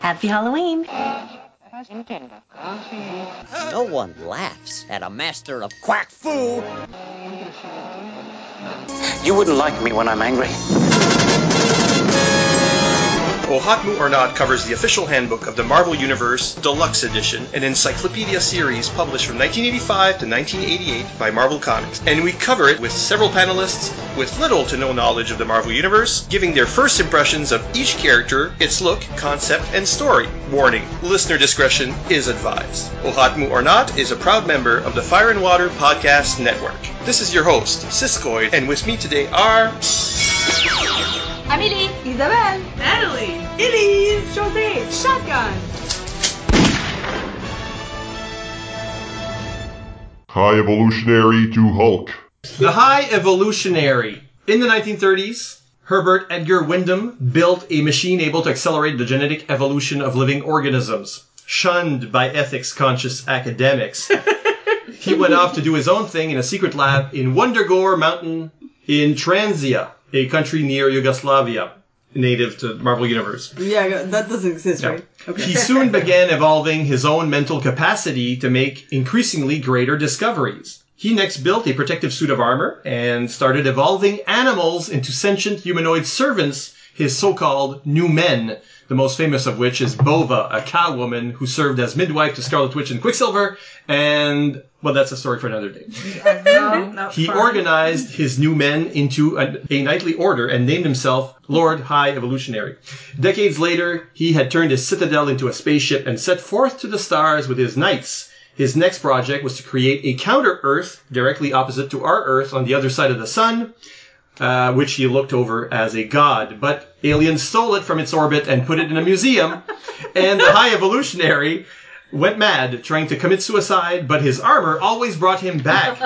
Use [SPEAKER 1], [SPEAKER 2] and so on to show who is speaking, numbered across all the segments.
[SPEAKER 1] Happy Halloween.
[SPEAKER 2] No one laughs at a master of quack foo.
[SPEAKER 3] You wouldn't like me when I'm angry.
[SPEAKER 4] Ohatmu or Not covers the official handbook of the Marvel Universe Deluxe Edition, an encyclopedia series published from 1985 to 1988 by Marvel Comics. And we cover it with several panelists with little to no knowledge of the Marvel Universe, giving their first impressions of each character, its look, concept, and story. Warning listener discretion is advised. Ohatmu or Not is a proud member of the Fire and Water Podcast Network. This is your host, Siskoid, and with me today are.
[SPEAKER 5] Amelie, Isabel, Natalie, Elise, Jose, Shotgun.
[SPEAKER 6] High evolutionary to Hulk.
[SPEAKER 4] The High Evolutionary. In the 1930s, Herbert Edgar Wyndham built a machine able to accelerate the genetic evolution of living organisms. Shunned by ethics conscious academics, he went off to do his own thing in a secret lab in Wondergore Mountain in Transia, a country near Yugoslavia, native to Marvel Universe.
[SPEAKER 7] Yeah, that doesn't exist, right?
[SPEAKER 4] He soon began evolving his own mental capacity to make increasingly greater discoveries. He next built a protective suit of armor and started evolving animals into sentient humanoid servants, his so called new men, the most famous of which is Bova, a cow woman who served as midwife to Scarlet Witch and Quicksilver, and, well, that's a story for another day. He organized his new men into a, a knightly order and named himself Lord High Evolutionary. Decades later, he had turned his citadel into a spaceship and set forth to the stars with his knights. His next project was to create a counter Earth directly opposite to our Earth on the other side of the sun, uh, which he looked over as a god. But aliens stole it from its orbit and put it in a museum, and the High Evolutionary went mad trying to commit suicide, but his armor always brought him back.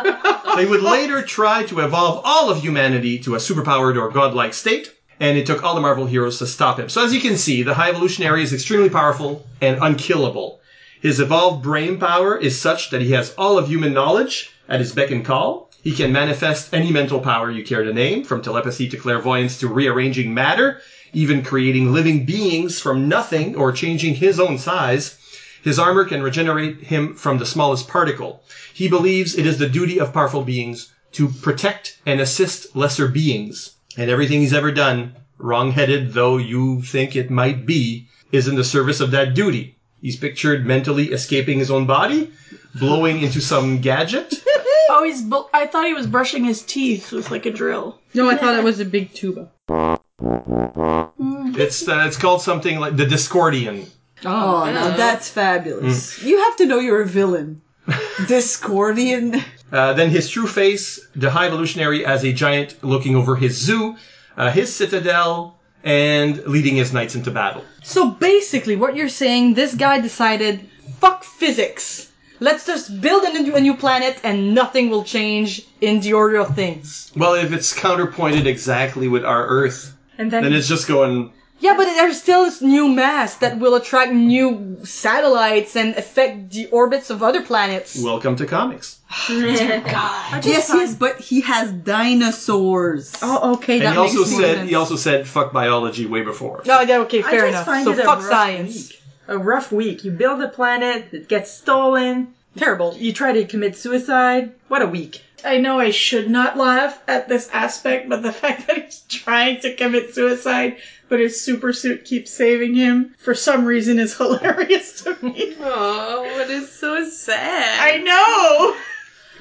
[SPEAKER 4] they would later try to evolve all of humanity to a superpowered or godlike state, and it took all the Marvel heroes to stop him. So as you can see, the High Evolutionary is extremely powerful and unkillable. His evolved brain power is such that he has all of human knowledge at his beck and call. He can manifest any mental power you care to name, from telepathy to clairvoyance to rearranging matter, even creating living beings from nothing or changing his own size. His armor can regenerate him from the smallest particle. He believes it is the duty of powerful beings to protect and assist lesser beings. And everything he's ever done, wrong-headed though you think it might be, is in the service of that duty. He's pictured mentally escaping his own body, blowing into some gadget.
[SPEAKER 8] Oh, he's. Bu- I thought he was brushing his teeth with like a drill.
[SPEAKER 7] No, I thought it was a big tuba.
[SPEAKER 4] It's uh, it's called something like the Discordian.
[SPEAKER 7] Oh, Mm. now that's fabulous. You have to know you're a villain. Discordian.
[SPEAKER 4] Uh, then his true face, the High Evolutionary as a giant looking over his zoo, uh, his citadel, and leading his knights into battle.
[SPEAKER 9] So basically, what you're saying, this guy decided, fuck physics. Let's just build a new, a new planet and nothing will change in the order of things.
[SPEAKER 4] Well, if it's counterpointed exactly with our Earth,
[SPEAKER 9] And then,
[SPEAKER 4] then it's just going
[SPEAKER 9] yeah, but there's still this new mass that will attract new satellites and affect the orbits of other planets.
[SPEAKER 4] Welcome to comics.
[SPEAKER 7] Yes, yes, but he has dinosaurs.
[SPEAKER 9] oh, okay,
[SPEAKER 4] And
[SPEAKER 9] that
[SPEAKER 4] he also
[SPEAKER 9] makes more
[SPEAKER 4] said
[SPEAKER 9] sense.
[SPEAKER 4] he also said fuck biology way before.
[SPEAKER 9] No, yeah, okay, fair
[SPEAKER 8] just
[SPEAKER 9] enough.
[SPEAKER 8] find
[SPEAKER 9] So
[SPEAKER 8] it a
[SPEAKER 9] fuck
[SPEAKER 8] rough
[SPEAKER 9] science.
[SPEAKER 8] week. A rough week. You build a planet, it gets stolen.
[SPEAKER 9] Terrible.
[SPEAKER 8] You try to commit suicide. What a week. I know I should not laugh at this aspect, but the fact that he's trying to commit suicide, but his super suit keeps saving him for some reason is hilarious to me.
[SPEAKER 5] Oh, it is so sad.
[SPEAKER 8] I know!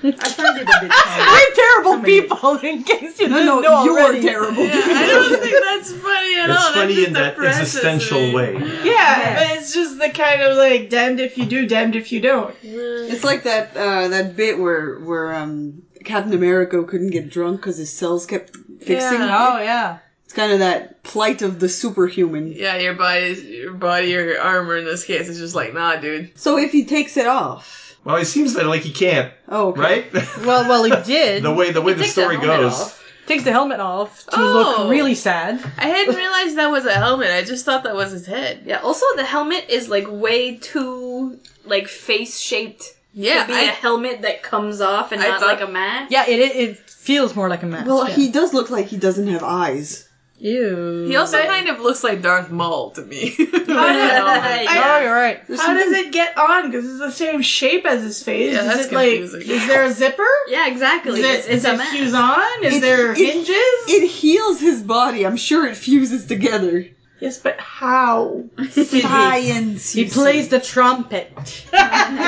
[SPEAKER 5] I find it a bit sad.
[SPEAKER 9] We're terrible people, in case you
[SPEAKER 7] No,
[SPEAKER 9] didn't
[SPEAKER 7] no,
[SPEAKER 9] know
[SPEAKER 7] you're
[SPEAKER 9] already.
[SPEAKER 7] terrible.
[SPEAKER 5] I don't think that's funny at
[SPEAKER 4] It's
[SPEAKER 5] all.
[SPEAKER 4] funny
[SPEAKER 5] just
[SPEAKER 4] in that
[SPEAKER 5] depresses
[SPEAKER 4] existential
[SPEAKER 5] me.
[SPEAKER 4] way.
[SPEAKER 8] Yeah, but it's just the kind of like damned if you do, damned if you don't.
[SPEAKER 7] It's like that uh, that bit where where um, Captain America couldn't get drunk because his cells kept fixing.
[SPEAKER 9] Oh, yeah.
[SPEAKER 7] It's kind of that plight of the superhuman.
[SPEAKER 5] Yeah, your body, your body, or your armor in this case is just like, nah, dude.
[SPEAKER 7] So if he takes it off,
[SPEAKER 4] Well, it seems that like he can't,
[SPEAKER 7] oh, okay.
[SPEAKER 4] right?
[SPEAKER 9] Well, well, he did.
[SPEAKER 4] the way the way the
[SPEAKER 5] takes the
[SPEAKER 4] story
[SPEAKER 5] helmet
[SPEAKER 4] goes.
[SPEAKER 5] off.
[SPEAKER 9] Takes the helmet off to
[SPEAKER 5] Oh.
[SPEAKER 9] look really sad.
[SPEAKER 5] I hadn't realized that was a helmet. I just thought that was his head.
[SPEAKER 10] Yeah, also the helmet is like way too like face shaped
[SPEAKER 5] Yeah,
[SPEAKER 10] to be a
[SPEAKER 5] I,
[SPEAKER 10] helmet that comes off and
[SPEAKER 5] I
[SPEAKER 10] not
[SPEAKER 5] thought-
[SPEAKER 10] like a mask.
[SPEAKER 9] Yeah, it, it, it feels more like a mask.
[SPEAKER 7] Well,
[SPEAKER 9] yeah.
[SPEAKER 7] he does look like he doesn't have eyes.
[SPEAKER 9] Ew.
[SPEAKER 10] He also kind of looks like Darth Maul to me. I don't know.
[SPEAKER 9] Oh, you're right.
[SPEAKER 8] How does it get on? Because it's the same shape as his face.
[SPEAKER 10] Yeah,
[SPEAKER 8] is
[SPEAKER 10] that's
[SPEAKER 8] it like?
[SPEAKER 10] confusing.
[SPEAKER 8] Is there a zipper?
[SPEAKER 1] Yeah, exactly.
[SPEAKER 8] Is it, is
[SPEAKER 1] a
[SPEAKER 8] it
[SPEAKER 1] mess.
[SPEAKER 8] fuse on? Is
[SPEAKER 7] It-
[SPEAKER 8] there
[SPEAKER 7] it-
[SPEAKER 8] hinges?
[SPEAKER 7] It heals his body. I'm sure it fuses together.
[SPEAKER 8] yes, but how?
[SPEAKER 7] Science.
[SPEAKER 9] He
[SPEAKER 7] you
[SPEAKER 9] plays
[SPEAKER 7] say.
[SPEAKER 9] the trumpet,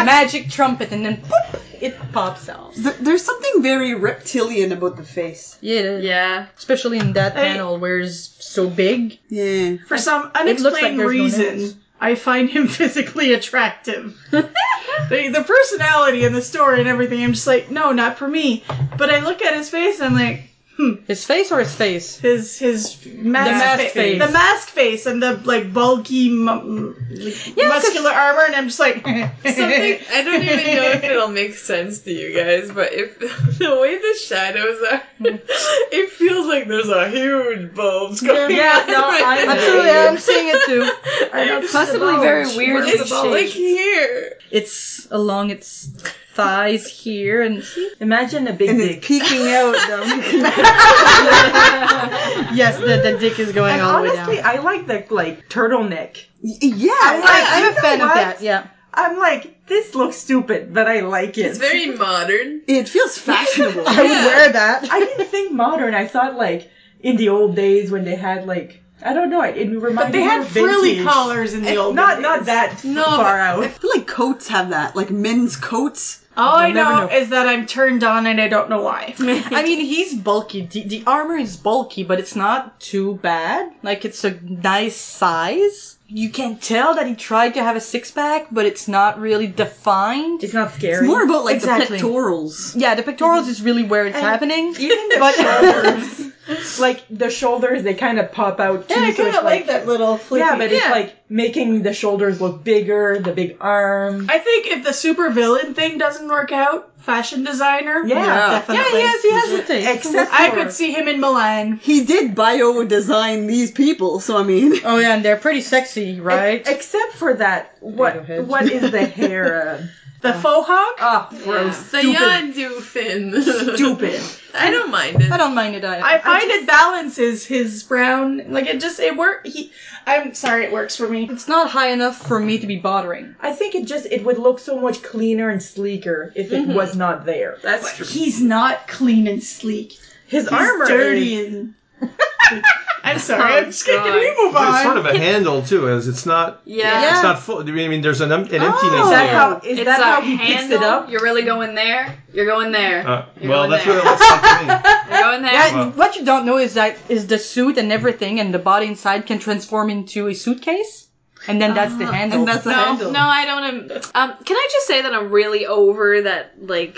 [SPEAKER 9] magic trumpet, and then poof, it pops out.
[SPEAKER 7] Th- There's something very reptilian about the face.
[SPEAKER 9] Yeah,
[SPEAKER 1] Yeah.
[SPEAKER 9] Especially in that
[SPEAKER 8] I-
[SPEAKER 9] panel where he's so big.
[SPEAKER 7] Yeah.
[SPEAKER 8] For some
[SPEAKER 9] looks like
[SPEAKER 8] unexplained
[SPEAKER 9] there's no
[SPEAKER 8] reason,
[SPEAKER 9] nails.
[SPEAKER 8] I find him physically attractive. the, the personality and the story and everything, I'm just like, no, not for me. But I look at his face and I'm like, hmm.
[SPEAKER 9] His face or his face?
[SPEAKER 8] his his mask,
[SPEAKER 9] mask
[SPEAKER 8] face.
[SPEAKER 9] face.
[SPEAKER 8] the mask face, and the like bulky mu- like, muscular armor, and I'm just like
[SPEAKER 10] Something I don't even know if it'll make sense to you guys, but if the way the shadows are, it feels like there's a huge bulbs coming
[SPEAKER 8] Yeah,
[SPEAKER 10] out.
[SPEAKER 8] no, I-
[SPEAKER 10] right
[SPEAKER 9] Absolutely, I'm seeing it too.
[SPEAKER 1] Possibly very weird.
[SPEAKER 10] now. It's like here.
[SPEAKER 9] It's along its thighs here, and
[SPEAKER 1] Imagine a big
[SPEAKER 7] And
[SPEAKER 1] dick.
[SPEAKER 7] it's peeking out down here.
[SPEAKER 9] yes, the, the dick is going
[SPEAKER 1] And
[SPEAKER 9] all the way
[SPEAKER 1] honestly,
[SPEAKER 9] down.
[SPEAKER 1] I like the like turtleneck.
[SPEAKER 7] Yeah.
[SPEAKER 9] I, am
[SPEAKER 1] you know
[SPEAKER 9] a fan of
[SPEAKER 1] what?
[SPEAKER 9] that. Yeah,
[SPEAKER 1] I'm like, this looks stupid, but I like it.
[SPEAKER 10] It's very modern.
[SPEAKER 7] It feels fashionable.
[SPEAKER 9] I would wear that.
[SPEAKER 1] I didn't think modern. I thought like in the old days when they had like I don't know. It, it reminded
[SPEAKER 8] But they
[SPEAKER 1] me
[SPEAKER 8] had
[SPEAKER 1] of
[SPEAKER 8] frilly
[SPEAKER 1] vintage. Eh,
[SPEAKER 8] collars in the old
[SPEAKER 1] Not
[SPEAKER 8] days.
[SPEAKER 1] not that far out.
[SPEAKER 7] I feel like coats have that, like men's coats.
[SPEAKER 8] All Oh, I
[SPEAKER 9] You'll never
[SPEAKER 8] know,
[SPEAKER 9] know.
[SPEAKER 8] is that I'm turned on and I don't know why.
[SPEAKER 9] I mean, he's bulky. The, the armor is bulky, but it's not too bad. Like, it's a nice size. You can tell that he tried to have a six pack, but it's not really defined.
[SPEAKER 1] It's not scary.
[SPEAKER 7] More about like
[SPEAKER 9] Exactly.
[SPEAKER 7] the pectorals.
[SPEAKER 9] Yeah, the pectorals is really where it's happening.
[SPEAKER 1] even the
[SPEAKER 9] But-
[SPEAKER 1] shoulders, like the shoulders, they kind of pop out too.
[SPEAKER 8] I
[SPEAKER 1] so
[SPEAKER 8] kind
[SPEAKER 1] it's
[SPEAKER 8] of like
[SPEAKER 1] like,
[SPEAKER 8] that little flippy.
[SPEAKER 1] yeah, but it's
[SPEAKER 10] Yeah.
[SPEAKER 1] like making the shoulders look bigger, the big arm.
[SPEAKER 8] I think if the super villain thing doesn't work out, fashion designer,
[SPEAKER 1] Yeah. Yeah.
[SPEAKER 8] definitely.
[SPEAKER 9] Yeah, he has, he has a thing.
[SPEAKER 1] Except
[SPEAKER 8] I
[SPEAKER 1] for-
[SPEAKER 8] could see him in Milan.
[SPEAKER 7] He did bio design these people, so I mean,
[SPEAKER 9] Oh yeah, and they're pretty sexy, right?
[SPEAKER 1] e- Except for that, what
[SPEAKER 9] head.
[SPEAKER 1] what is the hair? Uh,
[SPEAKER 8] The faux hawk?
[SPEAKER 1] ah, gross.
[SPEAKER 10] The Yondu fin.
[SPEAKER 1] Stupid.
[SPEAKER 10] I don't mind it.
[SPEAKER 9] I don't mind it either.
[SPEAKER 8] I find it balances his brown. Like it just it work. He, I'm sorry, it works for me.
[SPEAKER 9] it's not high enough for me to be bothering.
[SPEAKER 1] I think it just it would look so much cleaner and sleeker if it was not there.
[SPEAKER 10] Mm-hmm. That's true.
[SPEAKER 8] He's not clean and sleek.
[SPEAKER 1] His
[SPEAKER 8] He's
[SPEAKER 1] armor
[SPEAKER 8] dirty
[SPEAKER 1] is
[SPEAKER 8] and. I'm sorry. I'm just kidding. We move
[SPEAKER 4] It's
[SPEAKER 8] on.
[SPEAKER 4] sort of a handle too, as it's not.
[SPEAKER 10] Yeah.
[SPEAKER 4] It's not full. I mean, there's an, em- an
[SPEAKER 11] Oh,
[SPEAKER 4] emptiness
[SPEAKER 1] Is that
[SPEAKER 4] there.
[SPEAKER 1] how is
[SPEAKER 10] It's
[SPEAKER 1] that
[SPEAKER 10] a
[SPEAKER 1] how he
[SPEAKER 10] handle.
[SPEAKER 1] picks it up?
[SPEAKER 10] You're really going there. You're going there.
[SPEAKER 4] Uh,
[SPEAKER 10] You're
[SPEAKER 4] well,
[SPEAKER 10] going
[SPEAKER 4] that's
[SPEAKER 10] there.
[SPEAKER 4] what it looks like to me.
[SPEAKER 10] You're going there.
[SPEAKER 9] Yeah,
[SPEAKER 4] Wow.
[SPEAKER 9] what you don't know is that is the suit and everything and the body inside can transform into a suitcase, and then that's
[SPEAKER 11] Ah,
[SPEAKER 9] the handle.
[SPEAKER 7] and that's the
[SPEAKER 10] Oh, No,
[SPEAKER 7] handle.
[SPEAKER 10] no, I don't. Um, um, can I just say that I'm really over that like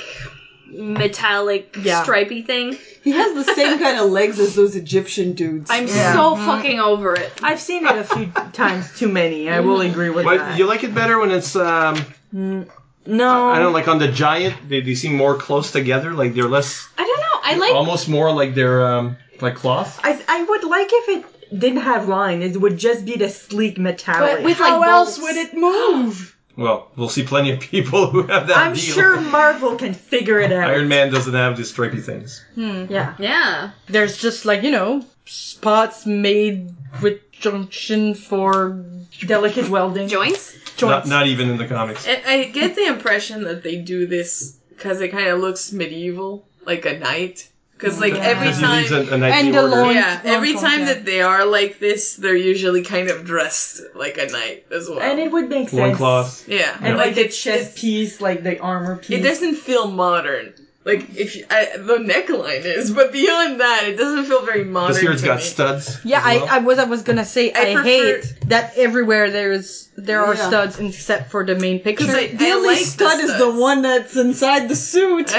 [SPEAKER 10] metallic
[SPEAKER 9] Yeah.
[SPEAKER 10] stripy thing?
[SPEAKER 7] He has the same kind of legs as those Egyptian dudes. Mm-hmm.
[SPEAKER 10] I'm so fucking over it.
[SPEAKER 1] I've seen it a few times too many. I will agree with
[SPEAKER 4] But
[SPEAKER 1] that.
[SPEAKER 4] you like it better when it's. Um,
[SPEAKER 1] Mm, no,
[SPEAKER 4] I don't know, like on the giant. They, they seem more close together. Like they're less,
[SPEAKER 10] I don't know. I like.
[SPEAKER 4] almost more like they're um, like cloth.
[SPEAKER 1] I, I would like if it didn't have line. It would just be the sleek metallic.
[SPEAKER 10] But with
[SPEAKER 8] How
[SPEAKER 10] like
[SPEAKER 8] else
[SPEAKER 10] bolts.
[SPEAKER 8] would it move?
[SPEAKER 4] Well, we'll see plenty of people who have that
[SPEAKER 1] I'm
[SPEAKER 4] deal.
[SPEAKER 1] sure Marvel can figure it out.
[SPEAKER 4] Iron Man doesn't have these stripy things.
[SPEAKER 1] Yeah.
[SPEAKER 10] Yeah.
[SPEAKER 9] Hmm. there's just like you know spots made with junction for
[SPEAKER 1] Delicate welding.
[SPEAKER 10] Joints.
[SPEAKER 4] Not, not even in the comics.
[SPEAKER 10] I, I get the impression that they do this because it kind of looks medieval, like a knight. Because like every
[SPEAKER 4] Because he leaves
[SPEAKER 10] time,
[SPEAKER 4] a, a nightly
[SPEAKER 9] And the
[SPEAKER 4] order.
[SPEAKER 9] loin-
[SPEAKER 10] yeah,
[SPEAKER 9] long
[SPEAKER 10] every
[SPEAKER 9] coat,
[SPEAKER 10] time
[SPEAKER 9] yeah.
[SPEAKER 10] that they are like this, they're usually kind of dressed like a knight as well.
[SPEAKER 1] And it would make sense.
[SPEAKER 4] One cloth.
[SPEAKER 10] yeah,
[SPEAKER 1] And like, the
[SPEAKER 10] it's-
[SPEAKER 1] chest
[SPEAKER 10] it's-
[SPEAKER 1] piece, like the armor piece.
[SPEAKER 10] It doesn't feel modern. Like if you, I, the neckline is, but beyond that, it doesn't feel very modern.
[SPEAKER 4] This here it's
[SPEAKER 10] to
[SPEAKER 4] got
[SPEAKER 10] me.
[SPEAKER 4] studs.
[SPEAKER 9] yeah.
[SPEAKER 4] as
[SPEAKER 9] I,
[SPEAKER 4] well.
[SPEAKER 9] I was I was gonna say I,
[SPEAKER 10] prefer-
[SPEAKER 9] hate that everywhere there's there are
[SPEAKER 7] Yeah.
[SPEAKER 9] studs except for the main picture.
[SPEAKER 10] 'Cause I,
[SPEAKER 7] the
[SPEAKER 10] I
[SPEAKER 7] only
[SPEAKER 10] like
[SPEAKER 7] stud
[SPEAKER 10] the
[SPEAKER 7] is the
[SPEAKER 10] studs.
[SPEAKER 7] one that's inside the suit.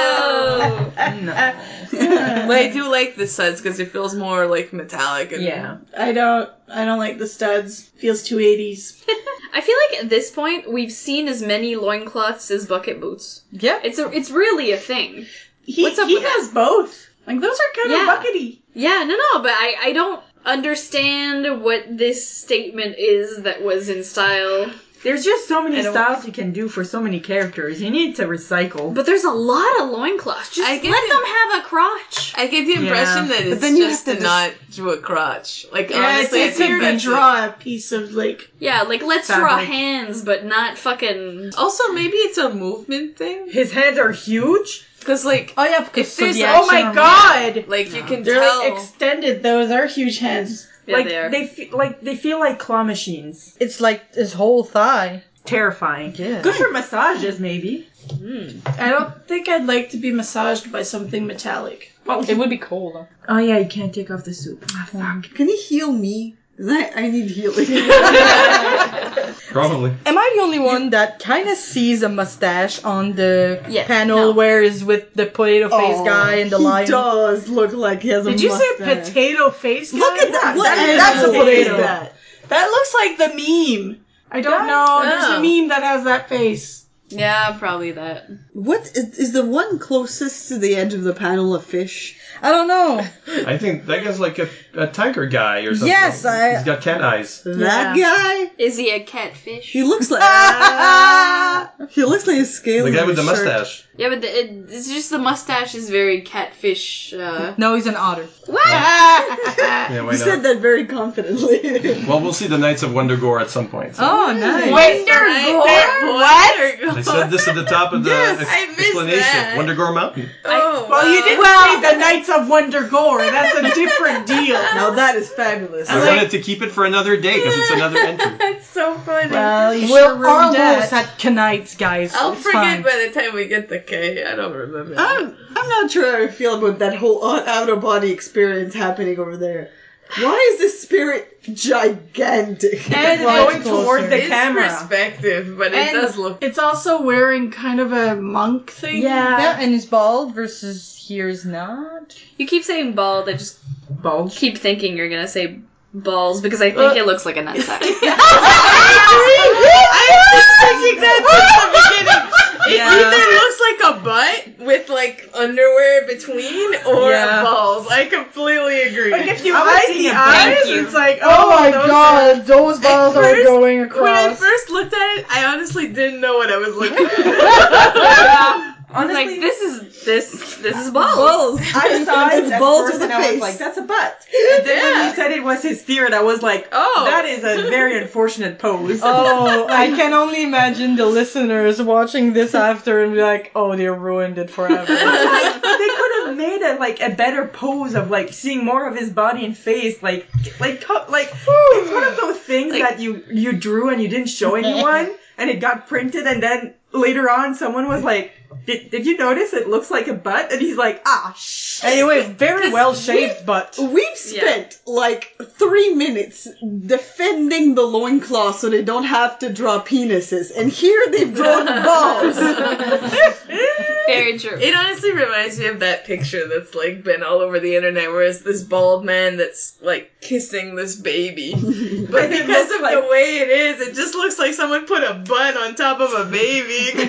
[SPEAKER 10] Ew.
[SPEAKER 1] No.
[SPEAKER 10] But I do like the studs because it feels more like metallic. And
[SPEAKER 1] Yeah.
[SPEAKER 8] I don't. I don't like the studs. Feels too 80s.
[SPEAKER 10] I feel like at this point we've seen as many loincloths as bucket boots.
[SPEAKER 9] yeah,
[SPEAKER 10] It's a, it's really a thing.
[SPEAKER 8] He,
[SPEAKER 10] What's up
[SPEAKER 8] he
[SPEAKER 10] with that?
[SPEAKER 8] has both. Like those are kind
[SPEAKER 10] Yeah.
[SPEAKER 8] of buckety.
[SPEAKER 10] Yeah, no, no, but I, I don't understand what this statement is that was in style
[SPEAKER 1] There's just so many
[SPEAKER 10] I don't-
[SPEAKER 1] styles you can do for so many characters. You need to recycle.
[SPEAKER 11] But there's a lot of loincloths. Just
[SPEAKER 10] I
[SPEAKER 11] let
[SPEAKER 10] get it.
[SPEAKER 11] them have a crotch.
[SPEAKER 10] I get the impression that it's
[SPEAKER 7] then you
[SPEAKER 10] just
[SPEAKER 7] have
[SPEAKER 10] to
[SPEAKER 7] to
[SPEAKER 10] not do a crotch. Like
[SPEAKER 8] Yeah, it's,
[SPEAKER 10] honestly,
[SPEAKER 8] it's
[SPEAKER 10] I think
[SPEAKER 8] here to
[SPEAKER 10] that's it.
[SPEAKER 8] draw a piece of like
[SPEAKER 11] Yeah, like let's draw
[SPEAKER 1] Fabric.
[SPEAKER 11] hands, but not fucking.
[SPEAKER 10] Also, maybe it's a movement thing
[SPEAKER 1] His hands are huge.
[SPEAKER 10] because, like,
[SPEAKER 9] Oh yeah, because so
[SPEAKER 10] there's-
[SPEAKER 9] the
[SPEAKER 8] Oh
[SPEAKER 9] action
[SPEAKER 8] my
[SPEAKER 9] remote-
[SPEAKER 8] god!
[SPEAKER 10] like you can
[SPEAKER 8] They're
[SPEAKER 10] tell.
[SPEAKER 8] like extended. Those are huge hands.
[SPEAKER 11] Yeah,
[SPEAKER 1] like
[SPEAKER 11] they are.
[SPEAKER 1] feel like they feel like claw machines.
[SPEAKER 9] It's like his whole thigh.
[SPEAKER 1] Terrifying.
[SPEAKER 9] Yeah.
[SPEAKER 1] Good for massages, maybe.
[SPEAKER 9] Hmm.
[SPEAKER 8] I don't think I'd like to be massaged by something metallic.
[SPEAKER 9] It would be cool though.
[SPEAKER 1] Oh yeah, you can't take off the soup. Ah, fuck.
[SPEAKER 7] Mm. Can he heal me? 'Cause I, I need healing.
[SPEAKER 4] Probably.
[SPEAKER 9] Am I the only one that kind of sees a mustache on the
[SPEAKER 11] Yeah,
[SPEAKER 9] panel
[SPEAKER 11] no.
[SPEAKER 9] where is with the potato face
[SPEAKER 8] Oh,
[SPEAKER 9] guy and the
[SPEAKER 7] he
[SPEAKER 9] lion?
[SPEAKER 7] does look like he has a
[SPEAKER 8] Did you say
[SPEAKER 7] mustache.
[SPEAKER 8] potato face? Guy?
[SPEAKER 7] Look at that. What
[SPEAKER 8] that-
[SPEAKER 7] that's
[SPEAKER 8] that's a
[SPEAKER 7] potato.
[SPEAKER 8] potato. That. That looks like the meme. I don't know. There's a
[SPEAKER 10] Oh.
[SPEAKER 8] meme that has that face.
[SPEAKER 11] Yeah, probably that.
[SPEAKER 7] What is, is the one closest to the edge of the panel a fish?
[SPEAKER 9] I don't know.
[SPEAKER 4] I think that guy's like a, a tiger guy or something.
[SPEAKER 9] Yes, I-
[SPEAKER 4] He's got cat eyes.
[SPEAKER 7] That guy?
[SPEAKER 11] Is he a catfish?
[SPEAKER 7] He looks like he looks like a scaly.
[SPEAKER 4] The guy with the
[SPEAKER 7] shark.
[SPEAKER 4] mustache.
[SPEAKER 11] Yeah, but the, it, it's just the mustache is very catfish. Uh,
[SPEAKER 9] No, he's an otter.
[SPEAKER 4] Yeah, why
[SPEAKER 7] He said
[SPEAKER 4] not?
[SPEAKER 7] that very confidently.
[SPEAKER 4] Well, we'll see the Knights of Wonder Gore at some point. so.
[SPEAKER 7] Mm.
[SPEAKER 9] Oh, nice.
[SPEAKER 10] Right? What?
[SPEAKER 4] They said this at the top of the
[SPEAKER 7] Yes,
[SPEAKER 4] ex-
[SPEAKER 10] I missed
[SPEAKER 4] explanation.
[SPEAKER 10] that.
[SPEAKER 4] Wonder Gore Mountain.
[SPEAKER 10] Oh,
[SPEAKER 8] Well, you didn't
[SPEAKER 11] Well-
[SPEAKER 8] say the Knights of Wonder Gore. That's a different deal.
[SPEAKER 7] now that is fabulous.
[SPEAKER 4] I wanted to keep it for another day because it's another entry.
[SPEAKER 10] That's so funny.
[SPEAKER 8] Well, you
[SPEAKER 9] We're
[SPEAKER 8] sure ruined
[SPEAKER 9] almost
[SPEAKER 8] that.
[SPEAKER 9] at Knights, guys.
[SPEAKER 10] I'll
[SPEAKER 9] It's
[SPEAKER 10] forget
[SPEAKER 9] fine.
[SPEAKER 10] by the time we get the K. I don't remember.
[SPEAKER 8] Uh,
[SPEAKER 7] I'm, I'm not sure how I feel about that whole out of body experience happening over there. Why is this spirit gigantic?
[SPEAKER 1] And
[SPEAKER 9] Right
[SPEAKER 1] going towards
[SPEAKER 9] closer.
[SPEAKER 1] the
[SPEAKER 10] it's
[SPEAKER 1] camera.
[SPEAKER 10] perspective, but it
[SPEAKER 8] And
[SPEAKER 10] does look.
[SPEAKER 8] It's also wearing kind of a monk thing.
[SPEAKER 9] Yeah, and he's bald versus here's not.
[SPEAKER 11] you keep saying bald. I just
[SPEAKER 1] Bulge.
[SPEAKER 11] keep thinking you're gonna say balls because I think it looks like a nutsack.
[SPEAKER 10] It either looks like a butt with like underwear between or
[SPEAKER 1] Yeah.
[SPEAKER 10] balls. I completely agree.
[SPEAKER 8] Like if you
[SPEAKER 1] I was
[SPEAKER 8] hide
[SPEAKER 1] seeing
[SPEAKER 8] the
[SPEAKER 1] a
[SPEAKER 8] eyes,
[SPEAKER 1] bank.
[SPEAKER 8] it's like, oh, my god.
[SPEAKER 9] those balls
[SPEAKER 10] are first-
[SPEAKER 9] going
[SPEAKER 10] when I first looked at it, I honestly didn't know what I was looking at.
[SPEAKER 1] Honestly,
[SPEAKER 11] like this is this this is balls.
[SPEAKER 1] I saw it
[SPEAKER 7] It's
[SPEAKER 1] at
[SPEAKER 7] balls
[SPEAKER 1] first
[SPEAKER 7] with a
[SPEAKER 1] and I was
[SPEAKER 7] face.
[SPEAKER 1] like, that's a butt. And then when you said it was his theory, I was like,
[SPEAKER 10] Oh.
[SPEAKER 1] that is a very unfortunate pose.
[SPEAKER 9] Oh, I can only imagine the listeners watching this after and be like, "Oh, they ruined it forever."
[SPEAKER 1] Like, they could have made a like a better pose of like seeing more of his body and face, like like co- like it's one of those things that you you drew and you didn't show anyone, and it got printed, and then later on someone was like, did, did you notice it looks like a butt? And he's like, ah, shit.
[SPEAKER 9] anyway, very well shaped, but
[SPEAKER 7] We've spent like three minutes defending the loincloth so they don't have to draw penises, and here they've drawn balls.
[SPEAKER 11] Very true.
[SPEAKER 10] It honestly reminds me of that picture that's like been all over the internet where it's this bald man that's like kissing this baby. But because of the way it is, it just looks like someone put a bun on top of a baby.
[SPEAKER 1] yeah,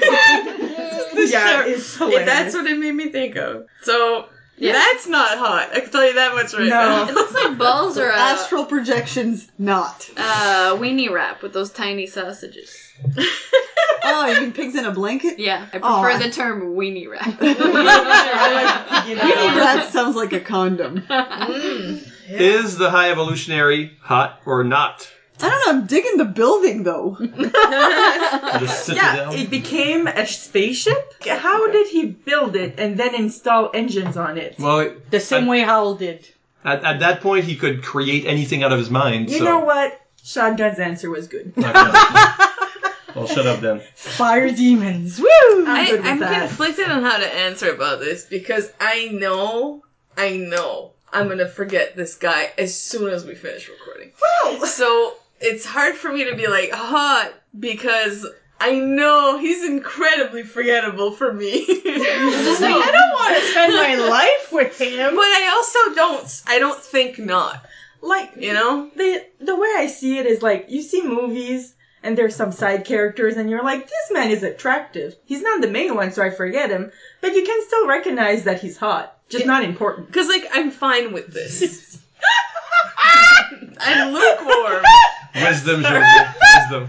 [SPEAKER 1] it's hilarious.
[SPEAKER 10] It- that's what it made me think of. So that's not hot. I can tell you that much right
[SPEAKER 1] No.
[SPEAKER 11] It
[SPEAKER 10] now.
[SPEAKER 11] looks like balls are a
[SPEAKER 7] Astral projections, not.
[SPEAKER 11] uh, weenie wrap with those tiny sausages.
[SPEAKER 7] Oh, you mean pigs in a blanket? Oh,
[SPEAKER 11] Yeah, I
[SPEAKER 7] Aw.
[SPEAKER 11] prefer the term weenie wrap.
[SPEAKER 7] That sounds like a condom. I
[SPEAKER 11] Mm.
[SPEAKER 4] Is the High Evolutionary hot or not?
[SPEAKER 7] don't know, I'm digging the building though.
[SPEAKER 4] The
[SPEAKER 1] Yeah,
[SPEAKER 4] Citadel.
[SPEAKER 1] it became a spaceship. How did he build it and then install engines on it?
[SPEAKER 4] well, it-
[SPEAKER 9] the same way Howl did.
[SPEAKER 4] at, at that point, he could create anything out of his mind.
[SPEAKER 1] You
[SPEAKER 4] so.
[SPEAKER 1] know what? Shotgun's answer was good.
[SPEAKER 4] well, shut up then.
[SPEAKER 9] Fire demons. Woo!
[SPEAKER 1] I'm
[SPEAKER 10] I,
[SPEAKER 1] good with
[SPEAKER 10] I'm
[SPEAKER 1] that.
[SPEAKER 10] conflicted on how to answer about this because I know, I know, I'm gonna forget this guy as soon as we finish recording. So it's hard for me to be like hot because I know he's incredibly forgettable for me.
[SPEAKER 8] It's like, I don't want to spend my life with him.
[SPEAKER 10] but I also don't. I don't think not.
[SPEAKER 1] like
[SPEAKER 10] You know.
[SPEAKER 1] the the way I see it is like you see movies and there's some side characters and you're like this man is attractive. He's not the main one, so I forget him, but you can still recognize that he's hot, just not important.
[SPEAKER 10] Because, like, I'm fine with this. I'm lukewarm.
[SPEAKER 4] Wisdom, Georgia. them.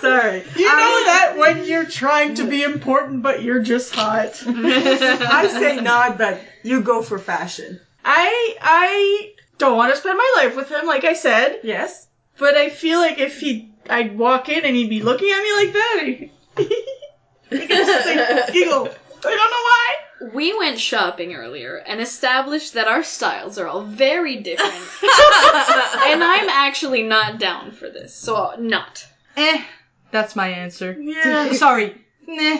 [SPEAKER 8] Sorry. You know that when you're trying to be important, but you're just hot.
[SPEAKER 1] I say not, but you go for fashion.
[SPEAKER 8] I I don't want to spend my life with him, like I said.
[SPEAKER 1] Yes.
[SPEAKER 8] But I feel like if he, I'd walk in and he'd be looking at me like that. I could just like giggle. I don't know why.
[SPEAKER 11] We went shopping earlier and established that our styles are all very different. and I'm actually not down for this, so not.
[SPEAKER 9] Eh, that's my answer.
[SPEAKER 11] Yeah.
[SPEAKER 9] Sorry.
[SPEAKER 11] Nah.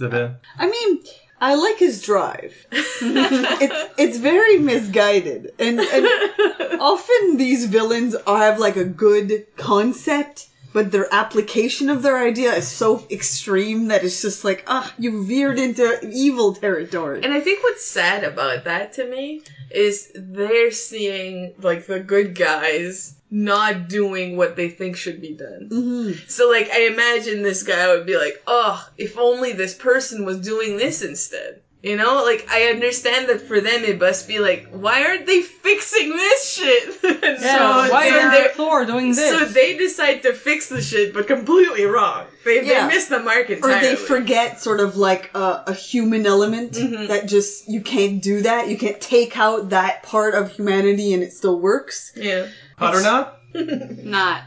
[SPEAKER 4] Zabin.
[SPEAKER 7] I mean, I like his drive. it's it's very misguided, and, and often these villains have like a good concept, but their application of their idea is so extreme that it's just like ah, you veered into evil territory.
[SPEAKER 10] And I think what's sad about that to me is they're seeing like the good guys not doing what they think should be done.
[SPEAKER 9] Mm-hmm.
[SPEAKER 10] So like I imagine this guy would be like, "Oh, if only this person was doing this instead." You know, like I understand that for them it must be like, "Why aren't they fixing this shit?" And
[SPEAKER 9] Yeah, why isn't
[SPEAKER 10] they're-
[SPEAKER 9] Thor doing this?
[SPEAKER 10] So they decide to fix the shit, but completely wrong. They,
[SPEAKER 7] Yeah.
[SPEAKER 10] they miss the mark
[SPEAKER 7] or
[SPEAKER 10] entirely.
[SPEAKER 7] they forget sort of like a, a human element
[SPEAKER 10] Mm-hmm.
[SPEAKER 7] that just you can't do that. You can't take out that part of humanity and it still works.
[SPEAKER 10] Yeah.
[SPEAKER 4] Hot or not?
[SPEAKER 11] Not.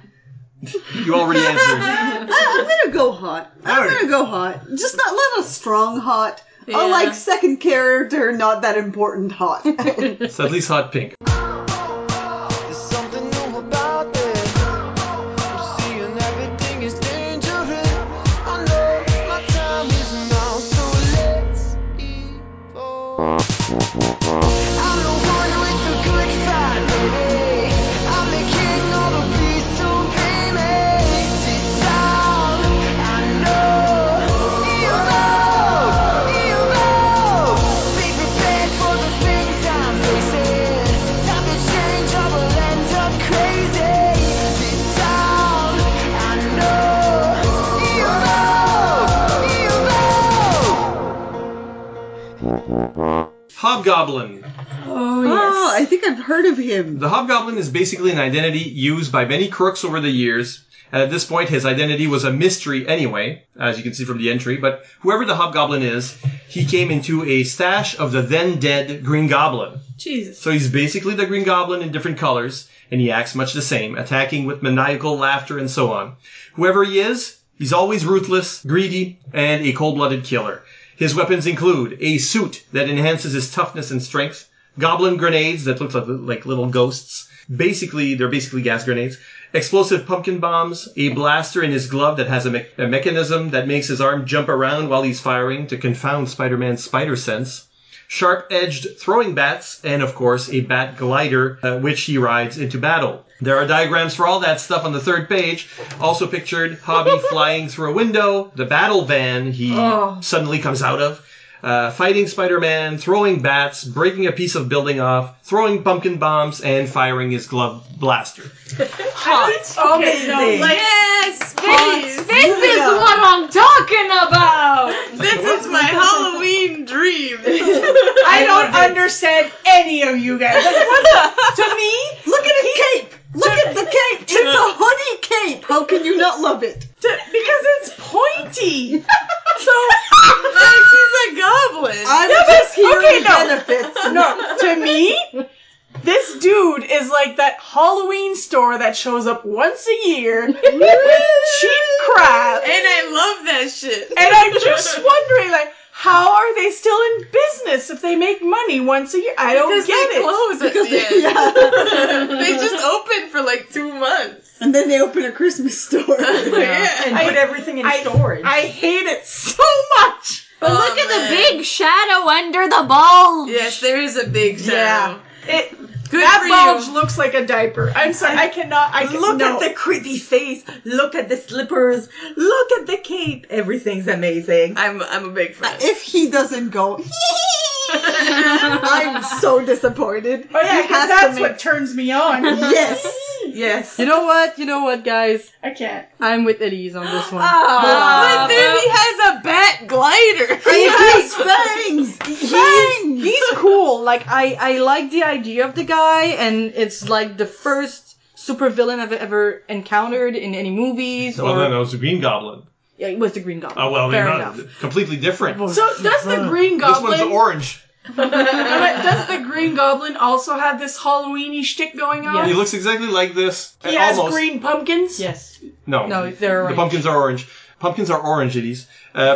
[SPEAKER 4] You already answered.
[SPEAKER 7] I, am gonna go hot. I'm gonna go hot. Just not not a strong hot. I
[SPEAKER 10] Yeah.
[SPEAKER 7] like second character, not that important hot.
[SPEAKER 4] So at least hot pink. Hobgoblin.
[SPEAKER 7] Oh, I think I've heard of him.
[SPEAKER 4] The Hobgoblin is basically an identity used by many crooks over the years. And at this point, his identity was a mystery anyway, as you can see from the entry. But whoever the Hobgoblin is, he came into a stash of the then dead Green Goblin.
[SPEAKER 8] Jesus.
[SPEAKER 4] So he's basically the Green Goblin in different colors, and he acts much the same, attacking with maniacal laughter and so on. Whoever he is, he's always ruthless, greedy, and a cold-blooded killer. His weapons include a suit that enhances his toughness and strength, goblin grenades that look like, like little ghosts. Basically, they're basically gas grenades. Explosive pumpkin bombs, a blaster in his glove that has a, me- a mechanism that makes his arm jump around while he's firing to confound Spider-Man's spider sense sharp edged throwing bats, and of course, a bat glider, uh, which he rides into battle. There are diagrams for all that stuff on the third page. Also pictured Hobby flying through a window, the battle van he
[SPEAKER 1] Oh.
[SPEAKER 4] suddenly comes out of, uh, fighting Spider Man, throwing bats, breaking a piece of building off, throwing pumpkin bombs, and firing his glove blaster.
[SPEAKER 1] Hot.
[SPEAKER 8] Okay, no,
[SPEAKER 1] Amazing.
[SPEAKER 8] like-
[SPEAKER 11] Yes, please. This is
[SPEAKER 1] Yeah.
[SPEAKER 11] what I'm talking about.
[SPEAKER 10] This is my Halloween dream.
[SPEAKER 8] I don't understand any of you guys. Like, what the- to me,
[SPEAKER 7] Look at his cape. Look at the cape. It's a hoodie cape. How can you not love it?
[SPEAKER 8] to- because it's pointy. So
[SPEAKER 10] like he's a goblin.
[SPEAKER 7] I'm
[SPEAKER 8] Yeah, but-
[SPEAKER 7] just here
[SPEAKER 8] okay,
[SPEAKER 7] in
[SPEAKER 8] no.
[SPEAKER 7] benefits.
[SPEAKER 8] no, to me, this dude is like that Halloween store that shows up once a year with cheap crap.
[SPEAKER 10] and I love that shit.
[SPEAKER 8] And I'm just wondering, like, how are they still in business if they make money once a year? I don't
[SPEAKER 10] because
[SPEAKER 8] get
[SPEAKER 10] they
[SPEAKER 8] it.
[SPEAKER 10] close at
[SPEAKER 7] Because
[SPEAKER 10] the
[SPEAKER 7] they-
[SPEAKER 10] end.
[SPEAKER 7] yeah.
[SPEAKER 10] they just open for like two months.
[SPEAKER 7] And then they open a Christmas store.
[SPEAKER 10] yeah.
[SPEAKER 1] And put everything in
[SPEAKER 8] I-
[SPEAKER 1] storage.
[SPEAKER 8] I hate it so much.
[SPEAKER 11] But
[SPEAKER 10] Oh,
[SPEAKER 11] look at
[SPEAKER 10] man.
[SPEAKER 11] the big shadow under the bulge.
[SPEAKER 10] Yes, there is a big
[SPEAKER 8] Yeah.
[SPEAKER 10] shadow.
[SPEAKER 8] It,
[SPEAKER 10] Good for
[SPEAKER 8] that bulge
[SPEAKER 10] you.
[SPEAKER 8] looks like a diaper. I'm sorry, I cannot. I can,
[SPEAKER 1] Look
[SPEAKER 8] no.
[SPEAKER 1] at the creepy face. Look at the slippers. Look at the cape. Everything's amazing.
[SPEAKER 10] I'm I'm a big fan.
[SPEAKER 7] If he doesn't go, I'm so disappointed.
[SPEAKER 8] Oh yeah,
[SPEAKER 7] You have
[SPEAKER 8] because
[SPEAKER 7] to
[SPEAKER 8] that's
[SPEAKER 7] make-
[SPEAKER 8] what turns me on.
[SPEAKER 7] Yes.
[SPEAKER 1] Yes.
[SPEAKER 9] You know what? You know what, guys?
[SPEAKER 8] I can't.
[SPEAKER 9] I'm with Elise on this one. Ah.
[SPEAKER 10] but then he has a bat glider.
[SPEAKER 7] He has fangs. Fangs.
[SPEAKER 9] he's cool. Like I, I like the idea of the guy, and it's like the first supervillain I've ever encountered in any movies
[SPEAKER 4] Well,
[SPEAKER 9] or
[SPEAKER 4] then it was the Green Goblin.
[SPEAKER 9] yeah, it was the Green Goblin.
[SPEAKER 4] Oh well,
[SPEAKER 9] fair
[SPEAKER 4] they're not
[SPEAKER 9] enough.
[SPEAKER 4] completely different.
[SPEAKER 8] So does the Green
[SPEAKER 4] This
[SPEAKER 8] Goblin-
[SPEAKER 4] one's orange.
[SPEAKER 8] But does the Green Goblin also have this Halloweeny shtick going on?
[SPEAKER 4] He looks exactly like this.
[SPEAKER 8] He has
[SPEAKER 4] Almost.
[SPEAKER 8] green pumpkins. Yes.
[SPEAKER 4] No,
[SPEAKER 8] No,
[SPEAKER 4] The
[SPEAKER 8] they're orange.
[SPEAKER 4] pumpkins are orange. Pumpkins are orange, idiots. Uh,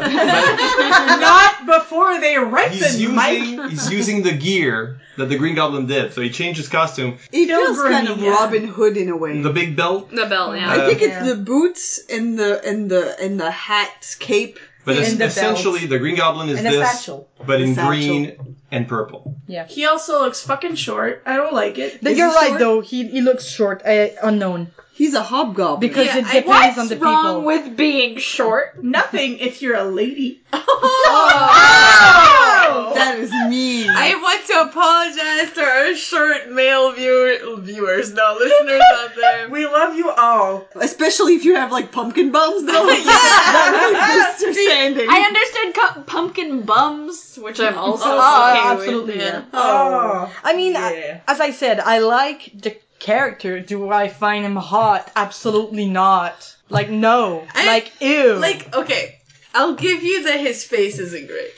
[SPEAKER 8] Not before they ripen,
[SPEAKER 4] he's
[SPEAKER 8] Mike.
[SPEAKER 4] using he's using the gear that the Green Goblin did, so he changed his costume.
[SPEAKER 7] It feels kind of
[SPEAKER 8] yeah.
[SPEAKER 7] Robin Hood in a way.
[SPEAKER 4] The big belt.
[SPEAKER 11] The bell, yeah.
[SPEAKER 7] I think
[SPEAKER 4] Uh,
[SPEAKER 7] it's the boots and the and the and the hat cape.
[SPEAKER 4] But
[SPEAKER 7] and
[SPEAKER 4] es-
[SPEAKER 7] the
[SPEAKER 4] essentially, the Green Goblin is
[SPEAKER 7] And a
[SPEAKER 4] this,
[SPEAKER 7] satchel.
[SPEAKER 4] but in
[SPEAKER 7] A satchel.
[SPEAKER 4] green and purple.
[SPEAKER 9] Yeah.
[SPEAKER 8] He also looks fucking short. I don't like it.
[SPEAKER 9] But you're right though. He he looks short. Uh, unknown.
[SPEAKER 7] He's a hobgoblin
[SPEAKER 9] because
[SPEAKER 8] Yeah,
[SPEAKER 9] it
[SPEAKER 8] I-
[SPEAKER 9] depends
[SPEAKER 8] what's
[SPEAKER 9] on the people.
[SPEAKER 8] wrong
[SPEAKER 11] with being short?
[SPEAKER 8] Nothing if you're a lady.
[SPEAKER 10] Oh!
[SPEAKER 8] Oh!
[SPEAKER 7] That is mean.
[SPEAKER 10] I want to apologize to our short male viewer- viewers, no listeners out there.
[SPEAKER 8] We love you all.
[SPEAKER 7] Especially if you have like pumpkin bums though.
[SPEAKER 11] Yeah.
[SPEAKER 7] that really boosts your standing.
[SPEAKER 11] I understood cu- pumpkin bums, which I'm also
[SPEAKER 9] Oh,
[SPEAKER 11] okay
[SPEAKER 9] absolutely.
[SPEAKER 11] with.
[SPEAKER 9] yeah.
[SPEAKER 11] Yeah.
[SPEAKER 9] Oh. I mean, I- as I said, I like the character. Do I find him hot? Absolutely not. Like no. like ew.
[SPEAKER 10] Like, okay, I'll give you that his face isn't great.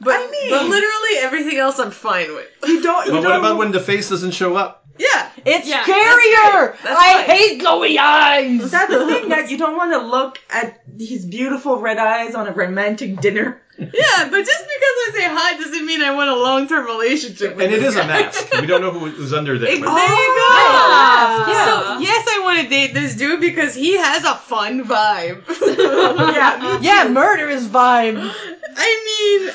[SPEAKER 10] But,
[SPEAKER 8] mean-
[SPEAKER 10] but literally everything else I'm fine with.
[SPEAKER 8] You don't. You
[SPEAKER 4] But
[SPEAKER 8] don't.
[SPEAKER 4] what about when the face doesn't show up?
[SPEAKER 10] Yeah.
[SPEAKER 9] it's
[SPEAKER 11] Yeah, that's
[SPEAKER 9] scarier.
[SPEAKER 10] That's fine.
[SPEAKER 9] I hate glowy eyes.
[SPEAKER 1] That's the thing that you don't want to look at his beautiful red eyes on a romantic dinner.
[SPEAKER 10] Yeah, but just because I say hi doesn't mean I want a long term relationship with
[SPEAKER 4] And it
[SPEAKER 10] this
[SPEAKER 4] is a
[SPEAKER 10] guy.
[SPEAKER 4] mask. We don't know who was under there.
[SPEAKER 10] Exactly.
[SPEAKER 4] but-
[SPEAKER 8] Oh,
[SPEAKER 10] So, yes, I want to date this dude because he has a fun vibe.
[SPEAKER 8] Yeah.
[SPEAKER 9] yeah, murder is vibe.
[SPEAKER 10] I mean,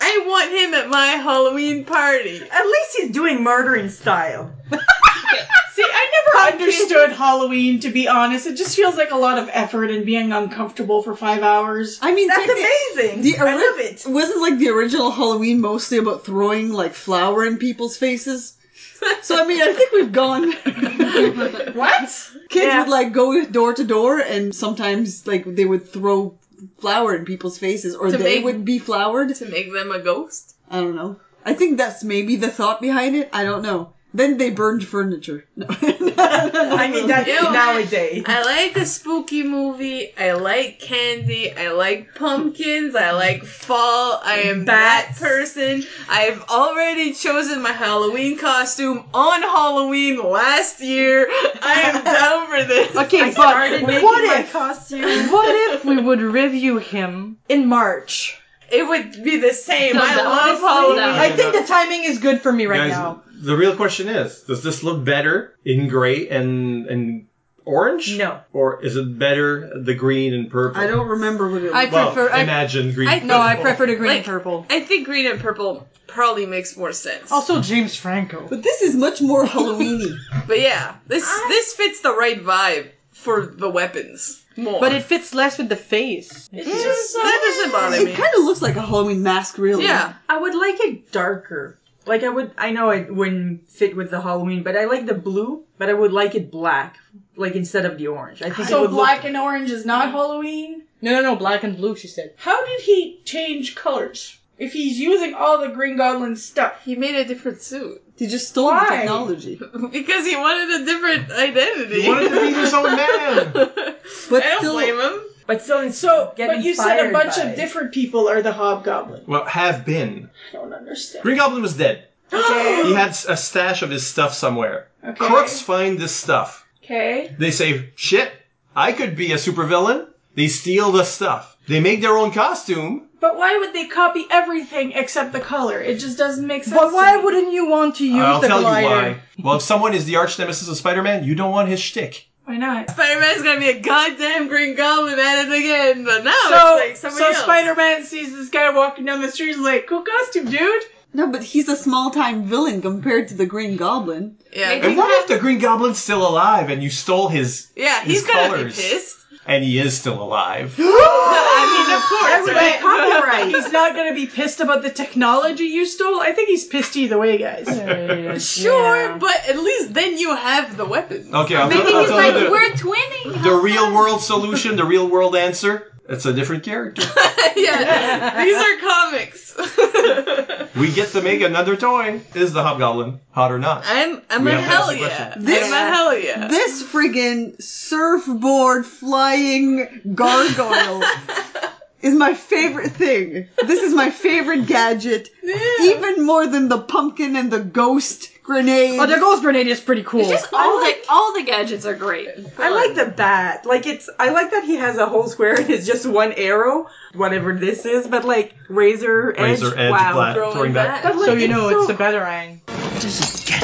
[SPEAKER 10] I want him at my Halloween party.
[SPEAKER 1] At least he's doing murder in style.
[SPEAKER 8] See, I never understood Halloween. To be honest, it just feels like a lot of effort and being uncomfortable for five hours.
[SPEAKER 7] I mean,
[SPEAKER 1] That's
[SPEAKER 7] techni-
[SPEAKER 1] amazing.
[SPEAKER 7] The
[SPEAKER 1] I love it.
[SPEAKER 7] Wasn't like the original Halloween mostly about throwing like flour in people's faces? So I mean, I think we've gone.
[SPEAKER 8] What?
[SPEAKER 7] Kids
[SPEAKER 1] Yeah.
[SPEAKER 7] would like go door to door, and sometimes like they would throw flour in people's faces, or
[SPEAKER 10] To
[SPEAKER 7] they
[SPEAKER 10] make-
[SPEAKER 7] would be floured.
[SPEAKER 10] To make them a ghost?
[SPEAKER 7] I don't know. I think that's maybe the thought behind it. I don't know. Then they burned furniture. No.
[SPEAKER 1] I mean, that's
[SPEAKER 10] Ew.
[SPEAKER 1] nowadays.
[SPEAKER 10] I like a spooky movie. I like candy. I like pumpkins. I like fall. I am
[SPEAKER 1] Bats.
[SPEAKER 10] that person. I've already chosen my Halloween costume on Halloween last year. I am down for this.
[SPEAKER 9] Okay,
[SPEAKER 1] started
[SPEAKER 9] but
[SPEAKER 1] making
[SPEAKER 9] what
[SPEAKER 1] my
[SPEAKER 9] if?
[SPEAKER 1] costume.
[SPEAKER 9] What if we would review him in March?
[SPEAKER 10] It would be the same. I
[SPEAKER 11] No,
[SPEAKER 10] love
[SPEAKER 11] honestly,
[SPEAKER 10] Halloween.
[SPEAKER 11] no.
[SPEAKER 9] I think the timing is good for me right
[SPEAKER 4] Guys,
[SPEAKER 9] now.
[SPEAKER 4] the real question is: Does this look better in gray and and orange?
[SPEAKER 1] No.
[SPEAKER 4] Or is it better the green and purple?
[SPEAKER 7] I don't remember what it was.
[SPEAKER 9] I
[SPEAKER 4] Well,
[SPEAKER 9] prefer. I,
[SPEAKER 4] imagine green.
[SPEAKER 10] I-
[SPEAKER 4] and
[SPEAKER 9] no, I
[SPEAKER 4] purple.
[SPEAKER 9] prefer the green and
[SPEAKER 10] Like-
[SPEAKER 9] purple.
[SPEAKER 10] I think green and purple probably makes more sense.
[SPEAKER 9] Also, James Franco.
[SPEAKER 7] But this is much more Halloweeny.
[SPEAKER 10] But yeah, this this fits the right vibe for the weapons more.
[SPEAKER 9] But it fits less with the face.
[SPEAKER 1] It's just so.
[SPEAKER 10] that doesn't bother me.
[SPEAKER 7] it kind of looks like a Halloween mask, really.
[SPEAKER 10] Yeah,
[SPEAKER 1] I would like it darker. Like I would, I know it wouldn't fit with the Halloween, but I like the blue. But I would like it black, like instead of the orange. I think it
[SPEAKER 8] So
[SPEAKER 1] would
[SPEAKER 8] black
[SPEAKER 1] Look,
[SPEAKER 8] and orange is not Halloween.
[SPEAKER 9] No, no, no. Black and blue. She said.
[SPEAKER 8] How did he change colors? If he's using all the Green Goblin stuff,
[SPEAKER 10] he made a different suit
[SPEAKER 7] He just stole
[SPEAKER 8] Why?
[SPEAKER 7] the technology.
[SPEAKER 10] because he wanted a different identity.
[SPEAKER 4] He wanted to be his own man.
[SPEAKER 7] But
[SPEAKER 10] I don't
[SPEAKER 7] still,
[SPEAKER 10] blame him.
[SPEAKER 1] but still, in
[SPEAKER 8] so
[SPEAKER 1] Get
[SPEAKER 8] but you said a
[SPEAKER 1] inspired
[SPEAKER 8] bunch
[SPEAKER 1] by
[SPEAKER 8] of
[SPEAKER 1] it.
[SPEAKER 8] different people are the Hobgoblin.
[SPEAKER 4] Well, have been.
[SPEAKER 8] I don't understand.
[SPEAKER 4] Green Goblin was dead.
[SPEAKER 8] Okay.
[SPEAKER 4] He had a stash of his stuff somewhere.
[SPEAKER 8] Okay.
[SPEAKER 4] Crooks find this stuff.
[SPEAKER 8] Okay.
[SPEAKER 4] They say, shit, I could be a supervillain. They steal the stuff. They make their own costume.
[SPEAKER 8] But why would they copy everything except the color? It just doesn't make sense.
[SPEAKER 9] But why
[SPEAKER 8] to me.
[SPEAKER 9] wouldn't you want to use
[SPEAKER 4] I'll
[SPEAKER 9] the
[SPEAKER 4] tell
[SPEAKER 9] glider?
[SPEAKER 4] you why. Well, if someone is the arch nemesis of Spider Man, you don't want his shtick.
[SPEAKER 8] Why not?
[SPEAKER 10] Spider Man's gonna be a goddamn Green Goblin at it again, but now
[SPEAKER 8] So,
[SPEAKER 10] it's like somebody
[SPEAKER 8] so
[SPEAKER 10] else.
[SPEAKER 8] Spider Man sees this guy walking down the street. He's like, "Cool costume, dude."
[SPEAKER 7] no, but he's a small time villain compared to the Green Goblin.
[SPEAKER 10] yeah,
[SPEAKER 4] And what if the Green Goblin's still alive and you stole his
[SPEAKER 10] yeah, he's
[SPEAKER 4] His
[SPEAKER 10] gonna
[SPEAKER 4] colors.
[SPEAKER 10] be pissed.
[SPEAKER 4] and he is still alive?
[SPEAKER 10] I mean, of course, right?
[SPEAKER 8] copyright. he's not gonna be pissed about the technology you stole. I think he's pissed either way, guys.
[SPEAKER 10] Sure, but at least then you have the weapons.
[SPEAKER 4] Okay, I'll,
[SPEAKER 11] Maybe
[SPEAKER 4] tell, I'll
[SPEAKER 11] he's
[SPEAKER 4] tell
[SPEAKER 11] like,
[SPEAKER 4] you
[SPEAKER 11] we're twinning.
[SPEAKER 4] the, the real world solution, the real world answer. It's a different character.
[SPEAKER 10] yeah, these are comics.
[SPEAKER 4] we get to make another toy. Is the hobgoblin hot or not?
[SPEAKER 10] I'm I'm
[SPEAKER 4] We
[SPEAKER 10] a
[SPEAKER 4] have to ask
[SPEAKER 10] hell
[SPEAKER 4] the
[SPEAKER 10] yeah.
[SPEAKER 4] question.
[SPEAKER 10] This, I'm a hell yeah.
[SPEAKER 7] This friggin' surfboard flying gargoyle is my favorite thing. This is my favorite gadget, even more than the pumpkin and the ghost grenade.
[SPEAKER 9] Oh, the ghost grenade is pretty cool.
[SPEAKER 11] It's just all the all the gadgets are great.
[SPEAKER 1] I like the bat. Like it's I like that he has a whole square and it's just one arrow, whatever this is, but like razor edge.
[SPEAKER 4] Razor edge,
[SPEAKER 1] wow.
[SPEAKER 4] flat, throwing back.
[SPEAKER 1] But, like,
[SPEAKER 9] so you know
[SPEAKER 1] so
[SPEAKER 9] it's a batarang.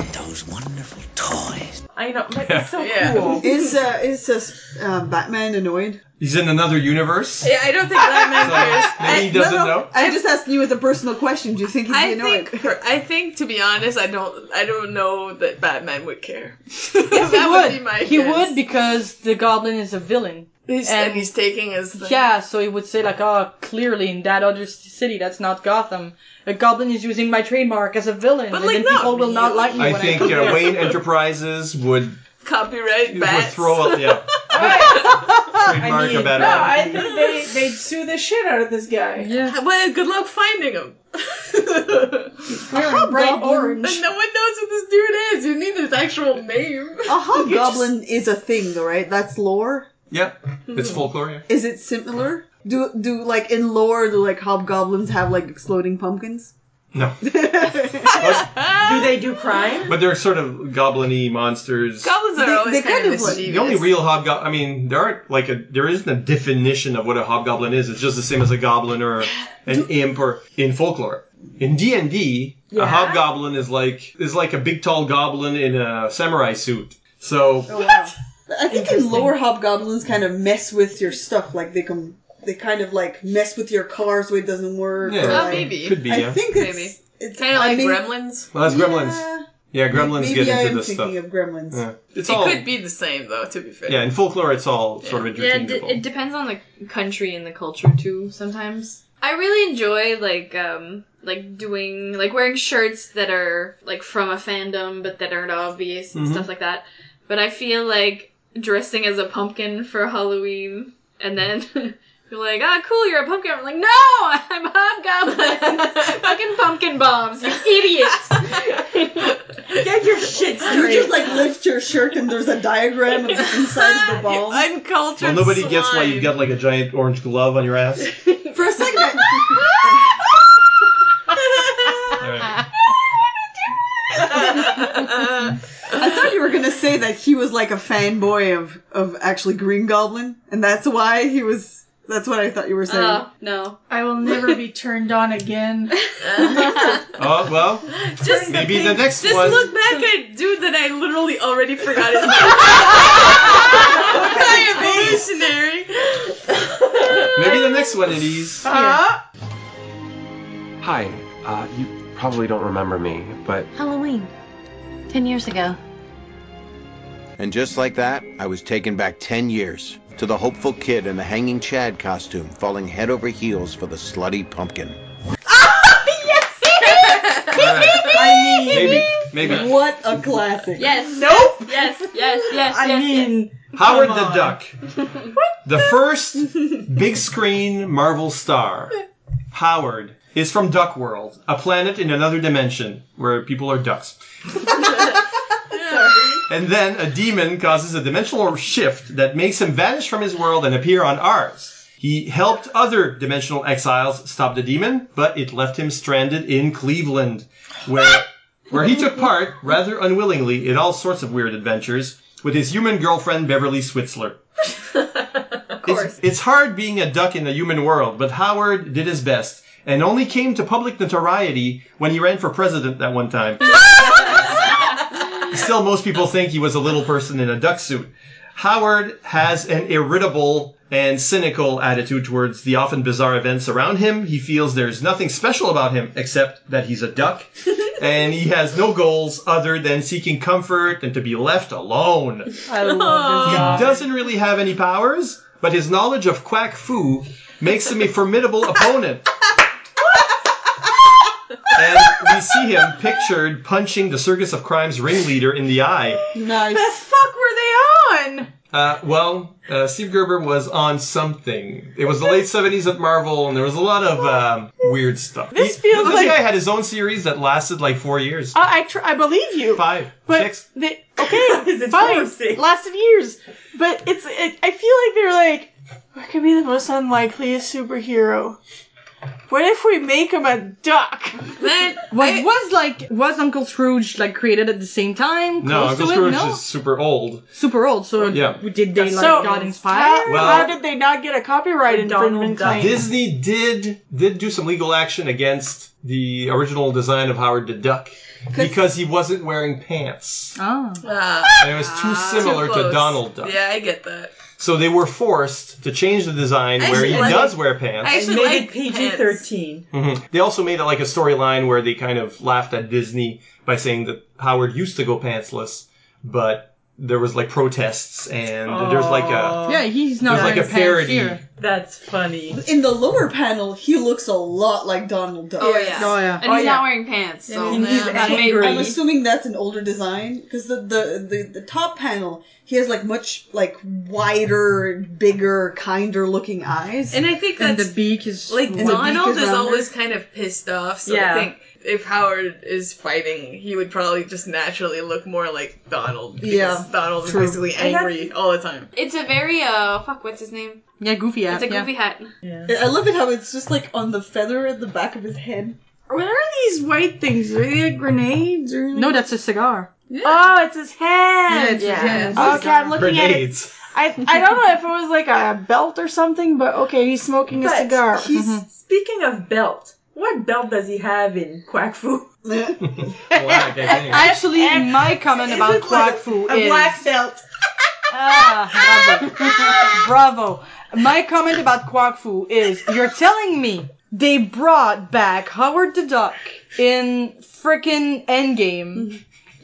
[SPEAKER 1] I know, but it's so
[SPEAKER 10] Yeah.
[SPEAKER 1] cool.
[SPEAKER 7] Is uh, is uh, uh, Batman annoyed?
[SPEAKER 4] He's in another universe.
[SPEAKER 10] Yeah, I don't think Batman cares.
[SPEAKER 4] Maybe he
[SPEAKER 10] I-
[SPEAKER 4] doesn't know.
[SPEAKER 7] I'm just asking you as a personal question. Do you think he'd be
[SPEAKER 10] I
[SPEAKER 7] annoyed?
[SPEAKER 10] think I think to be honest, I don't I don't know that Batman would care.
[SPEAKER 9] Yes,
[SPEAKER 10] that
[SPEAKER 9] he would.
[SPEAKER 10] be my
[SPEAKER 9] he
[SPEAKER 10] guess.
[SPEAKER 9] would because the goblin is a villain.
[SPEAKER 10] He's, and, he's taking his thing.
[SPEAKER 9] Yeah, so he would say like, "Oh, clearly in that other c- city, that's not Gotham. A goblin is using my trademark as a villain,
[SPEAKER 10] But,
[SPEAKER 9] and
[SPEAKER 10] like,
[SPEAKER 9] then
[SPEAKER 10] not
[SPEAKER 9] people will not
[SPEAKER 10] really.
[SPEAKER 9] like me
[SPEAKER 4] I
[SPEAKER 9] when
[SPEAKER 4] think
[SPEAKER 9] I do
[SPEAKER 4] uh,
[SPEAKER 9] that."
[SPEAKER 4] Wayne Enterprises would
[SPEAKER 10] copyright
[SPEAKER 4] would
[SPEAKER 10] bats.
[SPEAKER 4] throw up yeah trademark a
[SPEAKER 8] No,
[SPEAKER 4] batarang.
[SPEAKER 8] I think they they'd sue the shit out of this guy.
[SPEAKER 9] Yeah,
[SPEAKER 10] Uh, Well, good luck finding him. but
[SPEAKER 9] wearing bright orange.
[SPEAKER 10] no one knows who this dude is. You need his actual name.
[SPEAKER 7] A hobgoblin is a thing, though, right? That's lore.
[SPEAKER 4] Yeah, it's folklore. Yeah.
[SPEAKER 7] Is it similar? Do do like in lore? Do like hobgoblins have like exploding pumpkins?
[SPEAKER 4] No,
[SPEAKER 1] Do they do crime?
[SPEAKER 4] but they're sort of goblin-y monsters.
[SPEAKER 10] Goblins are
[SPEAKER 7] They-
[SPEAKER 10] always
[SPEAKER 7] they
[SPEAKER 10] kind,
[SPEAKER 7] kind
[SPEAKER 10] of
[SPEAKER 7] of like-
[SPEAKER 10] mischievous.
[SPEAKER 4] the only real hobgoblin. I mean, there aren't like a there isn't a definition of what a hobgoblin is. It's just the same as a goblin or an imp or in folklore. In D and D, a
[SPEAKER 1] Yeah.
[SPEAKER 4] hobgoblin is like is like a big tall goblin in a samurai suit. So
[SPEAKER 7] oh, I think in lore, hobgoblins kind of mess with your stuff. Like they come, they kind of like mess with your car so it doesn't work.
[SPEAKER 4] Yeah.
[SPEAKER 7] or,
[SPEAKER 4] Oh,
[SPEAKER 7] like-
[SPEAKER 10] maybe.
[SPEAKER 4] could be
[SPEAKER 7] I
[SPEAKER 4] yeah.
[SPEAKER 7] think it's
[SPEAKER 10] Maybe.
[SPEAKER 7] it's
[SPEAKER 10] kind of
[SPEAKER 7] I
[SPEAKER 10] like
[SPEAKER 7] mean,
[SPEAKER 10] gremlins.
[SPEAKER 4] well, that's gremlins.
[SPEAKER 7] yeah,
[SPEAKER 4] Yeah, gremlins
[SPEAKER 7] maybe
[SPEAKER 4] get
[SPEAKER 7] I
[SPEAKER 4] into
[SPEAKER 7] am
[SPEAKER 4] this stuff.
[SPEAKER 7] thinking of gremlins.
[SPEAKER 4] Yeah. It's
[SPEAKER 10] it
[SPEAKER 4] all
[SPEAKER 10] could be the same though. To be fair.
[SPEAKER 4] yeah. In folklore, it's all sort of
[SPEAKER 11] Yeah, d-
[SPEAKER 4] interchangeable.
[SPEAKER 11] it depends on the country and the culture too. Sometimes I really enjoy like um like doing like wearing shirts that are like from a fandom but that aren't
[SPEAKER 4] Mhm.
[SPEAKER 11] obvious and
[SPEAKER 1] Mm-hmm.
[SPEAKER 11] stuff like that. But I feel like dressing as a pumpkin for Halloween and then. You're like, ah, cool, you're a pumpkin. I'm like, no, I'm a hobgoblin. Fucking pumpkin bombs, you idiots.
[SPEAKER 1] Get your shit
[SPEAKER 7] You
[SPEAKER 1] straight.
[SPEAKER 7] just like lift your shirt and there's a diagram of the inside of the ball.
[SPEAKER 10] Uncultured.
[SPEAKER 4] Well, nobody gets why
[SPEAKER 10] slime.
[SPEAKER 4] you've got like a giant orange glove on your ass.
[SPEAKER 7] For a second, I thought you were gonna say that he was like a fanboy of of actually Green Goblin, and that's why he was. That's what I thought you were saying.
[SPEAKER 8] Uh,
[SPEAKER 11] Oh, no.
[SPEAKER 8] I will never be turned on again.
[SPEAKER 4] Oh well,
[SPEAKER 10] Just
[SPEAKER 4] maybe the next
[SPEAKER 10] Just
[SPEAKER 4] one.
[SPEAKER 10] look back at dude that I literally already forgot his name. I am evolutionary.
[SPEAKER 4] Maybe the next one, Elise.
[SPEAKER 8] Uh,
[SPEAKER 12] Hi, uh, you probably don't remember me, but
[SPEAKER 13] Halloween. Ten years ago.
[SPEAKER 14] And just like that, I was taken back 10 years to the hopeful kid in the hanging Chad costume falling head over heels for the slutty pumpkin.
[SPEAKER 1] I mean,
[SPEAKER 4] Maybe, maybe.
[SPEAKER 7] What a classic!
[SPEAKER 11] Yes.
[SPEAKER 1] nope.
[SPEAKER 11] Yes, yes, yes,
[SPEAKER 1] I
[SPEAKER 11] yes, yes.
[SPEAKER 1] mean,
[SPEAKER 4] Howard
[SPEAKER 1] Come
[SPEAKER 4] the
[SPEAKER 1] on.
[SPEAKER 4] Duck, the first big screen Marvel star. Howard is from Duck World, a planet in another dimension where people are ducks. And then a demon causes a dimensional shift that makes him vanish from his world and appear on ours. He helped other dimensional exiles stop the demon, but it left him stranded in Cleveland, where where he took part rather unwillingly in all sorts of weird adventures with his human girlfriend Beverly Switzler.
[SPEAKER 10] of
[SPEAKER 4] It's, it's hard being a duck in the human world, but Howard did his best and only came to public notoriety when he ran for president that one time. Still, most people think he was a little person in a duck suit. Howard has an irritable and cynical attitude towards the often bizarre events around him. He feels there's nothing special about him except that he's a duck, and he has no goals other than seeking comfort and to be left alone.
[SPEAKER 9] I love this
[SPEAKER 4] He
[SPEAKER 9] guy.
[SPEAKER 4] doesn't really have any powers, but his knowledge of quack foo makes him a formidable opponent. And we see him pictured punching the Circus of Crime's ringleader in the eye.
[SPEAKER 7] Nice.
[SPEAKER 8] the fuck were they on?
[SPEAKER 4] Uh, well, uh, Steve Gerber was on something. It was the late '70s at Marvel, and there was a lot of um, weird stuff.
[SPEAKER 8] This
[SPEAKER 4] He-
[SPEAKER 8] feels
[SPEAKER 4] this
[SPEAKER 8] like-
[SPEAKER 4] guy had his own series that lasted like four years.
[SPEAKER 8] I I, tr- I believe you.
[SPEAKER 4] Five,
[SPEAKER 8] but
[SPEAKER 4] six.
[SPEAKER 8] The, okay, fine. Lasted years, but it's. It, I feel like they're like, what could be the most unlikeliest superhero? What if we make him a duck?
[SPEAKER 10] Then
[SPEAKER 9] Was, was like was Uncle Scrooge like created at the same time?
[SPEAKER 4] No,
[SPEAKER 9] close
[SPEAKER 4] Uncle
[SPEAKER 9] to it?
[SPEAKER 4] Scrooge
[SPEAKER 9] no?
[SPEAKER 4] is super old.
[SPEAKER 9] super old. So
[SPEAKER 4] Yeah.
[SPEAKER 9] did they like
[SPEAKER 8] So,
[SPEAKER 9] got inspired?
[SPEAKER 8] How,
[SPEAKER 4] Well-
[SPEAKER 8] how did they not get a copyright infringement claim?
[SPEAKER 4] Disney did did do some legal action against the original design of Howard the Duck because he wasn't wearing pants.
[SPEAKER 9] Oh.
[SPEAKER 4] And it was too similar to Donald Duck.
[SPEAKER 10] Yeah, I get that.
[SPEAKER 4] So they were forced to change the design
[SPEAKER 10] I
[SPEAKER 4] where
[SPEAKER 10] actually
[SPEAKER 4] he
[SPEAKER 10] like-
[SPEAKER 4] does wear pants.
[SPEAKER 10] I actually
[SPEAKER 1] made
[SPEAKER 10] like
[SPEAKER 1] it PG-13.
[SPEAKER 4] Mhm. They also made it like a storyline where they kind of laughed at Disney by saying that Howard used to go pantsless, but there was like protests and there's like a
[SPEAKER 9] yeah, he's not
[SPEAKER 4] there's like
[SPEAKER 9] wearing
[SPEAKER 4] a
[SPEAKER 9] pants
[SPEAKER 4] parody.
[SPEAKER 9] here.
[SPEAKER 1] That's funny.
[SPEAKER 7] In the lower panel, he looks a lot like Donald Duck.
[SPEAKER 11] Oh, yeah. Oh, yeah. And he's not wearing pants, so that may be-
[SPEAKER 7] I'm assuming that's an older design because the, the the the top panel he has like much like wider, bigger, kinder looking eyes,
[SPEAKER 10] And I think
[SPEAKER 7] And
[SPEAKER 10] that's-
[SPEAKER 7] the beak is
[SPEAKER 10] Like
[SPEAKER 7] and the beak
[SPEAKER 10] Donald is,
[SPEAKER 7] rounder.
[SPEAKER 10] always kind of pissed off, so
[SPEAKER 7] Yeah.
[SPEAKER 10] I think if Howard is fighting, he would probably just naturally look more like Donald. Because
[SPEAKER 11] Yeah,
[SPEAKER 10] Donald
[SPEAKER 11] true.
[SPEAKER 10] is basically
[SPEAKER 11] And that-
[SPEAKER 10] angry all the time.
[SPEAKER 11] It's a very uh fuck. What's his name?
[SPEAKER 9] Yeah, goofy
[SPEAKER 11] it's a goofy hat.
[SPEAKER 7] I I love it how it's just like on the feather at the back of his head.
[SPEAKER 8] What are these white things? Are they like grenades or
[SPEAKER 9] No, that's a cigar.
[SPEAKER 8] Oh, it's his hand.
[SPEAKER 9] Yeah, it's his hand.
[SPEAKER 8] Okay, I'm looking
[SPEAKER 4] Grenades.
[SPEAKER 8] at it. I I don't know if it was like a belt or something, but okay, he's smoking a cigar.
[SPEAKER 1] He's
[SPEAKER 9] Mm-hmm.
[SPEAKER 1] speaking of belt. What belt does he have in Quack Fu?
[SPEAKER 4] Black, I think.
[SPEAKER 9] Actually, my comment
[SPEAKER 1] is it
[SPEAKER 9] about
[SPEAKER 1] like
[SPEAKER 9] Quack Fu
[SPEAKER 1] a
[SPEAKER 9] is
[SPEAKER 1] black
[SPEAKER 9] belt. ah, bravo, bravo. My comment about Quack Fu is you're telling me they brought back Howard the Duck in frickin' Endgame,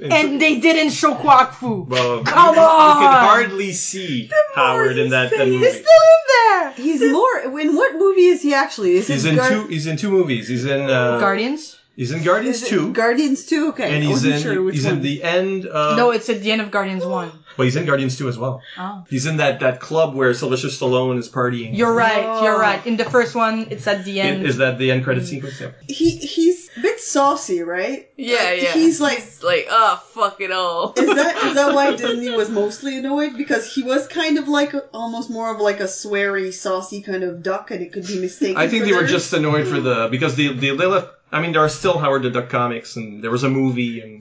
[SPEAKER 4] Mm-hmm.
[SPEAKER 9] and they didn't show Quack Fu.
[SPEAKER 4] Well,
[SPEAKER 9] Come
[SPEAKER 4] you, you
[SPEAKER 9] on!
[SPEAKER 4] can hardly see Howard in that, that
[SPEAKER 7] He's
[SPEAKER 4] movie.
[SPEAKER 7] still in there. He's more. In what movie is he actually? Is
[SPEAKER 4] He's
[SPEAKER 7] it
[SPEAKER 4] in
[SPEAKER 7] Guar-
[SPEAKER 4] two. He's in two movies. He's in uh,
[SPEAKER 9] Guardians.
[SPEAKER 4] He's in Guardians
[SPEAKER 7] Is it
[SPEAKER 4] two,
[SPEAKER 7] Guardians two. Okay,
[SPEAKER 4] and
[SPEAKER 7] I
[SPEAKER 4] he's
[SPEAKER 7] wasn't
[SPEAKER 4] in
[SPEAKER 7] sure Oh. which
[SPEAKER 4] he's
[SPEAKER 7] one.
[SPEAKER 4] in the uh, end of.
[SPEAKER 9] no, it's at the end of Guardians One.
[SPEAKER 4] well, he's in Guardians two as well.
[SPEAKER 9] Oh.
[SPEAKER 4] He's in that that club where Sylvester Stallone is partying.
[SPEAKER 9] You're right. You're
[SPEAKER 7] Oh.
[SPEAKER 9] right. In the first one, it's at the
[SPEAKER 4] Is-
[SPEAKER 9] end.
[SPEAKER 4] Is that the end credit sequence? Yeah.
[SPEAKER 7] he he's a bit saucy, right?
[SPEAKER 10] Yeah,
[SPEAKER 7] Like,
[SPEAKER 10] yeah.
[SPEAKER 7] He's like,
[SPEAKER 10] It's like, oh, fuck it all.
[SPEAKER 7] is that is that why Disney was mostly annoyed because he was kind of like a- almost more of like a sweary, saucy kind of duck, and it could be mistaken.
[SPEAKER 4] I think
[SPEAKER 7] for
[SPEAKER 4] they were
[SPEAKER 7] theirs.
[SPEAKER 4] just annoyed for the because they they, they left. I mean, there are still Howard the Duck comics, and there was a movie, and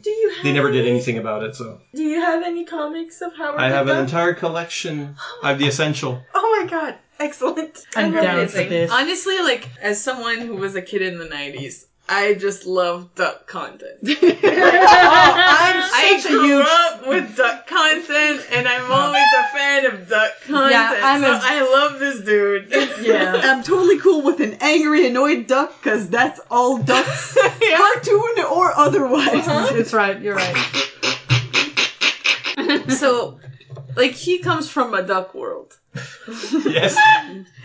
[SPEAKER 4] they never did anything about it. So
[SPEAKER 1] Do you have any comics of Howard?
[SPEAKER 4] I
[SPEAKER 1] the
[SPEAKER 4] have an
[SPEAKER 1] Duck?
[SPEAKER 4] entire collection. I have the essential.
[SPEAKER 1] Oh my god! Excellent.
[SPEAKER 10] I'm down for this. Honestly, like as someone who was a kid in the '90s, I just love duck content. Oh, I
[SPEAKER 9] such a
[SPEAKER 10] grew
[SPEAKER 9] huge-
[SPEAKER 10] up with duck content, and I'm always a fan of duck content.
[SPEAKER 7] I'm
[SPEAKER 10] so
[SPEAKER 7] a-
[SPEAKER 10] I love this dude.
[SPEAKER 7] I'm totally cool with an angry, annoyed duck because that's all ducks, cartoon or otherwise.
[SPEAKER 9] That's right. You're right.
[SPEAKER 10] so, like, he comes from a duck world.
[SPEAKER 4] yes.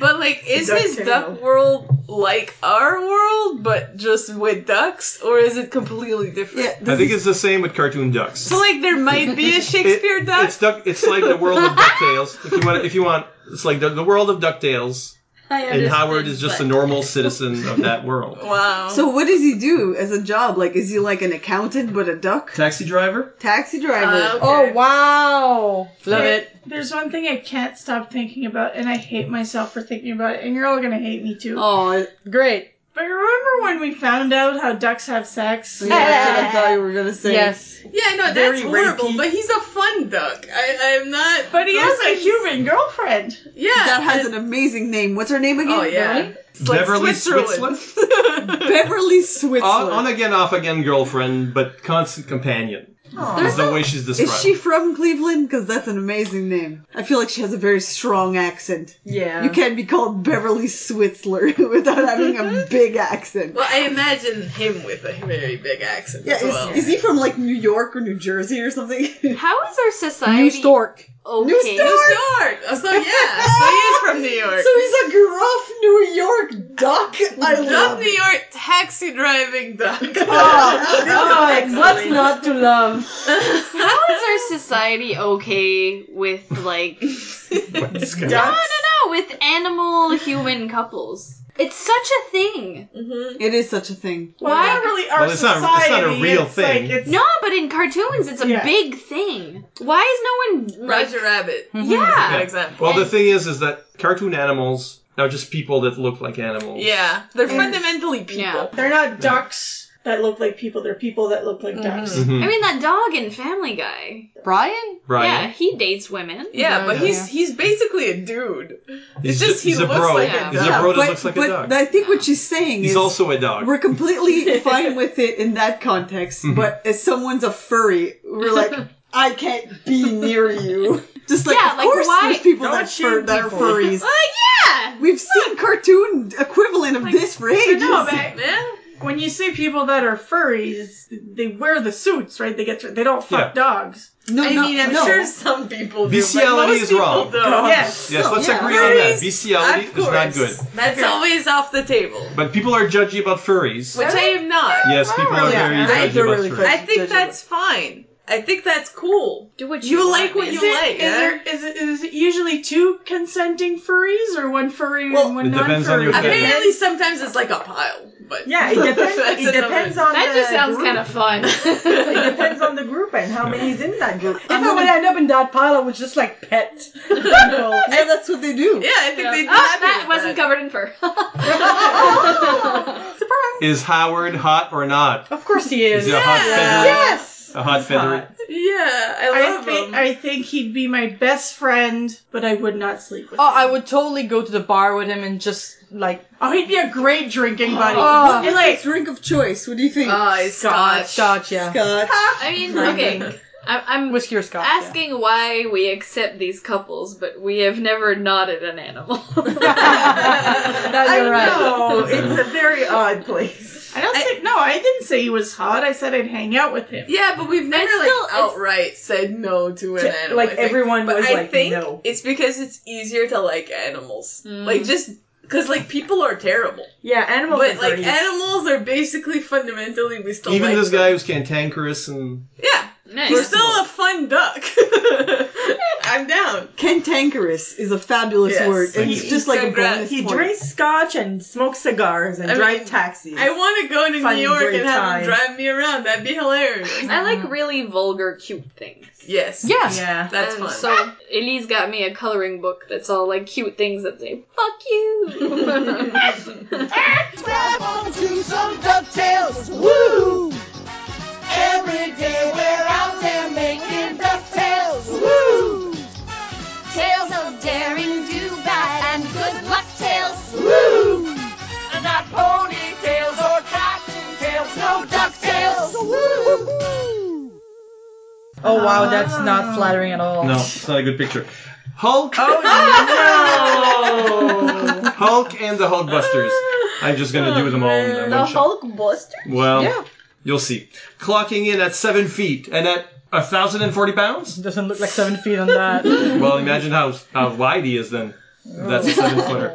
[SPEAKER 10] But like, is
[SPEAKER 8] Duck
[SPEAKER 10] his
[SPEAKER 8] tale.
[SPEAKER 10] duck world like our world, but just with ducks, or is it completely different?
[SPEAKER 4] I think it's the same with cartoon ducks.
[SPEAKER 10] so like, there might be a Shakespeare duck.
[SPEAKER 4] It's duck. It's like the world of Ducktales. If you want, if you want, it's like the, the world of Ducktales,
[SPEAKER 10] I
[SPEAKER 4] and Howard is just a
[SPEAKER 7] but-
[SPEAKER 4] normal citizen of that world.
[SPEAKER 10] Wow.
[SPEAKER 7] So what does he do as a job? Like, is he like an accountant but a duck?
[SPEAKER 4] Taxi driver.
[SPEAKER 7] Taxi driver.
[SPEAKER 8] Ah,
[SPEAKER 7] Oh
[SPEAKER 8] okay.
[SPEAKER 7] wow,
[SPEAKER 8] There- There's one thing I can't stop thinking about, and I hate myself for thinking about it, and you're all gonna hate me too.
[SPEAKER 7] Oh,
[SPEAKER 9] great.
[SPEAKER 8] But remember when we found out how ducks have sex?
[SPEAKER 7] Yeah, that's what I thought you were gonna say. Yes.
[SPEAKER 10] Yeah, no, that's
[SPEAKER 8] Very
[SPEAKER 10] horrible. But he's a fun duck. I, I'm not. But
[SPEAKER 8] he has a human girlfriend.
[SPEAKER 10] Yeah,
[SPEAKER 7] that has an amazing name. What's her name again?
[SPEAKER 10] Oh, yeah.
[SPEAKER 7] Beverly?
[SPEAKER 4] Beverly Switzerland.
[SPEAKER 7] Beverly Switzerland.
[SPEAKER 4] On, on again, off again girlfriend, but constant companion. Is the way she's described.
[SPEAKER 7] Is she from Cleveland? Because that's an amazing name. I feel like she has a very strong accent.
[SPEAKER 10] Yeah.
[SPEAKER 7] You can't be called Beverly Switzler without having a big accent.
[SPEAKER 10] Well, I imagine him with a very big accent
[SPEAKER 7] yeah,
[SPEAKER 10] as
[SPEAKER 7] is,
[SPEAKER 10] well.
[SPEAKER 7] is he from like New York or New Jersey or something?
[SPEAKER 11] How is our society?
[SPEAKER 7] New Stork.
[SPEAKER 11] Okay.
[SPEAKER 10] New York. So yeah, so he is from New York.
[SPEAKER 7] So he's a gruff New York duck. I love
[SPEAKER 10] Dumb New York taxi driving duck.
[SPEAKER 9] Oh, what's not to love?
[SPEAKER 11] How is our society okay with like no, no, no, with animal human couples? It's such a thing.
[SPEAKER 7] Mm-hmm. It is such a thing.
[SPEAKER 8] Well, not really our
[SPEAKER 4] Well, it's not- it's not a
[SPEAKER 8] society.
[SPEAKER 4] real thing.
[SPEAKER 8] Like, it's,
[SPEAKER 11] No, but in cartoons, it's a
[SPEAKER 8] Yeah.
[SPEAKER 11] big thing. Why is no one like,
[SPEAKER 10] Roger Rabbit.
[SPEAKER 9] Mm-hmm.
[SPEAKER 11] Yeah.
[SPEAKER 10] Good example.
[SPEAKER 4] Well, the thing is, is that cartoon animals are just people that look like animals.
[SPEAKER 10] Yeah, they're
[SPEAKER 8] And-
[SPEAKER 10] fundamentally people.
[SPEAKER 8] They're not ducks that look like people. They're people that look
[SPEAKER 7] Mm-hmm.
[SPEAKER 8] like ducks.
[SPEAKER 4] Mhm.
[SPEAKER 11] I mean that dog in Family Guy.
[SPEAKER 9] Brian?
[SPEAKER 11] Yeah,
[SPEAKER 4] Brian.
[SPEAKER 11] he dates women.
[SPEAKER 10] Yeah, but
[SPEAKER 4] Yeah.
[SPEAKER 10] he's he's basically a dude. it's
[SPEAKER 4] He's
[SPEAKER 10] just
[SPEAKER 4] ju- he's
[SPEAKER 10] he
[SPEAKER 4] a
[SPEAKER 10] looks
[SPEAKER 4] bro.
[SPEAKER 10] like
[SPEAKER 4] Yeah.
[SPEAKER 10] a
[SPEAKER 4] He's
[SPEAKER 10] duck.
[SPEAKER 4] a bro that
[SPEAKER 7] but,
[SPEAKER 4] looks like a
[SPEAKER 7] but
[SPEAKER 4] dog.
[SPEAKER 7] I think what she's saying
[SPEAKER 4] He's
[SPEAKER 7] is
[SPEAKER 4] also a dog. Mm-hmm.
[SPEAKER 7] we're completely fine with it in that context, but if someone's a furry, we're like, I can't be near you. Just like,
[SPEAKER 11] Yeah,
[SPEAKER 7] of
[SPEAKER 11] like,
[SPEAKER 7] course
[SPEAKER 11] why-
[SPEAKER 7] there's people
[SPEAKER 11] Don't
[SPEAKER 7] that, fur-
[SPEAKER 11] shame
[SPEAKER 7] that are
[SPEAKER 11] people.
[SPEAKER 7] furries.
[SPEAKER 11] yeah.
[SPEAKER 7] We've seen cartoon equivalent of this for ages.
[SPEAKER 8] No, but when you see people that are furries, they wear the suits, right? They get to, they don't fuck dogs.
[SPEAKER 7] No,
[SPEAKER 10] I
[SPEAKER 8] no,
[SPEAKER 10] mean, I'm
[SPEAKER 8] no.
[SPEAKER 10] sure some people do. but
[SPEAKER 4] Bestiality
[SPEAKER 10] most
[SPEAKER 4] E is
[SPEAKER 10] people
[SPEAKER 4] wrong.
[SPEAKER 10] Don't. Yes.
[SPEAKER 4] Yes, let's
[SPEAKER 10] Yeah.
[SPEAKER 4] agree on that.
[SPEAKER 10] Furries,
[SPEAKER 4] Bestiality
[SPEAKER 10] of
[SPEAKER 4] E is not
[SPEAKER 10] course.
[SPEAKER 4] good.
[SPEAKER 10] That's always off the table.
[SPEAKER 4] But people are judgy about furries.
[SPEAKER 10] Which I am not.
[SPEAKER 4] Yes, people are
[SPEAKER 10] Yeah.
[SPEAKER 4] very
[SPEAKER 10] I,
[SPEAKER 4] judgy about furries.
[SPEAKER 10] I think that's fine. I think that's cool.
[SPEAKER 11] Do what
[SPEAKER 10] you, like. What
[SPEAKER 8] Is
[SPEAKER 10] you
[SPEAKER 8] it-
[SPEAKER 10] like. eh?
[SPEAKER 8] Is,
[SPEAKER 10] yeah?
[SPEAKER 8] there, is, it, is it usually two consenting furries or one furry and one
[SPEAKER 4] It
[SPEAKER 8] non
[SPEAKER 4] depends on
[SPEAKER 8] furry?
[SPEAKER 4] your family.
[SPEAKER 10] Apparently, sometimes it's like a pile. But
[SPEAKER 1] Yeah, it depends.
[SPEAKER 10] That's
[SPEAKER 1] it
[SPEAKER 10] another-
[SPEAKER 1] depends on
[SPEAKER 11] That
[SPEAKER 1] the
[SPEAKER 11] just sounds
[SPEAKER 1] group.
[SPEAKER 11] kind of fun.
[SPEAKER 1] it depends on the group and how many's in that group.
[SPEAKER 9] If I would end up in that pile, I would just like pet.
[SPEAKER 7] yeah, that's what they do.
[SPEAKER 10] Yeah, I think
[SPEAKER 11] Yeah.
[SPEAKER 10] they'd be
[SPEAKER 11] Oh,
[SPEAKER 10] happy
[SPEAKER 11] that
[SPEAKER 10] with
[SPEAKER 11] wasn't covered in fur.
[SPEAKER 4] Is Howard hot or not?
[SPEAKER 9] Of course he is.
[SPEAKER 4] Is he a hot feather?
[SPEAKER 8] Yes.
[SPEAKER 4] A hot feather.
[SPEAKER 10] Yeah, I
[SPEAKER 8] I
[SPEAKER 10] love
[SPEAKER 8] think,
[SPEAKER 10] him.
[SPEAKER 8] I think he'd be my best friend, but I would not sleep with
[SPEAKER 9] Oh,
[SPEAKER 8] him.
[SPEAKER 9] I would totally go to the bar with him and just like
[SPEAKER 8] Oh, he'd be a great drinking buddy.
[SPEAKER 9] Oh.
[SPEAKER 7] Like,
[SPEAKER 8] and like,
[SPEAKER 7] drink Uh, of choice. What do you think?
[SPEAKER 10] Uh, Scotch.
[SPEAKER 9] Scotch, yeah.
[SPEAKER 7] Scotch.
[SPEAKER 11] I mean, okay. I- I'm
[SPEAKER 9] Whiskey or Scotch. yeah.
[SPEAKER 11] asking why we accept these couples, but we have never nodded an animal.
[SPEAKER 9] That you're right.
[SPEAKER 1] No, it's a very odd place.
[SPEAKER 8] I don't think. No, I didn't say he was hot. I said I'd hang out with him.
[SPEAKER 10] Yeah, but we've never
[SPEAKER 11] It's
[SPEAKER 10] like
[SPEAKER 11] still- it's-
[SPEAKER 10] outright said no to an
[SPEAKER 1] To-
[SPEAKER 10] animal.
[SPEAKER 1] like,
[SPEAKER 10] I think.
[SPEAKER 1] everyone
[SPEAKER 10] but
[SPEAKER 1] was
[SPEAKER 10] I
[SPEAKER 1] like,
[SPEAKER 10] think
[SPEAKER 1] no.
[SPEAKER 10] It's because it's easier to like animals.
[SPEAKER 11] Mm.
[SPEAKER 10] Like just because like people are terrible,
[SPEAKER 1] Yeah, animals.
[SPEAKER 10] but
[SPEAKER 1] are
[SPEAKER 10] like
[SPEAKER 1] furries.
[SPEAKER 10] animals are basically fundamentally we still
[SPEAKER 4] Even
[SPEAKER 10] like
[SPEAKER 4] this
[SPEAKER 10] them.
[SPEAKER 4] guy who's cantankerous and
[SPEAKER 10] Yeah,
[SPEAKER 11] Nice.
[SPEAKER 10] he's still a fun duck. I'm down.
[SPEAKER 7] Cantankerous is a fabulous
[SPEAKER 10] Yes.
[SPEAKER 7] word. And it's
[SPEAKER 10] He-
[SPEAKER 7] just like a
[SPEAKER 10] congrats.
[SPEAKER 7] bonus
[SPEAKER 1] He
[SPEAKER 7] point.
[SPEAKER 1] drinks scotch and smokes cigars and
[SPEAKER 10] I
[SPEAKER 1] drives
[SPEAKER 10] mean,
[SPEAKER 1] taxis.
[SPEAKER 10] I want to go to
[SPEAKER 1] Fun,
[SPEAKER 10] New York
[SPEAKER 1] great
[SPEAKER 10] and have him
[SPEAKER 1] time.
[SPEAKER 10] drive me around. That'd be hilarious.
[SPEAKER 11] I like really vulgar, cute things.
[SPEAKER 10] yes.
[SPEAKER 9] Yeah.
[SPEAKER 1] yeah.
[SPEAKER 10] That's
[SPEAKER 11] And
[SPEAKER 10] fun.
[SPEAKER 11] So Elise got me a coloring book that's all like cute things that say "fuck you."
[SPEAKER 15] Grab onto some ducktails, woo! Every day we're out there making ducktails, woo! Tales of daring do bad and good luck tales, woo! Not ponytails or cottontails, no ducktails, woo!
[SPEAKER 9] Oh wow, that's
[SPEAKER 11] Ah.
[SPEAKER 9] not flattering at all.
[SPEAKER 4] no, it's not a good picture. Hulk,
[SPEAKER 1] Oh no!
[SPEAKER 4] Hulk, and the Hulkbusters. I'm just gonna do them all in one shot.
[SPEAKER 9] Buster?
[SPEAKER 4] Well,
[SPEAKER 9] Yeah.
[SPEAKER 4] you'll see. Clocking in at seven feet and at thousand and forty pounds.
[SPEAKER 9] Doesn't look like seven feet on that.
[SPEAKER 4] Well, imagine how how wide he is then. That's a seven footer.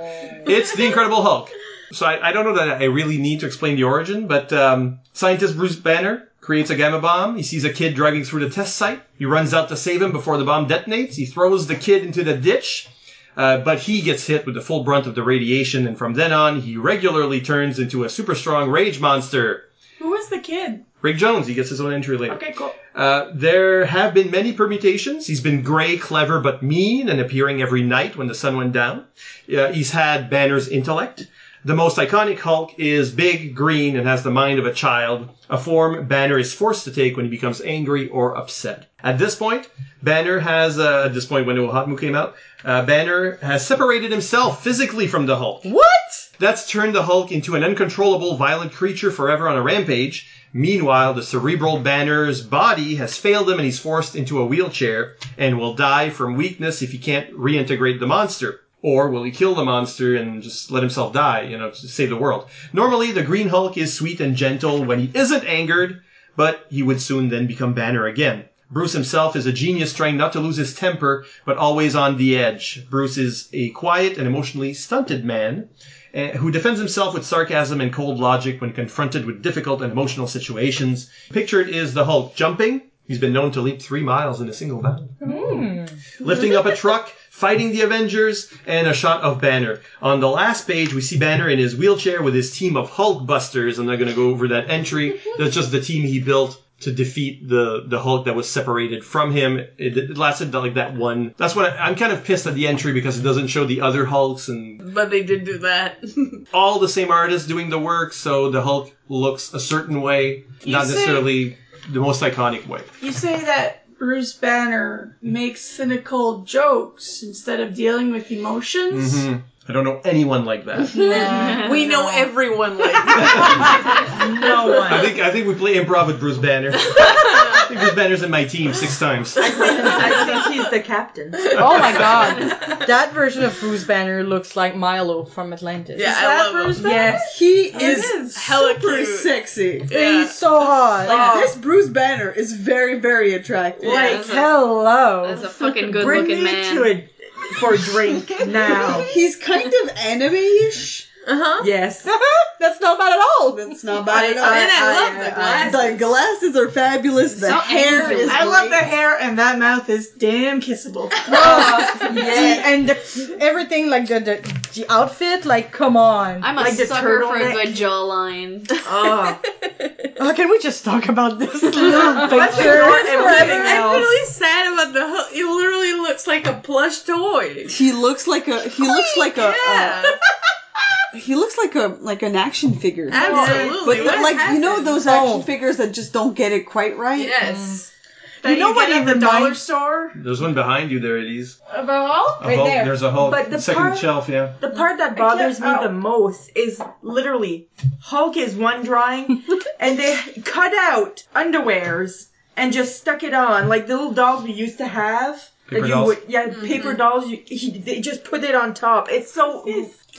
[SPEAKER 4] It's the Incredible Hulk. So I, I don't know that I really need to explain the origin, but um, scientist Bruce Banner creates a gamma bomb. He sees a kid driving through the test site. He runs out to save him before the bomb detonates. He throws the kid into the ditch, uh, but he gets hit with the full brunt of the radiation, and from then on, he regularly turns into a super strong rage monster.
[SPEAKER 8] Who was the kid?
[SPEAKER 4] Rick Jones, he gets his own entry later.
[SPEAKER 8] Okay, cool.
[SPEAKER 4] Uh, there have been many permutations. He's been gray, clever, but mean, and appearing every night when the sun went down. Uh, he's had Banner's intellect. The most iconic Hulk is big, green, and has the mind of a child, a form Banner is forced to take when he becomes angry or upset. At this point, Banner has, uh, at this point when Ohatmu came out, uh, Banner has separated himself physically from the Hulk.
[SPEAKER 9] What?
[SPEAKER 4] That's turned the Hulk into an uncontrollable, violent creature forever on a rampage. Meanwhile, the cerebral Banner's body has failed him and he's forced into a wheelchair and will die from weakness if he can't reintegrate the monster. Or will he kill the monster and just let himself die, you know, to save the world? Normally, the Green Hulk is sweet and gentle when he isn't angered, but he would soon then become Banner again. Bruce himself is a genius trying not to lose his temper, but always on the edge. Bruce is a quiet and emotionally stunted man eh, who defends himself with sarcasm and cold logic when confronted with difficult and emotional situations. Pictured is the Hulk jumping. He's been known to leap three miles in a single bound
[SPEAKER 10] Hmm.
[SPEAKER 4] lifting up a truck, fighting the Avengers, and a shot of Banner. On the last page, we see Banner in his wheelchair with his team of Hulkbusters. I'm not going to go over that entry. That's just the team he built to defeat the, the Hulk that was separated from him. It, it lasted like that one. That's what I, I'm kind of pissed at the entry because it doesn't show the other Hulks and
[SPEAKER 10] But they did do that.
[SPEAKER 4] all the same artist doing the work, so the Hulk looks a certain way,
[SPEAKER 8] You
[SPEAKER 4] not
[SPEAKER 8] say-
[SPEAKER 4] necessarily the most iconic way.
[SPEAKER 8] You say that Bruce Banner makes cynical jokes instead of dealing with emotions?
[SPEAKER 4] hmm I don't know anyone like that.
[SPEAKER 10] we know everyone like
[SPEAKER 8] no one.
[SPEAKER 4] I think I think we play improv with Bruce Banner. I think Bruce Banner's in my team six times.
[SPEAKER 9] I think he's the captain. Oh my god. That version of Bruce Banner looks like Milo from Atlantis.
[SPEAKER 10] Yeah,
[SPEAKER 9] is
[SPEAKER 10] I
[SPEAKER 9] that
[SPEAKER 10] love him.
[SPEAKER 9] Bruce Banner?
[SPEAKER 7] Yes.
[SPEAKER 9] He
[SPEAKER 7] He
[SPEAKER 9] is,
[SPEAKER 7] is hella super sexy.
[SPEAKER 9] Yeah. He's so hot.
[SPEAKER 7] Like
[SPEAKER 9] Oh.
[SPEAKER 7] this Bruce Banner is very, very attractive.
[SPEAKER 1] Yeah, Like, that's a-
[SPEAKER 7] hello.
[SPEAKER 11] That's a fucking good
[SPEAKER 7] Bring
[SPEAKER 11] looking
[SPEAKER 7] me
[SPEAKER 11] man.
[SPEAKER 7] to it for a drink now. He's kind of anime-ish.
[SPEAKER 10] Uh-huh.
[SPEAKER 7] Yes.
[SPEAKER 9] That's not bad at all.
[SPEAKER 7] That's not bad
[SPEAKER 8] I-
[SPEAKER 7] at all.
[SPEAKER 8] and I love the
[SPEAKER 7] The glasses are fabulous. The hair is
[SPEAKER 8] I love the
[SPEAKER 7] great.
[SPEAKER 8] hair, and that mouth is damn kissable.
[SPEAKER 9] Oh, yeah, and the, everything like the, the the outfit, like come on,
[SPEAKER 11] I'm a
[SPEAKER 9] like
[SPEAKER 11] sucker for a
[SPEAKER 9] turtleneck.
[SPEAKER 11] good jawline.
[SPEAKER 9] Oh, can we just talk about this little
[SPEAKER 10] That's the
[SPEAKER 9] picture
[SPEAKER 10] worst part.
[SPEAKER 9] forever?
[SPEAKER 10] I'm really sad about the Hulk. He literally looks like a plush toy.
[SPEAKER 7] He looks like a. He looks like a.
[SPEAKER 10] Yeah.
[SPEAKER 7] a- he looks like a like an action figure.
[SPEAKER 10] Absolutely.
[SPEAKER 7] But
[SPEAKER 10] What
[SPEAKER 7] like you know
[SPEAKER 10] happened?
[SPEAKER 7] those action figures that just don't get it quite right. Mm.
[SPEAKER 10] Yes.
[SPEAKER 7] You know what? At the dollar
[SPEAKER 1] store.
[SPEAKER 4] There's one behind you there, Elise.
[SPEAKER 1] Of a Hulk?
[SPEAKER 4] A Hulk. There's a Hulk.
[SPEAKER 1] But the
[SPEAKER 4] Second
[SPEAKER 1] part,
[SPEAKER 4] shelf, yeah.
[SPEAKER 1] the part that bothers me the most is literally Hulk is one drawing, and they cut out underwears and just stuck it on like the little dolls we used to have.
[SPEAKER 4] Paper
[SPEAKER 1] that you
[SPEAKER 4] dolls?
[SPEAKER 1] would, yeah,
[SPEAKER 10] Mm-hmm.
[SPEAKER 1] paper dolls. You, he, they just put it on top. It's so.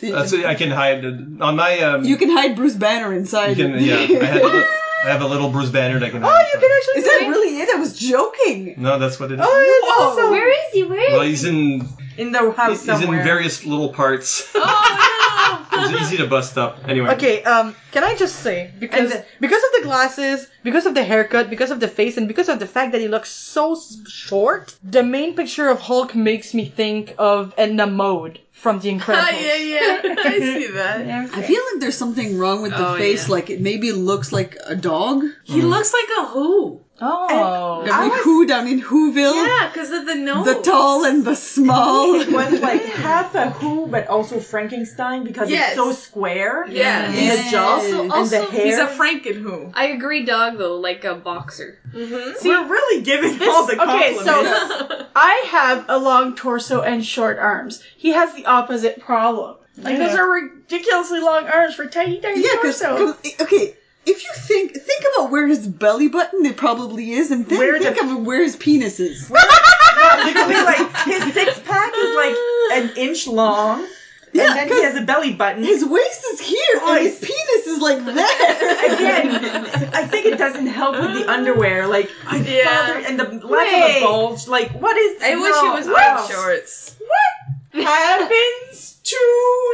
[SPEAKER 4] That's it. I can hide on my. Um,
[SPEAKER 7] You can hide Bruce Banner
[SPEAKER 4] you
[SPEAKER 7] inside.
[SPEAKER 4] can-
[SPEAKER 7] it.
[SPEAKER 4] yeah. I have, I have a little Bruce Banner that I can.
[SPEAKER 7] oh,
[SPEAKER 4] Hide.
[SPEAKER 7] you can actually. Is that
[SPEAKER 1] see.
[SPEAKER 7] really it? I was joking.
[SPEAKER 4] No, that's what it is.
[SPEAKER 7] Oh, that's awesome.
[SPEAKER 11] Where is he? Where is
[SPEAKER 4] well, he's in.
[SPEAKER 1] in the house
[SPEAKER 4] He's in
[SPEAKER 1] somewhere.
[SPEAKER 4] various little parts. it's easy to bust up. Anyway.
[SPEAKER 9] Okay, um, can I just say because because of the glasses, because of the haircut, because of the face, and because of the fact that he looks so s- short, the main picture of Hulk makes me think of Edna Mode from The Incredibles.
[SPEAKER 10] yeah, yeah. I see that.
[SPEAKER 7] I feel like there's something wrong with the
[SPEAKER 10] Oh,
[SPEAKER 7] face. Like it maybe looks like a dog.
[SPEAKER 10] He looks like a who.
[SPEAKER 9] Oh.
[SPEAKER 7] Every who down in Whoville.
[SPEAKER 10] Yeah, because of the nose.
[SPEAKER 7] The tall and the small.
[SPEAKER 1] It was like half a who, but also Frankenstein because
[SPEAKER 10] Yes.
[SPEAKER 1] it's so square.
[SPEAKER 10] Yeah.
[SPEAKER 1] And the jaw
[SPEAKER 11] Also-
[SPEAKER 1] and
[SPEAKER 11] also,
[SPEAKER 1] the hair.
[SPEAKER 10] He's a Frankenwho.
[SPEAKER 11] I agree, dog though, like a boxer.
[SPEAKER 10] Mm-hmm.
[SPEAKER 1] We're really giving all the
[SPEAKER 8] okay,
[SPEAKER 1] compliments.
[SPEAKER 8] so I have a long torso and short arms. He has the opposite problem. Like
[SPEAKER 7] Yeah.
[SPEAKER 8] those are ridiculously long arms for tiny, tiny
[SPEAKER 7] Yeah, because
[SPEAKER 8] torso.
[SPEAKER 7] okay, if you think think about where his belly button it probably is, and then
[SPEAKER 1] Where
[SPEAKER 7] think of where his penis is.
[SPEAKER 1] No, literally, like his six pack is like an inch long,
[SPEAKER 7] Yeah,
[SPEAKER 1] and then he has a belly button. Oh,
[SPEAKER 7] His waist is here, and his penis is like there.
[SPEAKER 1] Again, I think it doesn't help with the underwear. Like, I
[SPEAKER 10] Yeah.
[SPEAKER 1] bothered- and the lack
[SPEAKER 10] Wait.
[SPEAKER 1] of a bulge. Like, what is?
[SPEAKER 10] I wish he
[SPEAKER 1] no,
[SPEAKER 10] was wearing
[SPEAKER 1] wow.
[SPEAKER 10] shorts.
[SPEAKER 1] What happens to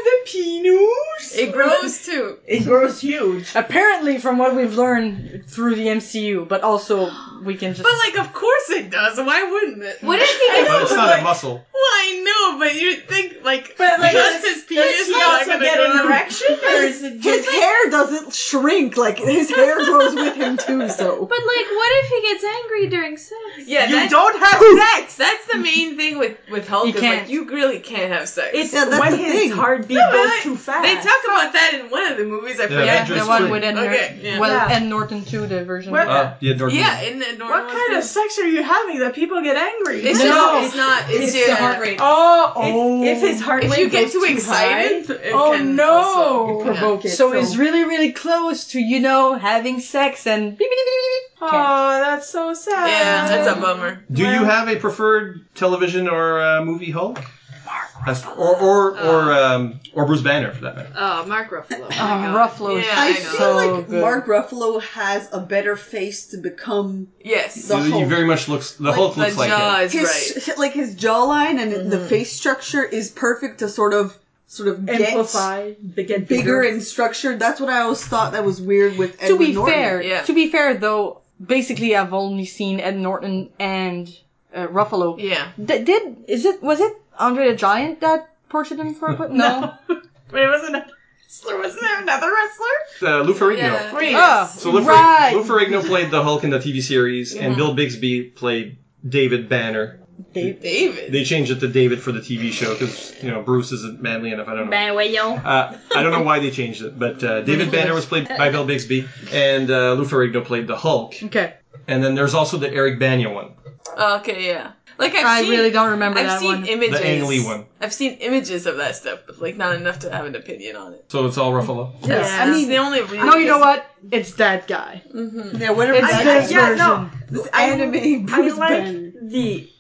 [SPEAKER 1] the penis?
[SPEAKER 10] It grows too.
[SPEAKER 1] It grows huge.
[SPEAKER 9] Apparently, from what we've learned through the MCU, but also we can just.
[SPEAKER 10] But like, of course it does. Why wouldn't it?
[SPEAKER 11] What
[SPEAKER 10] I
[SPEAKER 11] if he?
[SPEAKER 4] But
[SPEAKER 10] know,
[SPEAKER 4] it's
[SPEAKER 10] but
[SPEAKER 4] not a
[SPEAKER 10] like,
[SPEAKER 4] muscle.
[SPEAKER 10] well, I know, but you think like,
[SPEAKER 1] But, like,
[SPEAKER 10] just
[SPEAKER 1] does-
[SPEAKER 10] his penis
[SPEAKER 1] does he
[SPEAKER 10] not
[SPEAKER 1] also
[SPEAKER 10] gonna
[SPEAKER 1] get
[SPEAKER 10] grow?
[SPEAKER 1] an erection, or is it
[SPEAKER 7] His
[SPEAKER 1] just?
[SPEAKER 7] hair doesn't shrink; like his hair grows with him too. So
[SPEAKER 11] But like, what if he gets angry during sex?
[SPEAKER 10] Yeah,
[SPEAKER 1] You
[SPEAKER 10] that's,
[SPEAKER 1] don't have sex.
[SPEAKER 10] that's the main thing with with Hulk.
[SPEAKER 9] You
[SPEAKER 10] is,
[SPEAKER 9] can't.
[SPEAKER 10] Like, you really can't have sex.
[SPEAKER 1] It's
[SPEAKER 7] Yeah, that's
[SPEAKER 1] when
[SPEAKER 7] the
[SPEAKER 1] his
[SPEAKER 7] thing.
[SPEAKER 1] heartbeat
[SPEAKER 10] No, but
[SPEAKER 1] goes
[SPEAKER 10] like,
[SPEAKER 1] too fast.
[SPEAKER 10] They talk about that in one of the movies. I forget.
[SPEAKER 9] yeah,
[SPEAKER 4] Avengers
[SPEAKER 9] the one
[SPEAKER 4] three.
[SPEAKER 9] with Ed Norton.
[SPEAKER 10] Okay, yeah.
[SPEAKER 9] Well,
[SPEAKER 1] Yeah.
[SPEAKER 9] Ed Norton too, the version.
[SPEAKER 8] What?
[SPEAKER 4] Uh, yeah, Norton.
[SPEAKER 10] Yeah, in the normal
[SPEAKER 8] what kind of sex are you having that people get angry?
[SPEAKER 10] It's
[SPEAKER 9] No,
[SPEAKER 10] just it's not. It's,
[SPEAKER 9] It's
[SPEAKER 10] your
[SPEAKER 9] the heart rate.
[SPEAKER 8] oh,
[SPEAKER 1] Oh. If his heart
[SPEAKER 10] If
[SPEAKER 1] rate
[SPEAKER 10] you get
[SPEAKER 1] goes
[SPEAKER 10] too excited,
[SPEAKER 1] high,
[SPEAKER 10] it
[SPEAKER 8] oh
[SPEAKER 10] can
[SPEAKER 8] no!
[SPEAKER 10] also- yeah.
[SPEAKER 1] provoke it.
[SPEAKER 9] So it's really, really close to you know having sex and. beep, beep, beep, beep, beep.
[SPEAKER 8] Oh, that's so sad.
[SPEAKER 10] Yeah, that's a bummer.
[SPEAKER 4] Do you have a preferred television or uh, movie Hulk? As- or or or um, or Bruce Banner for that matter.
[SPEAKER 11] Oh, Mark Ruffalo.
[SPEAKER 7] Ah,
[SPEAKER 9] Ruffalo
[SPEAKER 11] is
[SPEAKER 7] I,
[SPEAKER 11] so
[SPEAKER 7] feel like
[SPEAKER 4] good.
[SPEAKER 7] Mark Ruffalo has a better face to become
[SPEAKER 10] yes
[SPEAKER 7] the
[SPEAKER 4] he, he
[SPEAKER 7] Hulk.
[SPEAKER 4] very much looks the Hulk looks like him.
[SPEAKER 7] his, Like his jawline and the face structure is perfect to sort of sort of get
[SPEAKER 1] Amplify,
[SPEAKER 7] bigger,
[SPEAKER 1] bigger.
[SPEAKER 7] in structure. That's what I always thought that was weird with Edward
[SPEAKER 9] to be
[SPEAKER 7] Norton.
[SPEAKER 9] fair, to be fair though, basically I've only seen Ed Norton and uh, Ruffalo.
[SPEAKER 10] Yeah.
[SPEAKER 9] Th- did is it was it Andre the Giant that portrayed him for a bit? No.
[SPEAKER 8] Wait, wasn't a wrestler? Wasn't there another wrestler?
[SPEAKER 4] Uh, Lou Ferrigno.
[SPEAKER 8] Yeah. Wait.
[SPEAKER 9] Ah,
[SPEAKER 4] So Lou, Ferri-
[SPEAKER 9] right.
[SPEAKER 4] Lou Ferrigno played the Hulk in the TV series, and
[SPEAKER 9] Yeah.
[SPEAKER 4] Bill Bixby played David Banner.
[SPEAKER 10] David.
[SPEAKER 4] They changed it to David for the TV show because you know Bruce isn't manly enough. I don't know.
[SPEAKER 11] Manuel.
[SPEAKER 4] Uh, I don't know why they changed it, but uh, David Banner was played by Bill Bixby, and uh, Lou Ferrigno played the Hulk.
[SPEAKER 9] Okay.
[SPEAKER 4] And then there's also the Eric Bana one,
[SPEAKER 10] Okay, yeah. Like I've
[SPEAKER 9] I
[SPEAKER 10] seen,
[SPEAKER 9] really don't remember
[SPEAKER 10] I've
[SPEAKER 9] that
[SPEAKER 10] seen
[SPEAKER 9] one.
[SPEAKER 10] images.
[SPEAKER 4] the Ang Lee one.
[SPEAKER 10] I've seen images of that stuff, but like not enough to have an opinion on it.
[SPEAKER 4] So it's all Ruffalo.
[SPEAKER 10] Yes,
[SPEAKER 9] I
[SPEAKER 10] that's
[SPEAKER 9] mean-
[SPEAKER 10] the only reason.
[SPEAKER 9] No, you know what? It's that guy.
[SPEAKER 10] Mm-hmm.
[SPEAKER 7] Yeah, whatever.
[SPEAKER 9] It's
[SPEAKER 7] that
[SPEAKER 9] his
[SPEAKER 7] is. Yeah,
[SPEAKER 9] version.
[SPEAKER 7] no. anime
[SPEAKER 1] I
[SPEAKER 7] Bruce
[SPEAKER 1] like
[SPEAKER 7] Banner.
[SPEAKER 1] the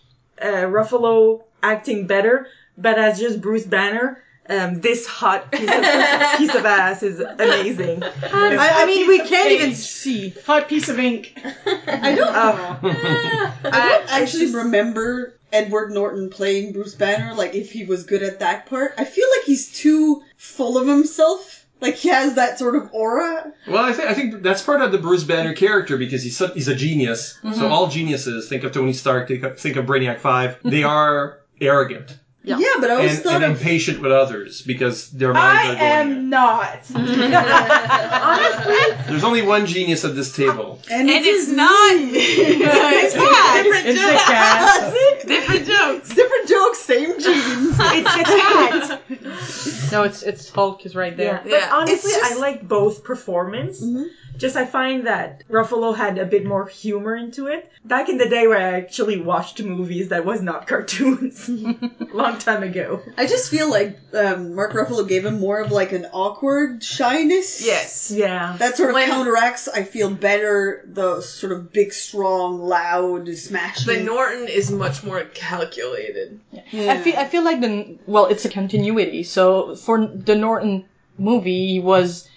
[SPEAKER 1] uh, Ruffalo acting better, but as just Bruce Banner, um, this hot piece of, piece of ass is amazing.
[SPEAKER 8] I- I mean, we can't even
[SPEAKER 9] see.
[SPEAKER 8] Hot piece of ink.
[SPEAKER 7] I don't I don't actually remember Edward Norton playing Bruce Banner, like if he was good at that part. I feel like he's too full of himself. Like he has that sort of aura.
[SPEAKER 4] Well, I, th- I think that's part of the Bruce Banner character because he's su- he's a genius. So
[SPEAKER 7] Mhm.
[SPEAKER 4] all geniuses think of Tony Stark, think of, think of Brainiac Five. They are arrogant
[SPEAKER 7] Yeah, but I always
[SPEAKER 4] and,
[SPEAKER 7] thought
[SPEAKER 4] and
[SPEAKER 7] of
[SPEAKER 4] impatient with others because their minds
[SPEAKER 8] I
[SPEAKER 4] are going.
[SPEAKER 8] am not. Honestly,
[SPEAKER 4] There's only one genius at this table.
[SPEAKER 7] and,
[SPEAKER 10] it's, not. it's not.
[SPEAKER 8] Different
[SPEAKER 4] It's a joke. cat.
[SPEAKER 10] Different jokes.
[SPEAKER 7] Different jokes, same genes.
[SPEAKER 1] It's a cat.
[SPEAKER 9] No, it's it's Hulk is right there.
[SPEAKER 1] But honestly, I like both performance.
[SPEAKER 8] Mm-hmm.
[SPEAKER 1] Just I find that Ruffalo had a bit more humor into it. Back in the day where I actually watched movies that was not cartoons, long time ago.
[SPEAKER 7] I just feel like um, Mark Ruffalo gave him more of like an awkward shyness.
[SPEAKER 10] Yes.
[SPEAKER 1] Yeah.
[SPEAKER 7] That sort of counteracts. I feel better the sort of big, strong, loud,
[SPEAKER 10] But
[SPEAKER 7] smashing.
[SPEAKER 10] Norton is much more calculated.
[SPEAKER 9] I feel I feel like the well, it's a continuity. So for the Norton movie, he was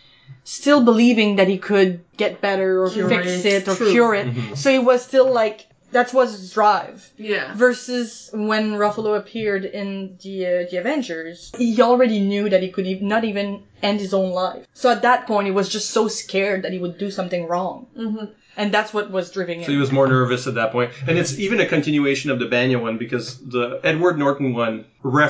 [SPEAKER 9] still believing that he could get better or
[SPEAKER 1] Cure
[SPEAKER 9] fix
[SPEAKER 1] it.
[SPEAKER 9] it, or
[SPEAKER 1] True.
[SPEAKER 9] cure it.
[SPEAKER 4] Mm-hmm.
[SPEAKER 1] Mhm.
[SPEAKER 9] So he was still like that was his drive.
[SPEAKER 10] Yeah.
[SPEAKER 9] Versus when Ruffalo appeared in the uh, the Avengers, he already knew that he could ev- not even end his own life. So at that point, he was just so scared that he would do something wrong,
[SPEAKER 10] mm-hmm.
[SPEAKER 9] and that's what was driving him.
[SPEAKER 4] So he was more nervous at that point. And it's even a continuation of the Banya one because the Edward Norton one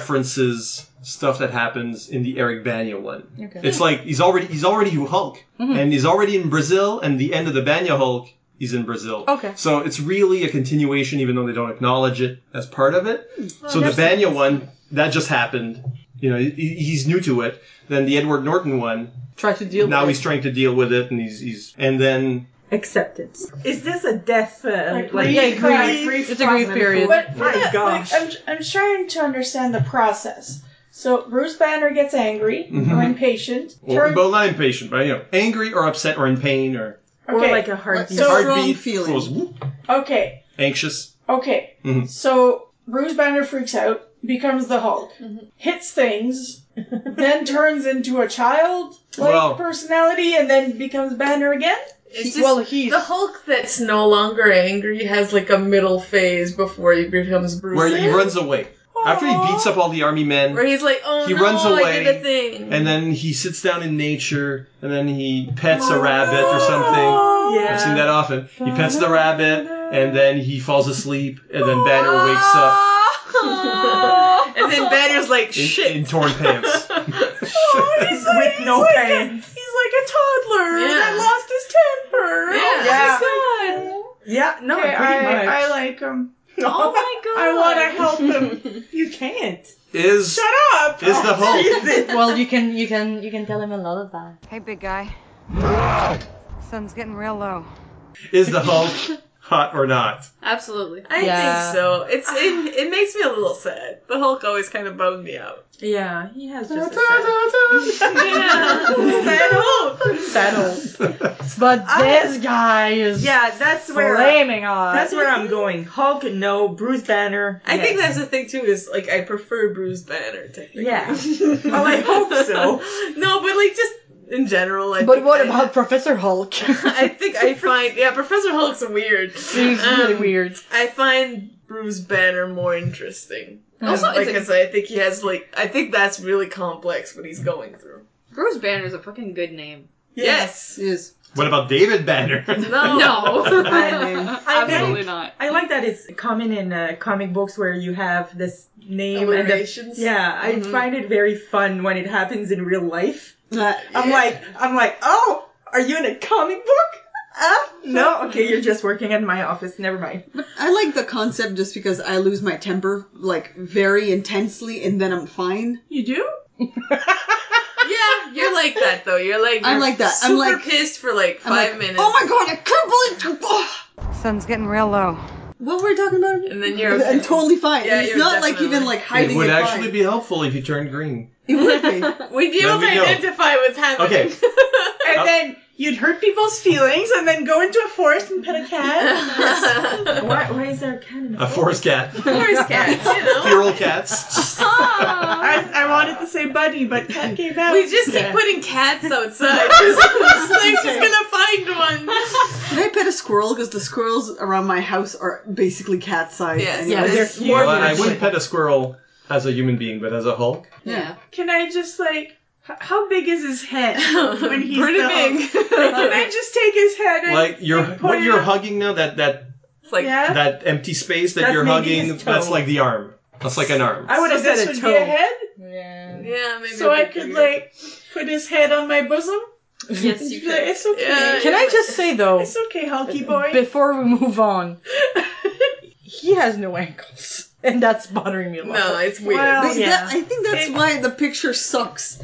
[SPEAKER 4] references stuff that happens in the Eric Banya one.
[SPEAKER 9] Okay.
[SPEAKER 4] It's like he's already he's already Hulk.
[SPEAKER 9] Mhm.
[SPEAKER 4] And he's already in Brazil and the end of the Banya Hulk he's in Brazil.
[SPEAKER 9] Okay.
[SPEAKER 4] So it's really a continuation even though they don't acknowledge it as part of it.
[SPEAKER 9] Well,
[SPEAKER 4] so the
[SPEAKER 9] that's
[SPEAKER 4] Banya one that just happened. You know, he, he's new to it. Then the Edward Norton one
[SPEAKER 9] try to deal
[SPEAKER 4] now
[SPEAKER 9] with
[SPEAKER 4] he's trying to deal with it and he's he's and then
[SPEAKER 1] Acceptance. Is this a death? Uh,
[SPEAKER 8] Like,
[SPEAKER 1] like
[SPEAKER 8] yeah, grief.
[SPEAKER 9] It's a grief period.
[SPEAKER 8] But
[SPEAKER 1] My
[SPEAKER 8] yeah,
[SPEAKER 1] gosh.
[SPEAKER 8] like, I'm, I'm trying to understand the process. So Bruce Banner gets angry or
[SPEAKER 4] Mhm.
[SPEAKER 8] impatient.
[SPEAKER 4] Or, but not impatient, but you know, angry or upset or in pain or
[SPEAKER 8] Okay.
[SPEAKER 1] Or like a heartbeat.
[SPEAKER 8] So-
[SPEAKER 4] heartbeat goes whoop,
[SPEAKER 8] Okay,
[SPEAKER 4] anxious.
[SPEAKER 8] okay.
[SPEAKER 4] Mhm.
[SPEAKER 8] So Bruce Banner freaks out, becomes the Hulk,
[SPEAKER 1] Mm-hmm.
[SPEAKER 8] hits things, then turns into a child like
[SPEAKER 10] Well-
[SPEAKER 8] personality, and then becomes Banner again.
[SPEAKER 10] It's just, the Hulk that's no longer angry has like a middle phase before he becomes Bruce.
[SPEAKER 4] Where he
[SPEAKER 10] Banner.
[SPEAKER 4] runs away after he beats up all the army men.
[SPEAKER 10] Where he's like, oh
[SPEAKER 4] he
[SPEAKER 10] no,
[SPEAKER 4] runs
[SPEAKER 10] I did a
[SPEAKER 4] away,
[SPEAKER 10] thing.
[SPEAKER 4] and then he sits down in nature, and then he pets a rabbit or something. I've seen that often. He pets the rabbit, and then he falls asleep, and then Banner wakes up
[SPEAKER 10] and then Banner's like,
[SPEAKER 4] in, in torn pants.
[SPEAKER 10] Oh,
[SPEAKER 1] He's with no pain.
[SPEAKER 8] He's like a toddler that lost his temper.
[SPEAKER 1] Yeah.
[SPEAKER 8] Oh my god.
[SPEAKER 1] Yeah, no,
[SPEAKER 8] Okay,
[SPEAKER 1] pretty
[SPEAKER 8] I,
[SPEAKER 1] much.
[SPEAKER 8] I like him.
[SPEAKER 1] Oh
[SPEAKER 11] my
[SPEAKER 1] God.
[SPEAKER 8] I want to help him. you can't.
[SPEAKER 4] Is
[SPEAKER 8] Shut up.
[SPEAKER 4] Is the Hulk?
[SPEAKER 9] well, you can you can you can tell him a lullaby.
[SPEAKER 16] Hey, big guy. Sun's getting real low.
[SPEAKER 4] is the Hulk hot or not.
[SPEAKER 11] Absolutely.
[SPEAKER 10] I
[SPEAKER 4] Yeah.
[SPEAKER 10] think so. It's it, it makes me a little sad. The Hulk always kind of bummed me out.
[SPEAKER 1] Yeah, he has just.
[SPEAKER 10] Sad Hulk.
[SPEAKER 1] Sad
[SPEAKER 9] But this guy is
[SPEAKER 1] yeah, that's where
[SPEAKER 9] flaming hot.
[SPEAKER 1] That's where I'm going. Hulk, no. Bruce Banner.
[SPEAKER 10] I think
[SPEAKER 1] yes.
[SPEAKER 10] that's the thing too. Is like I prefer Bruce Banner technically.
[SPEAKER 1] Yeah. well, I hope so.
[SPEAKER 10] no, but like just in general. I
[SPEAKER 9] But
[SPEAKER 10] think
[SPEAKER 9] what
[SPEAKER 10] I-
[SPEAKER 9] about Professor Hulk?
[SPEAKER 10] I think I find yeah Professor Hulk's weird.
[SPEAKER 9] He's
[SPEAKER 10] Um,
[SPEAKER 9] really weird.
[SPEAKER 10] I find Bruce Banner more interesting.
[SPEAKER 11] Also, I think-
[SPEAKER 10] because I think he has like I think that's really complex what he's going through.
[SPEAKER 11] Bruce Banner's a fucking good name.
[SPEAKER 10] Yes.
[SPEAKER 7] Yes.
[SPEAKER 4] What about David Banner?
[SPEAKER 10] No.
[SPEAKER 1] I
[SPEAKER 11] Absolutely
[SPEAKER 1] like-
[SPEAKER 11] not.
[SPEAKER 1] I like that it's common in uh, comic books where you have this name
[SPEAKER 10] Alliterations?
[SPEAKER 1] and the, yeah, I
[SPEAKER 10] Mhm.
[SPEAKER 1] find it very fun when it happens in real life.
[SPEAKER 7] Uh,
[SPEAKER 1] I'm like, I'm like, oh, are you in a comic book? Uh, no, okay, you're just working at my office. Never mind.
[SPEAKER 7] I like the concept just because I lose my temper like very intensely and then I'm fine.
[SPEAKER 1] You do?
[SPEAKER 10] Yeah, you're like that though. You're like
[SPEAKER 7] I'm
[SPEAKER 10] you're
[SPEAKER 7] like that. I'm
[SPEAKER 10] Super
[SPEAKER 7] like-
[SPEAKER 10] pissed for like
[SPEAKER 7] I'm like,
[SPEAKER 10] five minutes.
[SPEAKER 7] Oh my god, I can't believe
[SPEAKER 13] Sun's getting real low.
[SPEAKER 7] what we're talking about. And
[SPEAKER 10] then you're
[SPEAKER 7] I'm
[SPEAKER 10] okay.
[SPEAKER 7] totally fine.
[SPEAKER 10] Yeah,
[SPEAKER 7] and it's
[SPEAKER 10] you're
[SPEAKER 7] not like
[SPEAKER 10] definitely-
[SPEAKER 7] even like hiding
[SPEAKER 4] It would
[SPEAKER 7] it fine.
[SPEAKER 4] actually be helpful if you turned green.
[SPEAKER 7] It would be.
[SPEAKER 10] We'd be
[SPEAKER 4] There
[SPEAKER 10] able
[SPEAKER 4] we
[SPEAKER 10] to
[SPEAKER 4] go.
[SPEAKER 10] identify what's happening.
[SPEAKER 4] Okay,
[SPEAKER 8] And then you'd hurt people's feelings and then go into a forest and pet a cat.
[SPEAKER 1] why, why is there a cat in
[SPEAKER 4] a forest cat.
[SPEAKER 8] Forest cats, you know.
[SPEAKER 4] Feral cats.
[SPEAKER 8] I, I wanted to say bunny, but cat came out.
[SPEAKER 10] We just keep putting cats outside. This thing's gonna find one.
[SPEAKER 7] Can I pet a squirrel? Because the squirrels around my house are basically cat sized.
[SPEAKER 10] Yes.
[SPEAKER 7] anyway.
[SPEAKER 4] Well, I wouldn't pet a squirrel as a human being, but as a Hulk.
[SPEAKER 7] Yeah.
[SPEAKER 8] Can I just like? h- How big is his head when he's
[SPEAKER 10] Pretty
[SPEAKER 8] the
[SPEAKER 10] big.
[SPEAKER 8] Hulk? Like, can I just take his head? And,
[SPEAKER 4] Like you're what
[SPEAKER 8] point
[SPEAKER 4] you're
[SPEAKER 8] out-
[SPEAKER 4] hugging now that that
[SPEAKER 10] It's like
[SPEAKER 8] yeah.
[SPEAKER 4] that empty space that
[SPEAKER 8] That's
[SPEAKER 4] you're
[SPEAKER 8] maybe
[SPEAKER 4] hugging
[SPEAKER 8] his toe.
[SPEAKER 4] that's like the arm. That's like an arm.
[SPEAKER 8] I would have said
[SPEAKER 1] So this
[SPEAKER 8] a
[SPEAKER 1] would
[SPEAKER 8] toe.
[SPEAKER 1] be a
[SPEAKER 8] head.
[SPEAKER 10] Yeah. Yeah, maybe.
[SPEAKER 8] So
[SPEAKER 10] a
[SPEAKER 8] I
[SPEAKER 10] bit
[SPEAKER 8] could
[SPEAKER 10] bigger.
[SPEAKER 8] like put his head on my bosom.
[SPEAKER 11] Yes, you
[SPEAKER 8] Be like, It's okay.
[SPEAKER 10] Yeah,
[SPEAKER 9] Can I just say though,
[SPEAKER 8] It's okay, hunky boy.
[SPEAKER 9] before we move on, he has no ankles, and that's bothering me a lot.
[SPEAKER 10] No, it's weird.
[SPEAKER 9] Well,
[SPEAKER 7] Like,
[SPEAKER 9] yeah.
[SPEAKER 7] that- I think that's why the picture sucks.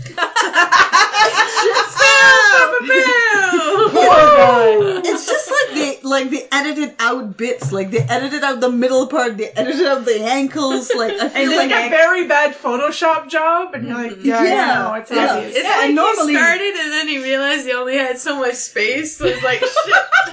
[SPEAKER 7] it's just like they like they edited out bits, like they edited out the middle part, they edited out the ankles. Like I feel
[SPEAKER 8] It's like
[SPEAKER 7] like
[SPEAKER 8] a very bad Photoshop job, and you're
[SPEAKER 10] Mm-hmm.
[SPEAKER 8] like, yeah,
[SPEAKER 7] Yeah.
[SPEAKER 8] no, it's
[SPEAKER 7] Yeah.
[SPEAKER 8] obvious.
[SPEAKER 10] It's
[SPEAKER 7] Yeah,
[SPEAKER 10] like
[SPEAKER 7] and
[SPEAKER 10] he
[SPEAKER 7] normally-
[SPEAKER 10] started and then he realized he only had so much space. So he's like,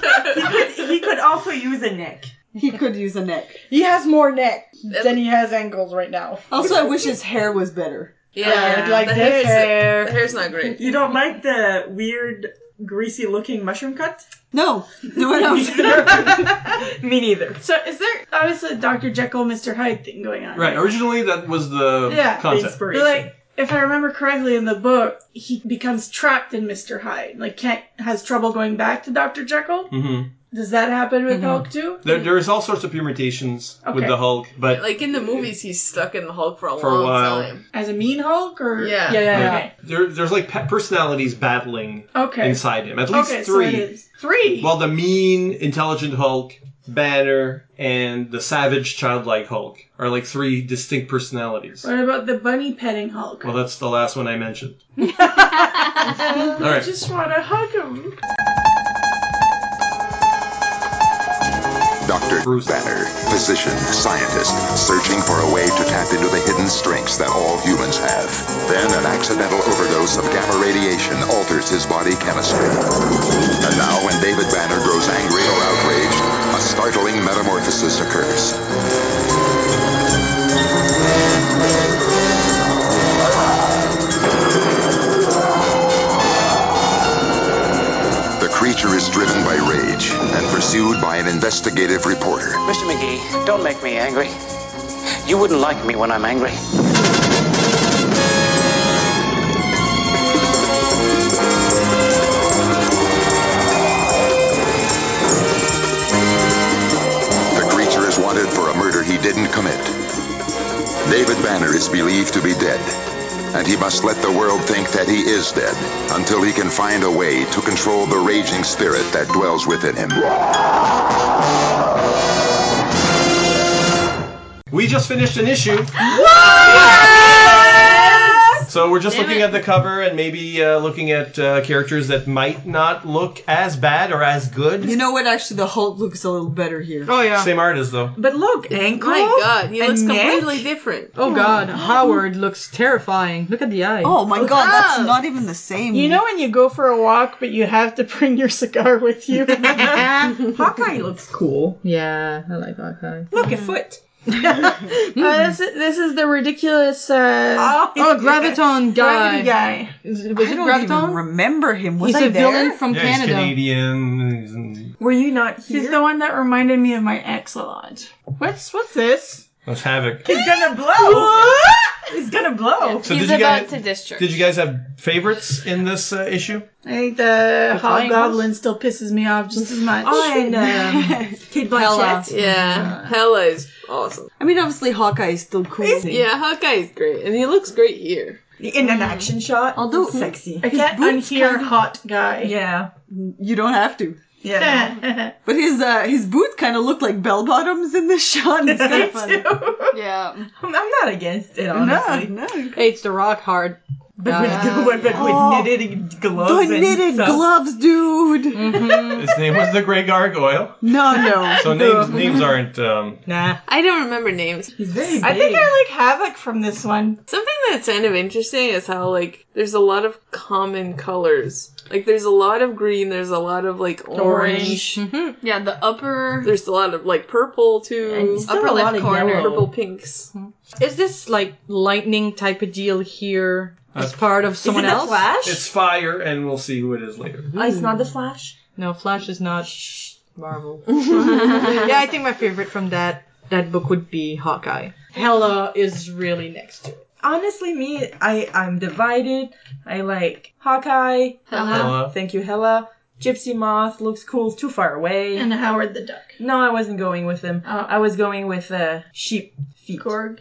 [SPEAKER 10] shit.
[SPEAKER 1] He could also use a neck.
[SPEAKER 7] he could use a neck.
[SPEAKER 9] He has more neck than he has ankles right now.
[SPEAKER 7] Also, I wish his hair was better.
[SPEAKER 10] yeah,
[SPEAKER 9] I'd like
[SPEAKER 10] the hair's,
[SPEAKER 9] this hair.
[SPEAKER 10] The hair's not great.
[SPEAKER 1] You don't like the weird, greasy looking mushroom cut?
[SPEAKER 7] No, no, I don't.
[SPEAKER 1] Me neither.
[SPEAKER 8] So is there obviously a Dr. Jekyll, Mr. Hyde thing going on?
[SPEAKER 4] Right. Originally that was the
[SPEAKER 8] Yeah.
[SPEAKER 4] concept.
[SPEAKER 1] Inspiration.
[SPEAKER 8] But like, if I remember correctly in the book, he becomes trapped in Mr. Hyde. Like, can't has trouble going back to Dr. Jekyll.
[SPEAKER 4] hmm
[SPEAKER 8] Does that happen
[SPEAKER 10] Mm-hmm.
[SPEAKER 8] with Hulk too?
[SPEAKER 4] There, there's all sorts of permutations with
[SPEAKER 8] Okay.
[SPEAKER 4] the Hulk, but
[SPEAKER 10] Like in the movies, he's stuck in the Hulk for a
[SPEAKER 4] For a
[SPEAKER 10] long
[SPEAKER 4] while.
[SPEAKER 10] time.
[SPEAKER 8] As a mean Hulk, or
[SPEAKER 10] Yeah.
[SPEAKER 8] yeah, yeah. yeah.
[SPEAKER 4] there, there's like pe- personalities battling
[SPEAKER 8] Okay.
[SPEAKER 4] inside him. At least
[SPEAKER 8] okay,
[SPEAKER 4] three.
[SPEAKER 8] So it is. Three.
[SPEAKER 4] Well, the mean, intelligent Hulk, Banner, and the savage, childlike Hulk are like three distinct personalities.
[SPEAKER 8] what about the bunny petting Hulk?
[SPEAKER 4] Well, that's the last one I mentioned.
[SPEAKER 8] I
[SPEAKER 4] right.
[SPEAKER 8] just want to hug him.
[SPEAKER 16] Dr. Bruce Banner, physician, scientist, searching for a way to tap into the hidden strengths that all humans have. Then an accidental overdose of gamma radiation alters his body chemistry. And now, when David Banner grows angry or outraged, a startling metamorphosis occurs. The creature is driven by rage and pursued by an investigative reporter.
[SPEAKER 3] Mr. McGee, don't make me angry. You wouldn't like me when I'm angry.
[SPEAKER 16] The creature is wanted for a murder he didn't commit. David Banner is believed to be dead, and he must let the world think that he is dead until he can find a way to control the raging spirit that dwells within him.
[SPEAKER 4] We just finished an issue. So we're just
[SPEAKER 11] Damn
[SPEAKER 4] looking
[SPEAKER 11] it.
[SPEAKER 4] at the cover and maybe uh, looking at uh, characters that might not look as bad or as good.
[SPEAKER 7] You know what? Actually, the Hulk looks a little better here.
[SPEAKER 9] Oh yeah.
[SPEAKER 4] Same artist though.
[SPEAKER 1] But look, ankle.
[SPEAKER 10] My God, he
[SPEAKER 9] and
[SPEAKER 10] looks
[SPEAKER 9] neck?
[SPEAKER 10] completely different.
[SPEAKER 9] Oh god, Howard looks terrifying. Look at the eyes.
[SPEAKER 7] Oh my god, that's not even the same.
[SPEAKER 8] You know when you go for a walk, but you have to bring your cigar with you?
[SPEAKER 1] Hawkeye looks cool.
[SPEAKER 9] Yeah, I like Hawkeye.
[SPEAKER 1] Look, a foot.
[SPEAKER 8] Uh, this, this is the ridiculous. Uh,
[SPEAKER 9] Oh, Graviton
[SPEAKER 8] Gravity
[SPEAKER 9] guy.
[SPEAKER 8] guy.
[SPEAKER 9] Is,
[SPEAKER 7] I don't even remember him. Was
[SPEAKER 8] He's
[SPEAKER 7] I
[SPEAKER 8] a
[SPEAKER 7] there?
[SPEAKER 8] villain from
[SPEAKER 4] yeah, he's Canadian. He's in-
[SPEAKER 8] Were you not here? He's the one that reminded me of my ex a lot. What's what's this?
[SPEAKER 4] Let's have it.
[SPEAKER 1] He's gonna blow. He's gonna blow.
[SPEAKER 4] So did you guys- Did you guys have favorites in this uh, issue?
[SPEAKER 8] I think the
[SPEAKER 4] The flying
[SPEAKER 8] hobgoblin still pisses me off just as much.
[SPEAKER 1] Oh, and, um,
[SPEAKER 8] Kid
[SPEAKER 10] Yeah. Hella is awesome.
[SPEAKER 7] I mean, obviously Hawkeye is still cool.
[SPEAKER 10] Yeah, Hawkeye is great, and he looks great here.
[SPEAKER 1] In an action shot, although sexy.
[SPEAKER 8] I can't unhear hot guy.
[SPEAKER 1] Yeah.
[SPEAKER 7] You don't have to. But his uh, his boots kind of look like bell bottoms in this shot. It's kind of funny.
[SPEAKER 1] yeah. I'm, I'm not against it,
[SPEAKER 7] No,
[SPEAKER 1] honestly.
[SPEAKER 7] no.
[SPEAKER 9] Hates the rock hard.
[SPEAKER 1] But
[SPEAKER 9] Yeah.
[SPEAKER 1] with, but
[SPEAKER 9] Oh,
[SPEAKER 1] with
[SPEAKER 8] Uh,
[SPEAKER 1] knitted gloves.
[SPEAKER 7] the
[SPEAKER 1] and
[SPEAKER 7] knitted
[SPEAKER 1] stuff.
[SPEAKER 7] gloves, dude. Mm-hmm.
[SPEAKER 4] His name was the Grey Gargoyle.
[SPEAKER 7] No, no.
[SPEAKER 4] So names names aren't. Um,
[SPEAKER 9] nah.
[SPEAKER 10] I don't remember names.
[SPEAKER 8] I think I like Havoc from this one.
[SPEAKER 10] Something that's kind of interesting is how like there's a lot of common colors. Like there's a lot of green, there's a lot of like orange. Mm-hmm.
[SPEAKER 11] Yeah, the upper.
[SPEAKER 10] There's a lot of like purple too.
[SPEAKER 7] Mm.
[SPEAKER 11] And still Upper a left lot of corner. yellow.
[SPEAKER 10] Purple pinks.
[SPEAKER 9] Is this like lightning type of deal here as
[SPEAKER 4] That's-
[SPEAKER 9] part of someone else?
[SPEAKER 4] uh, It's Fire, and we'll see who it is later.
[SPEAKER 9] Oh, it's not
[SPEAKER 1] the
[SPEAKER 7] Hmm.
[SPEAKER 1] Flash.
[SPEAKER 9] No, Flash is not Marvel. yeah, I think my favorite from that that book would be Hawkeye. Hella is really next to it.
[SPEAKER 1] Honestly, me, I I'm divided. I like Hawkeye. Uh-huh.
[SPEAKER 9] Hella.
[SPEAKER 4] Hella.
[SPEAKER 1] Thank you, Hella. Gypsy Moth looks cool. Too far away.
[SPEAKER 8] And Howard the Duck. Oh.
[SPEAKER 1] No, I wasn't going with him. I was going with uh, sheep feet.
[SPEAKER 8] Gorg.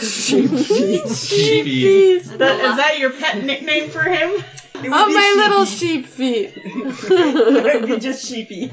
[SPEAKER 1] sheep feet.
[SPEAKER 4] Sheepy.
[SPEAKER 8] Is that, is that your pet nickname for him?
[SPEAKER 10] Oh my little sheep feet.
[SPEAKER 1] It'd be just sheepy.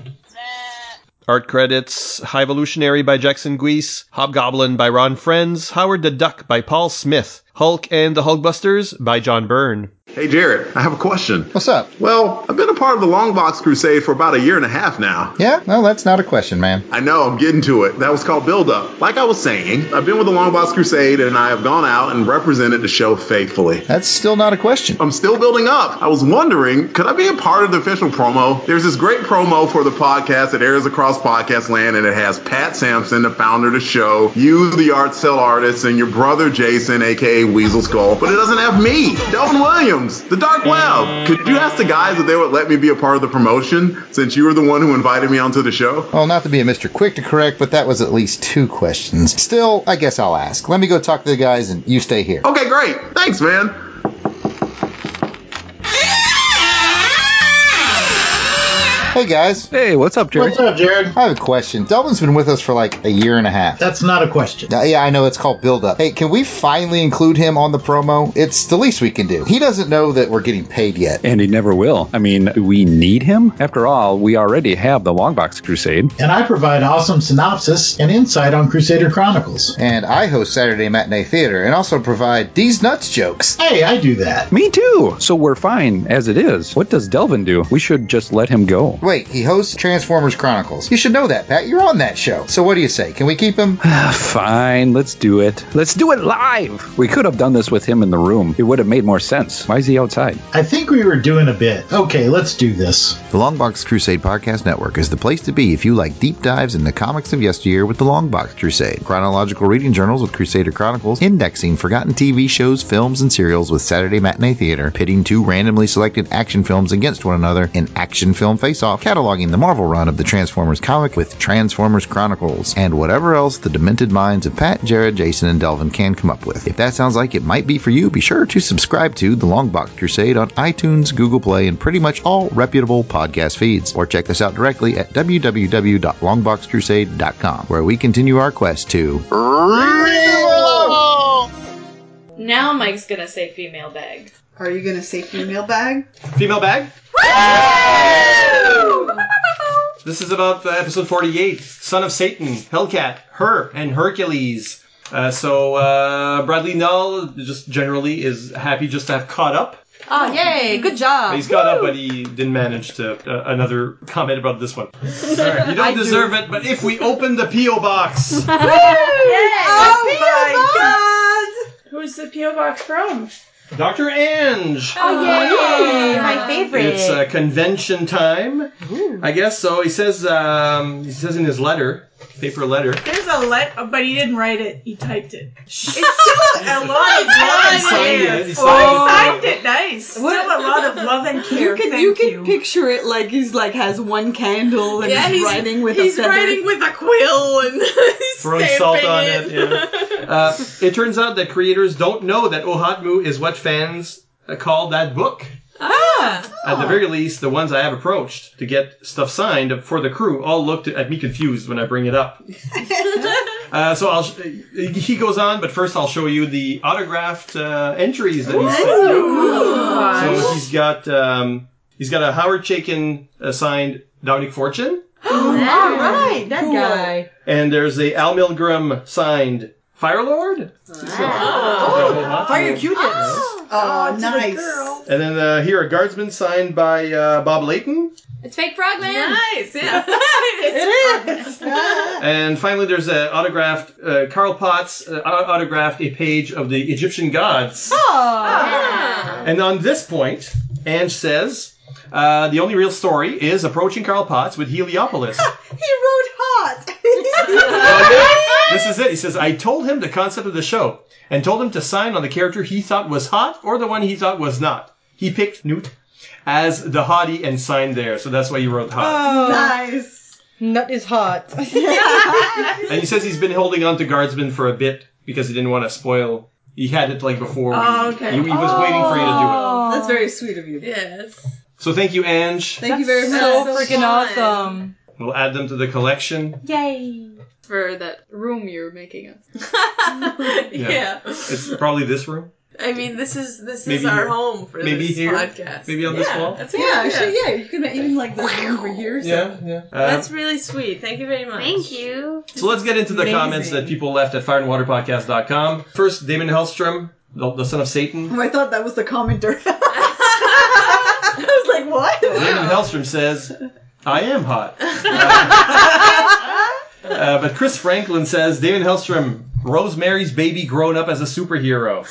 [SPEAKER 4] Art credits High Evolutionary by Jackson Guise, Hobgoblin by Ron Friends, Howard the Duck by Paul Smith, Hulk and the Hulkbusters by John Byrne.
[SPEAKER 17] Hey, Jared, I have a question. What's up? Well, I've been a part of the Longbox Crusade for about a year and a half now.
[SPEAKER 18] Yeah, no, that's not a question, man.
[SPEAKER 17] I know, I'm getting to it. That was called Build Up. Like I was saying, I've been with the Longbox Crusade and I have gone out and represented the show faithfully.
[SPEAKER 18] That's still not a question.
[SPEAKER 17] I'm still building up. I was wondering, could I be a part of the official promo? There's this great promo for the podcast that airs across podcast land and it has Pat Sampson, the founder of the show, you, the art cell artist, and your brother Jason, aka Weasel Skull, but it doesn't have me, Delvin Williams, the Dark Web. Could you ask the guys if they would let me be a part of the promotion since you were the one who invited me onto the show?
[SPEAKER 18] Well, not to be a Mr. Quick to correct, but that was at least two questions. Still, I guess I'll ask. Let me go talk to the guys and you stay here.
[SPEAKER 17] Okay, great. Thanks, man.
[SPEAKER 18] Hey guys. Hey, what's up, Jared? What's up, Jared? I have a question. Delvin's been with us for like a year and a half. That's not a question. yeah, I know it's called build up. Hey, can we finally include him on the promo? It's the least we can do. He doesn't know that we're getting paid yet.
[SPEAKER 19] And he never will. I mean, we need him. After all, we already have the Longbox Crusade.
[SPEAKER 20] and I provide awesome synopsis and insight on Crusader Chronicles.
[SPEAKER 18] And I host Saturday Matinee Theater and also provide these nuts jokes.
[SPEAKER 20] Hey, I do that.
[SPEAKER 19] Me too. So we're fine as it is. What does Delvin do? We should just let him go.
[SPEAKER 18] Wait, he hosts Transformers Chronicles. You should know that, Pat. You're on that show. So what do you say? Can we keep him?
[SPEAKER 19] Fine, let's do it. Let's do it live. We could have done this with him in the room. It would have made more sense. Why is he outside?
[SPEAKER 20] I think we were doing a bit. Okay, let's do this.
[SPEAKER 18] The Longbox Crusade Podcast Network is the place to be if you like deep dives into comics of yesteryear with the Longbox Crusade, chronological reading journals with Crusader Chronicles, indexing forgotten TV shows, films, and serials with Saturday Matinee Theater, pitting two randomly selected action films against one another in Action Film Face Off, cataloging the Marvel run of the Transformers comic with Transformers Chronicles, and whatever else the demented minds of Pat, Jared, Jason, and Delvin can come up with. If that sounds like it might be for you, be sure to subscribe to The Longbox Crusade on iTunes, Google Play, and pretty much all reputable podcast feeds. Or check us out directly at www.longboxcrusade.com, where we continue our quest to.
[SPEAKER 11] Now Mike's gonna say female bag.
[SPEAKER 7] Are you gonna say female bag?
[SPEAKER 4] Female bag? This is about uh, episode 48 Son of Satan, Hellcat, Her, and Hercules. Uh, so uh, Bradley Null just generally is happy just to have caught up.
[SPEAKER 9] Oh, yay! Good
[SPEAKER 8] Ah,
[SPEAKER 9] job.
[SPEAKER 4] He's got up, but he didn't manage to. Uh, another comment about this one. All right, you don't deserve it, but if we open the PO box,
[SPEAKER 8] Oh my god! Who's the PO box from?
[SPEAKER 4] Doctor Ange. Ah.
[SPEAKER 8] Oh, yay! My favorite.
[SPEAKER 4] It's uh, convention time, I guess. So he says. Um, he says in his letter, paper letter.
[SPEAKER 8] There's a let, but he didn't write it. He typed it. It's still a lot of love and
[SPEAKER 4] signed
[SPEAKER 8] care.
[SPEAKER 4] it, he
[SPEAKER 8] Oh,
[SPEAKER 4] signed
[SPEAKER 8] he signed it. Nice. Still a lot of love and care.
[SPEAKER 7] You can
[SPEAKER 8] Thank
[SPEAKER 7] you can picture it like he's like has one candle and
[SPEAKER 10] Yeah,
[SPEAKER 7] he's,
[SPEAKER 10] he's-
[SPEAKER 7] writing with
[SPEAKER 10] he's
[SPEAKER 7] a feather.
[SPEAKER 10] writing with a quill and
[SPEAKER 4] throwing
[SPEAKER 10] stamping
[SPEAKER 4] salt on it. yeah. uh, it turns out that creators don't know that Ohatmu is what fans uh, call that book.
[SPEAKER 10] Ah.
[SPEAKER 4] At
[SPEAKER 1] Oh.
[SPEAKER 4] the very least, the ones I have approached to get stuff signed for the crew all looked at me confused when I bring it up. Uh, so I'll sh- he goes on, but first I'll show you the autographed uh, entries that he's sent
[SPEAKER 1] Oh,
[SPEAKER 4] you. So he's got um, he's got a Howard Chaykin uh, signed Dominic Fortune,
[SPEAKER 7] All right, that
[SPEAKER 9] Cool.
[SPEAKER 7] guy.
[SPEAKER 4] and there's a Al Milgram signed Firelord.
[SPEAKER 7] Oh, fire Q-tips. Oh, nice.
[SPEAKER 4] And then uh, here a guardsman signed by uh, Bob Layton.
[SPEAKER 11] It's fake frogman. Nice, yeah.
[SPEAKER 9] it is.
[SPEAKER 4] And finally, there's a autographed uh, Carl Potts uh, au- autographed a page of the Egyptian gods. And on this point, Ange says, uh, "The only real story is approaching Carl Potts with Heliopolis."
[SPEAKER 7] He wrote
[SPEAKER 4] this,
[SPEAKER 7] hot.
[SPEAKER 4] this is it. He says, "I told him the concept of the show and told him to sign on the character he thought was hot or the one he thought was not. He picked Newt." As the hottie and signed there, so that's why he wrote
[SPEAKER 9] Ah.
[SPEAKER 4] hot.
[SPEAKER 9] nice. Oh. Nut is hot.
[SPEAKER 4] And he says he's been holding on to Guardsman for a bit because he didn't want to spoil. He had it like before.
[SPEAKER 7] Oh,
[SPEAKER 4] we-
[SPEAKER 7] okay.
[SPEAKER 4] He, he was waiting for you to do it.
[SPEAKER 10] Oh.
[SPEAKER 7] That's very sweet of you.
[SPEAKER 10] Yes.
[SPEAKER 4] So thank you, Ange.
[SPEAKER 7] Thank you very much.
[SPEAKER 9] so
[SPEAKER 7] That's
[SPEAKER 9] freaking awesome.
[SPEAKER 4] We'll add them to the collection.
[SPEAKER 11] Yay. For that room you're making us.
[SPEAKER 10] Yeah.
[SPEAKER 4] It's probably this room.
[SPEAKER 10] I mean, this is this is
[SPEAKER 4] Maybe
[SPEAKER 10] our
[SPEAKER 4] here.
[SPEAKER 10] home for
[SPEAKER 4] Maybe
[SPEAKER 10] this
[SPEAKER 4] here.
[SPEAKER 10] podcast.
[SPEAKER 4] Maybe on this
[SPEAKER 10] Yeah,
[SPEAKER 4] wall.
[SPEAKER 10] That's
[SPEAKER 7] Yeah,
[SPEAKER 10] yeah,
[SPEAKER 7] sure, yeah. You can even like the one over here. So.
[SPEAKER 4] Yeah, yeah.
[SPEAKER 10] That's really sweet. Thank you very much. Thank
[SPEAKER 11] you.
[SPEAKER 4] Uh, So let's get into the
[SPEAKER 10] Amazing.
[SPEAKER 4] comments that people left at fireandwaterpodcast.com. First, Damon Hellstrom, the, the son of Satan.
[SPEAKER 7] Oh, I thought that was the commenter. I was like, what?
[SPEAKER 4] Damon Hellstrom says, I am hot. Uh, but Chris Franklin says, Damon Hellstrom, Rosemary's baby grown up as a superhero.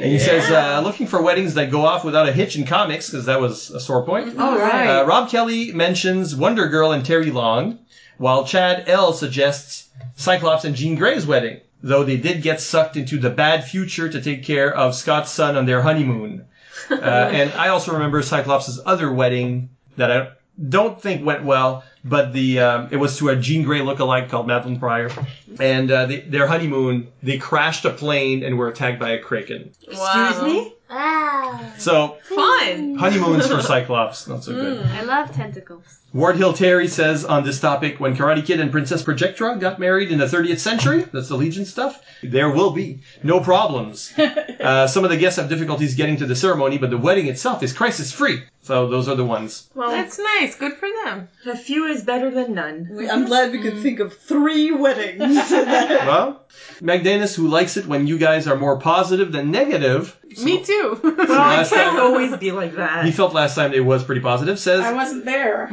[SPEAKER 4] And he says, uh, looking for weddings that go off without a hitch in comics, because that was a sore point.
[SPEAKER 15] All right.
[SPEAKER 4] Uh, Rob Kelly mentions Wonder Girl and Terry Long, while Chad L suggests Cyclops and Jean Grey's wedding, though they did get sucked into the bad future to take care of Scott's son on their honeymoon. Uh, and I also remember Cyclops' other wedding that I don't think went well, but the um, it was to a Jean Grey lookalike called Madeline Pryor. And uh, they, their honeymoon, they crashed a plane and were attacked by a kraken.
[SPEAKER 10] Excuse me?
[SPEAKER 11] Wow.
[SPEAKER 4] So
[SPEAKER 10] Fun.
[SPEAKER 4] honeymoons for Cyclops, not so good.
[SPEAKER 11] I love tentacles.
[SPEAKER 4] Ward Hill Terry says on this topic when Karate Kid and Princess Projectra got married in the 30th century, that's the Legion stuff, there will be no problems. uh, some of the guests have difficulties getting to the ceremony, but the wedding itself is crisis free. So those are the ones.
[SPEAKER 10] Well, that's nice. Good for them.
[SPEAKER 1] A few is better than none.
[SPEAKER 7] I'm glad we
[SPEAKER 4] Mm.
[SPEAKER 7] could think of three weddings.
[SPEAKER 4] well, Magdanus, who likes it when you guys are more positive than negative,
[SPEAKER 8] Me too.
[SPEAKER 4] Well, it can't
[SPEAKER 8] always be like that.
[SPEAKER 1] Uh.
[SPEAKER 4] he felt last time it was pretty positive, says
[SPEAKER 8] I wasn't there.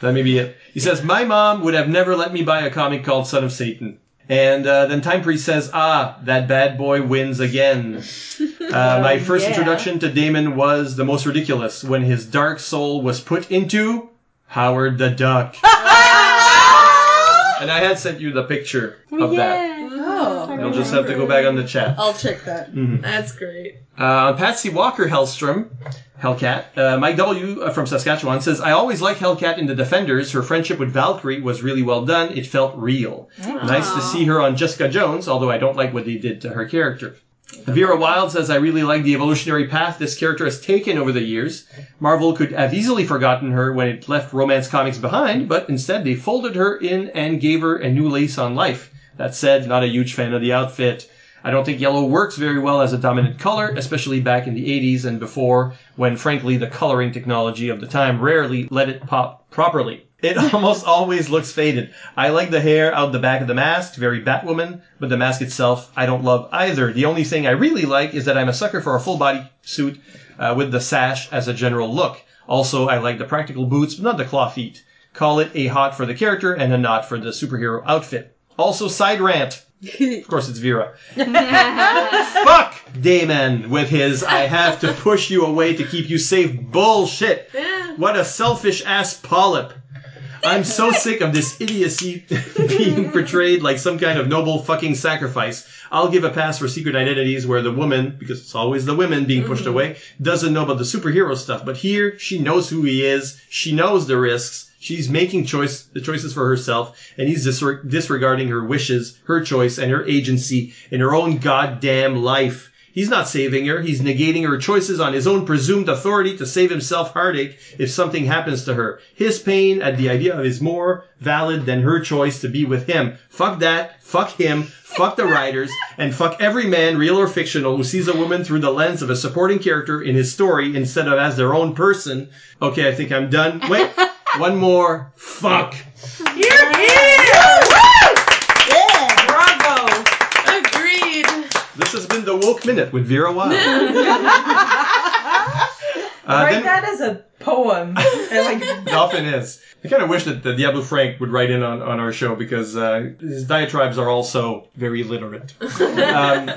[SPEAKER 4] That may be it. He says, My mom would have never let me buy a comic called Son of Satan. And uh, then Time Priest says, Ah, that bad boy wins again. Uh, my first
[SPEAKER 15] Yeah.
[SPEAKER 4] introduction to Damon was the most ridiculous when his dark soul was put into Howard the Duck. and I had sent you the picture of that.
[SPEAKER 7] Oh.
[SPEAKER 4] You'll just have to go back on the chat.
[SPEAKER 7] I'll check that.
[SPEAKER 4] Mhm.
[SPEAKER 10] That's great.
[SPEAKER 4] Uh, Patsy Walker Hellstrom, Hellcat. Uh, Mike W. uh, from Saskatchewan says, I always like Hellcat in The Defenders. Her friendship with Valkyrie was really well done. It felt real. Nice to see her on Jessica Jones, although I don't like what they did to her character. Vera Wild says, I really like the evolutionary path this character has taken over the years. Marvel could have easily forgotten her when it left romance comics behind, but instead they folded her in and gave her a new lease on life. That said, not a huge fan of the outfit. I don't think yellow works very well as a dominant color, especially back in the 80s and before, when frankly the coloring technology of the time rarely let it pop properly. It almost always looks faded. I like the hair out the back of the mask, very Batwoman, but the mask itself I don't love either. The only thing I really like is that I'm a sucker for a full body suit uh, with the sash as a general look. Also, I like the practical boots, but not the claw feet. Call it a hot for the character and a not for the superhero outfit. Also, side rant. of course, it's Vera. Fuck Damon with his I have to push you away to keep you safe bullshit. What a selfish ass polyp. I'm so sick of this idiocy being portrayed like some kind of noble fucking sacrifice. I'll give a pass for secret identities where the woman, because it's always the women being pushed away, doesn't know about the superhero stuff. But here, she knows who he is. She knows the risks. She's making choice the choices for herself, and he's disre- disregarding her wishes, her choice, and her agency in her own goddamn life. He's not saving her. He's negating her choices on his own presumed authority to save himself heartache if something happens to her. His pain at the idea of is more valid than her choice to be with him. Fuck that. Fuck him. Fuck the writers. And fuck every man, real or fictional, who sees a woman through the lens of a supporting character in his story instead of as their own person. Okay, I think I'm done. Wait. One more. Fuck.
[SPEAKER 1] Yeah.
[SPEAKER 10] Bravo. Agreed.
[SPEAKER 4] This has been the Woke Minute with Vera Wild. Uh,
[SPEAKER 1] Write
[SPEAKER 4] then-
[SPEAKER 1] that as a poem. and like
[SPEAKER 4] it often is. I kind of wish that the Diablo Frank would write in on, on our show because uh, his diatribes are also very literate um,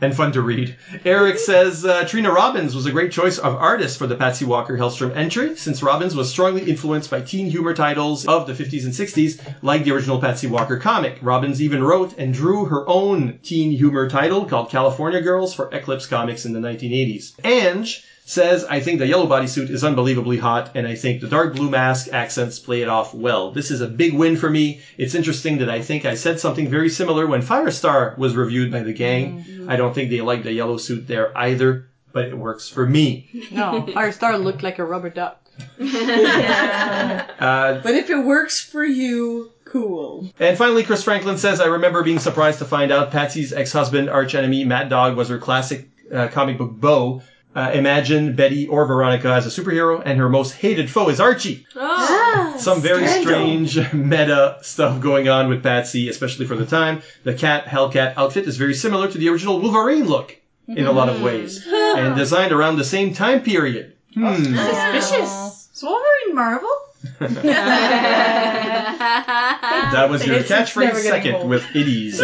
[SPEAKER 4] and fun to read. Eric says uh, Trina Robbins was a great choice of artist for the Patsy Walker Hellstrom entry since Robbins was strongly influenced by teen humor titles of the 50s and 60s, like the original Patsy Walker comic. Robbins even wrote and drew her own teen humor title called California Girls for Eclipse Comics in the 1980s. Ange says, I think the yellow bodysuit is unbelievably hot, and I think the dark blue mask accents play it off well. This is a big win for me. It's interesting that I think I said something very similar when Firestar was reviewed by the gang. I don't think they liked the yellow suit there either, but it works for me.
[SPEAKER 9] No, Firestar looked like a rubber duck.
[SPEAKER 4] Uh,
[SPEAKER 7] But if it works for you, cool.
[SPEAKER 4] And finally, Chris Franklin says, I remember being surprised to find out Patsy's ex-husband, arch-enemy, Mad Dog, was her classic uh, comic book beau. Uh, imagine Betty or Veronica as a superhero, and her most hated foe is Archie.
[SPEAKER 15] Oh.
[SPEAKER 4] Some very
[SPEAKER 15] Scandal.
[SPEAKER 4] strange meta stuff going on with Patsy, especially for the time. The cat Hellcat outfit is very similar to the original Wolverine look in a lot of ways, and designed around the same time period. Hmm.
[SPEAKER 8] Suspicious. Is Wolverine Marvel?
[SPEAKER 4] That
[SPEAKER 8] that
[SPEAKER 4] was your catchphrase second with iddies.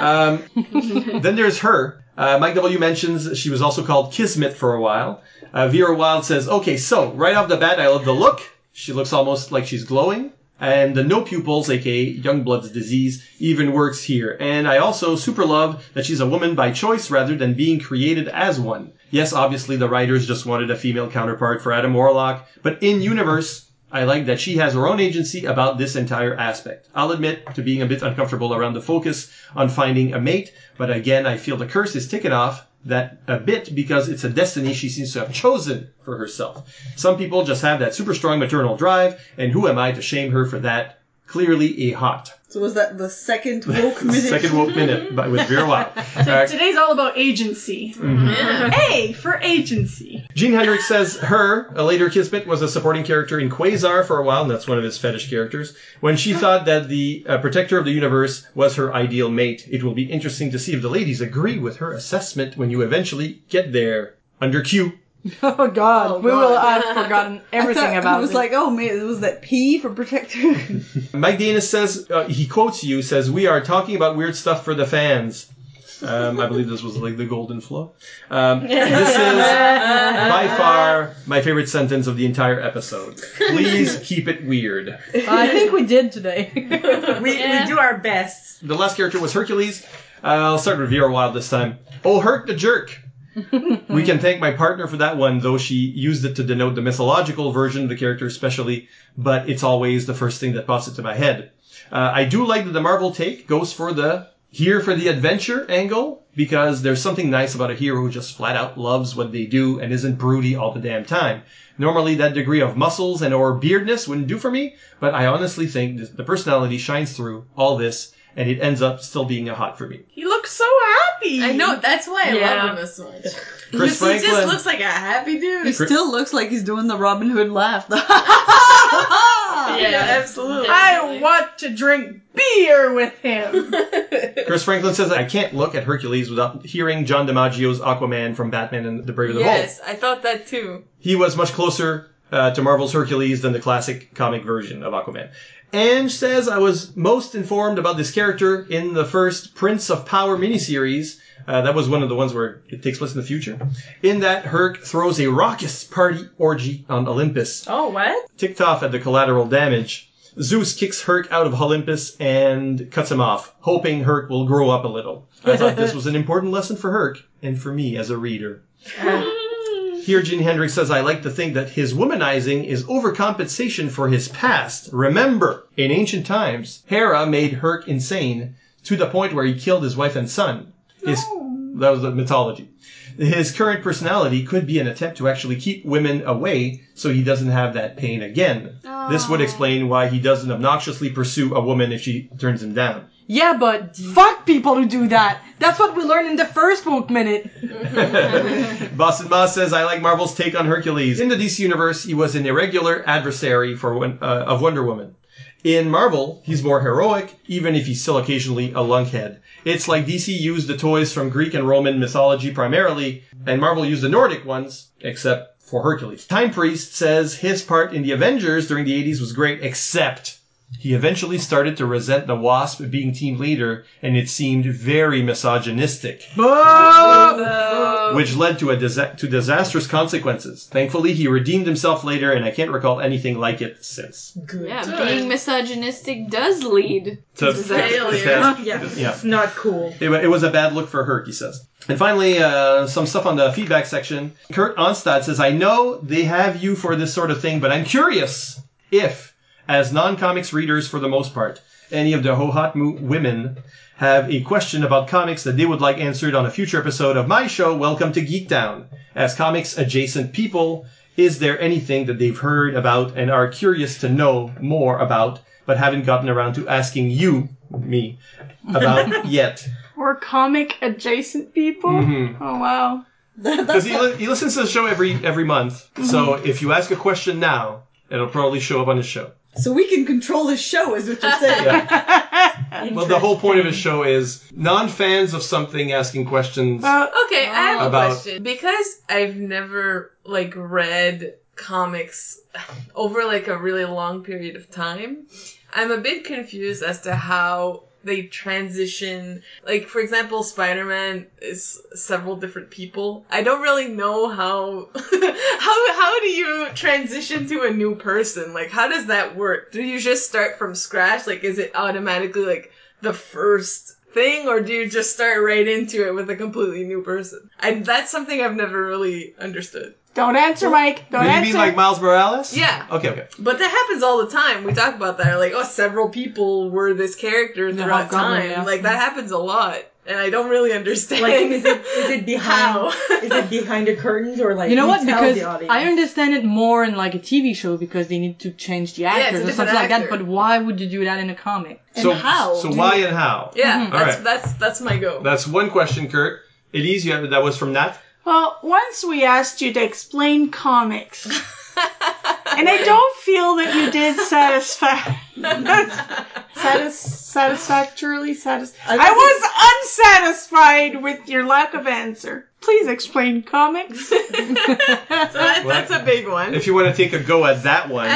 [SPEAKER 4] um, then there's her. Uh, Mike W. mentions she was also called Kismet for a while. Uh, Vera Wild says, okay, so right off the bat, I love the look. She looks almost like she's glowing. And the no pupils, aka Youngblood's disease, even works here. And I also super love that she's a woman by choice rather than being created as one. Yes, obviously the writers just wanted a female counterpart for Adam Warlock, but in universe, I like that she has her own agency about this entire aspect. I'll admit to being a bit uncomfortable around the focus on finding a mate, but again, I feel the curse is taken off that a bit because it's a destiny she seems to have chosen for herself. Some people just have that super strong maternal drive, and who am I to shame her for that? Clearly a hot.
[SPEAKER 7] So was that the second woke minute?
[SPEAKER 4] Second woke minute by, with Vera Wild. Uh,
[SPEAKER 8] Today's all about agency.
[SPEAKER 4] Mm-hmm.
[SPEAKER 8] A for agency.
[SPEAKER 4] Gene Hendricks says her, a later Kismet, was a supporting character in Quasar for a while, and that's one of his fetish characters. When she thought that the uh, protector of the universe was her ideal mate, it will be interesting to see if the ladies agree with her assessment when you eventually get there. Under Q.
[SPEAKER 9] Oh God, we will. I've forgotten everything
[SPEAKER 7] I thought-
[SPEAKER 9] about
[SPEAKER 7] I was
[SPEAKER 9] it.
[SPEAKER 7] like, oh man, it was that P for protector.
[SPEAKER 4] Mike Danis says uh, he quotes you says we are talking about weird stuff for the fans. Um, I believe this was like the golden flow. Um, this is by far my favorite sentence of the entire episode. Please keep it weird.
[SPEAKER 9] I think we did today.
[SPEAKER 1] we, we do our best.
[SPEAKER 4] The last character was Hercules. Uh, I'll start with Vera Wild this time. Oh, Herc the Jerk. we can thank my partner for that one, though she used it to denote the mythological version of the character, especially, but it's always the first thing that pops into my head. Uh, I do like that the Marvel take goes for the here for the adventure angle because there's something nice about a hero who just flat out loves what they do and isn't broody all the damn time. Normally, that degree of muscles and or beardness wouldn't do for me, but I honestly think th- the personality shines through all this, and it ends up still being a hot for me.
[SPEAKER 10] He looks so happy. I know. That's why I
[SPEAKER 7] Yeah.
[SPEAKER 10] love him so much.
[SPEAKER 4] Chris
[SPEAKER 10] Because he
[SPEAKER 4] Franklin.
[SPEAKER 10] just looks like a happy dude.
[SPEAKER 7] he still looks like he's doing the Robin Hood laugh.
[SPEAKER 8] Yeah, absolutely. I want to drink beer with him.
[SPEAKER 4] Chris Franklin says, I can't look at Hercules without hearing John DiMaggio's Aquaman from Batman and the Brave and the Bold.
[SPEAKER 10] Yes, I thought that too.
[SPEAKER 4] He was much closer uh, to Marvel's Hercules than the classic comic version of Aquaman. Ange says, I was most informed about this character in the first Prince of Power miniseries. Uh, that was one of the ones where it takes place in the future. In that, Herc throws a raucous party orgy on Olympus.
[SPEAKER 1] Oh, what?
[SPEAKER 4] Ticked off at the collateral damage, Zeus kicks Herc out of Olympus and cuts him off, hoping Herc will grow up a little. I thought this was an important lesson for Herc and for me as a reader. Here, Gene Hendricks says, I like to think that his womanizing is overcompensation for his past. Remember, in ancient times, Hera made Herc insane to the point where he killed his wife and son. His, That was the mythology. His current personality could be an attempt to actually keep women away so he doesn't have that pain again. This would explain why he doesn't obnoxiously pursue a woman if she turns him down.
[SPEAKER 9] Yeah, but fuck people who do that. That's what we learned in the first book minute.
[SPEAKER 4] Boston Moss says, "I like Marvel's take on Hercules. In the DC universe, he was an irregular adversary for Won- uh, of Wonder Woman. In Marvel, he's more heroic, even if he's still occasionally a lunkhead. It's like DC used the toys from Greek and Roman mythology primarily, and Marvel used the Nordic ones, except for Hercules." Time Priest says his part in the Avengers during the 80s was great, except. He eventually started to resent the Wasp being team leader, and it seemed very misogynistic
[SPEAKER 8] uh,
[SPEAKER 4] which led to a disa- to disastrous consequences. Thankfully, he redeemed himself later, and I can't recall anything like it since.
[SPEAKER 11] Yeah, being misogynistic does lead
[SPEAKER 4] To-
[SPEAKER 11] to
[SPEAKER 4] Yeah.
[SPEAKER 11] failure.
[SPEAKER 4] Yeah.
[SPEAKER 8] Not cool.
[SPEAKER 4] It, wa- it was a bad look for Herc, he says. And finally, uh, some stuff on the feedback section. Kurt Onstad says, I know they have you for this sort of thing, but I'm curious if, as non comics readers for the most part, any of the Hohatmu women have a question about comics that they would like answered on a future episode of my show, Welcome to Geek Town. As comics adjacent people, is there anything that they've heard about and are curious to know more about, but haven't gotten around to asking you, me, about yet?
[SPEAKER 5] We're comic adjacent people.
[SPEAKER 4] Mhm.
[SPEAKER 5] Oh wow.
[SPEAKER 4] Because he, li- he listens to the show every every month.
[SPEAKER 10] Mm-hmm.
[SPEAKER 4] So if you ask a question now, it'll probably show up on his show.
[SPEAKER 7] So we can control his show, is what you're saying.
[SPEAKER 4] Well, the whole point of his show is non fans of something asking questions.
[SPEAKER 10] Uh, okay, I have a
[SPEAKER 4] About-
[SPEAKER 10] question. Because I've never like read comics over like a really long period of time, I'm a bit confused as to how they transition. Like for example, Spider-Man is several different people. I don't really know how how how do you transition to a new person? Like how does that work? Do you just start from scratch? Like is it automatically like the first thing or do you just start right into it with a completely new person? And that's something I've never really understood.
[SPEAKER 5] Don't answer, Mike. Don't
[SPEAKER 4] Do you
[SPEAKER 5] answer.
[SPEAKER 4] mean like Miles Morales?
[SPEAKER 10] Yeah.
[SPEAKER 4] Okay, okay.
[SPEAKER 10] But that happens all the time. We talk about that. Like, oh, several people were this character throughout
[SPEAKER 1] Hobgoblin,
[SPEAKER 10] time.
[SPEAKER 1] yeah.
[SPEAKER 10] Like, that happens a lot. And I don't really understand.
[SPEAKER 1] Like, is it is it behind is it behind the curtains or like
[SPEAKER 9] you know
[SPEAKER 1] you
[SPEAKER 9] what?
[SPEAKER 1] Tell
[SPEAKER 9] Because
[SPEAKER 1] the audience?
[SPEAKER 9] I understand it more in like a TV show because they need to change the
[SPEAKER 1] it's a
[SPEAKER 9] actors or
[SPEAKER 1] different
[SPEAKER 9] something like that.
[SPEAKER 10] actor.
[SPEAKER 9] But why would you do that in a comic?
[SPEAKER 4] so So why and how?
[SPEAKER 10] Yeah,
[SPEAKER 4] All
[SPEAKER 10] that's,
[SPEAKER 4] right.
[SPEAKER 10] that's that's my go.
[SPEAKER 4] That's one question, Kurt. Elise, you have, that was from Nat.
[SPEAKER 5] Well, once we asked you to explain comics, and I don't feel that you did satisfa- satis- satisfactorily. Satis- I, was unsatisfied with your lack of answer. Please explain comics.
[SPEAKER 10] that's a big one.
[SPEAKER 4] If you want to take a go at that one,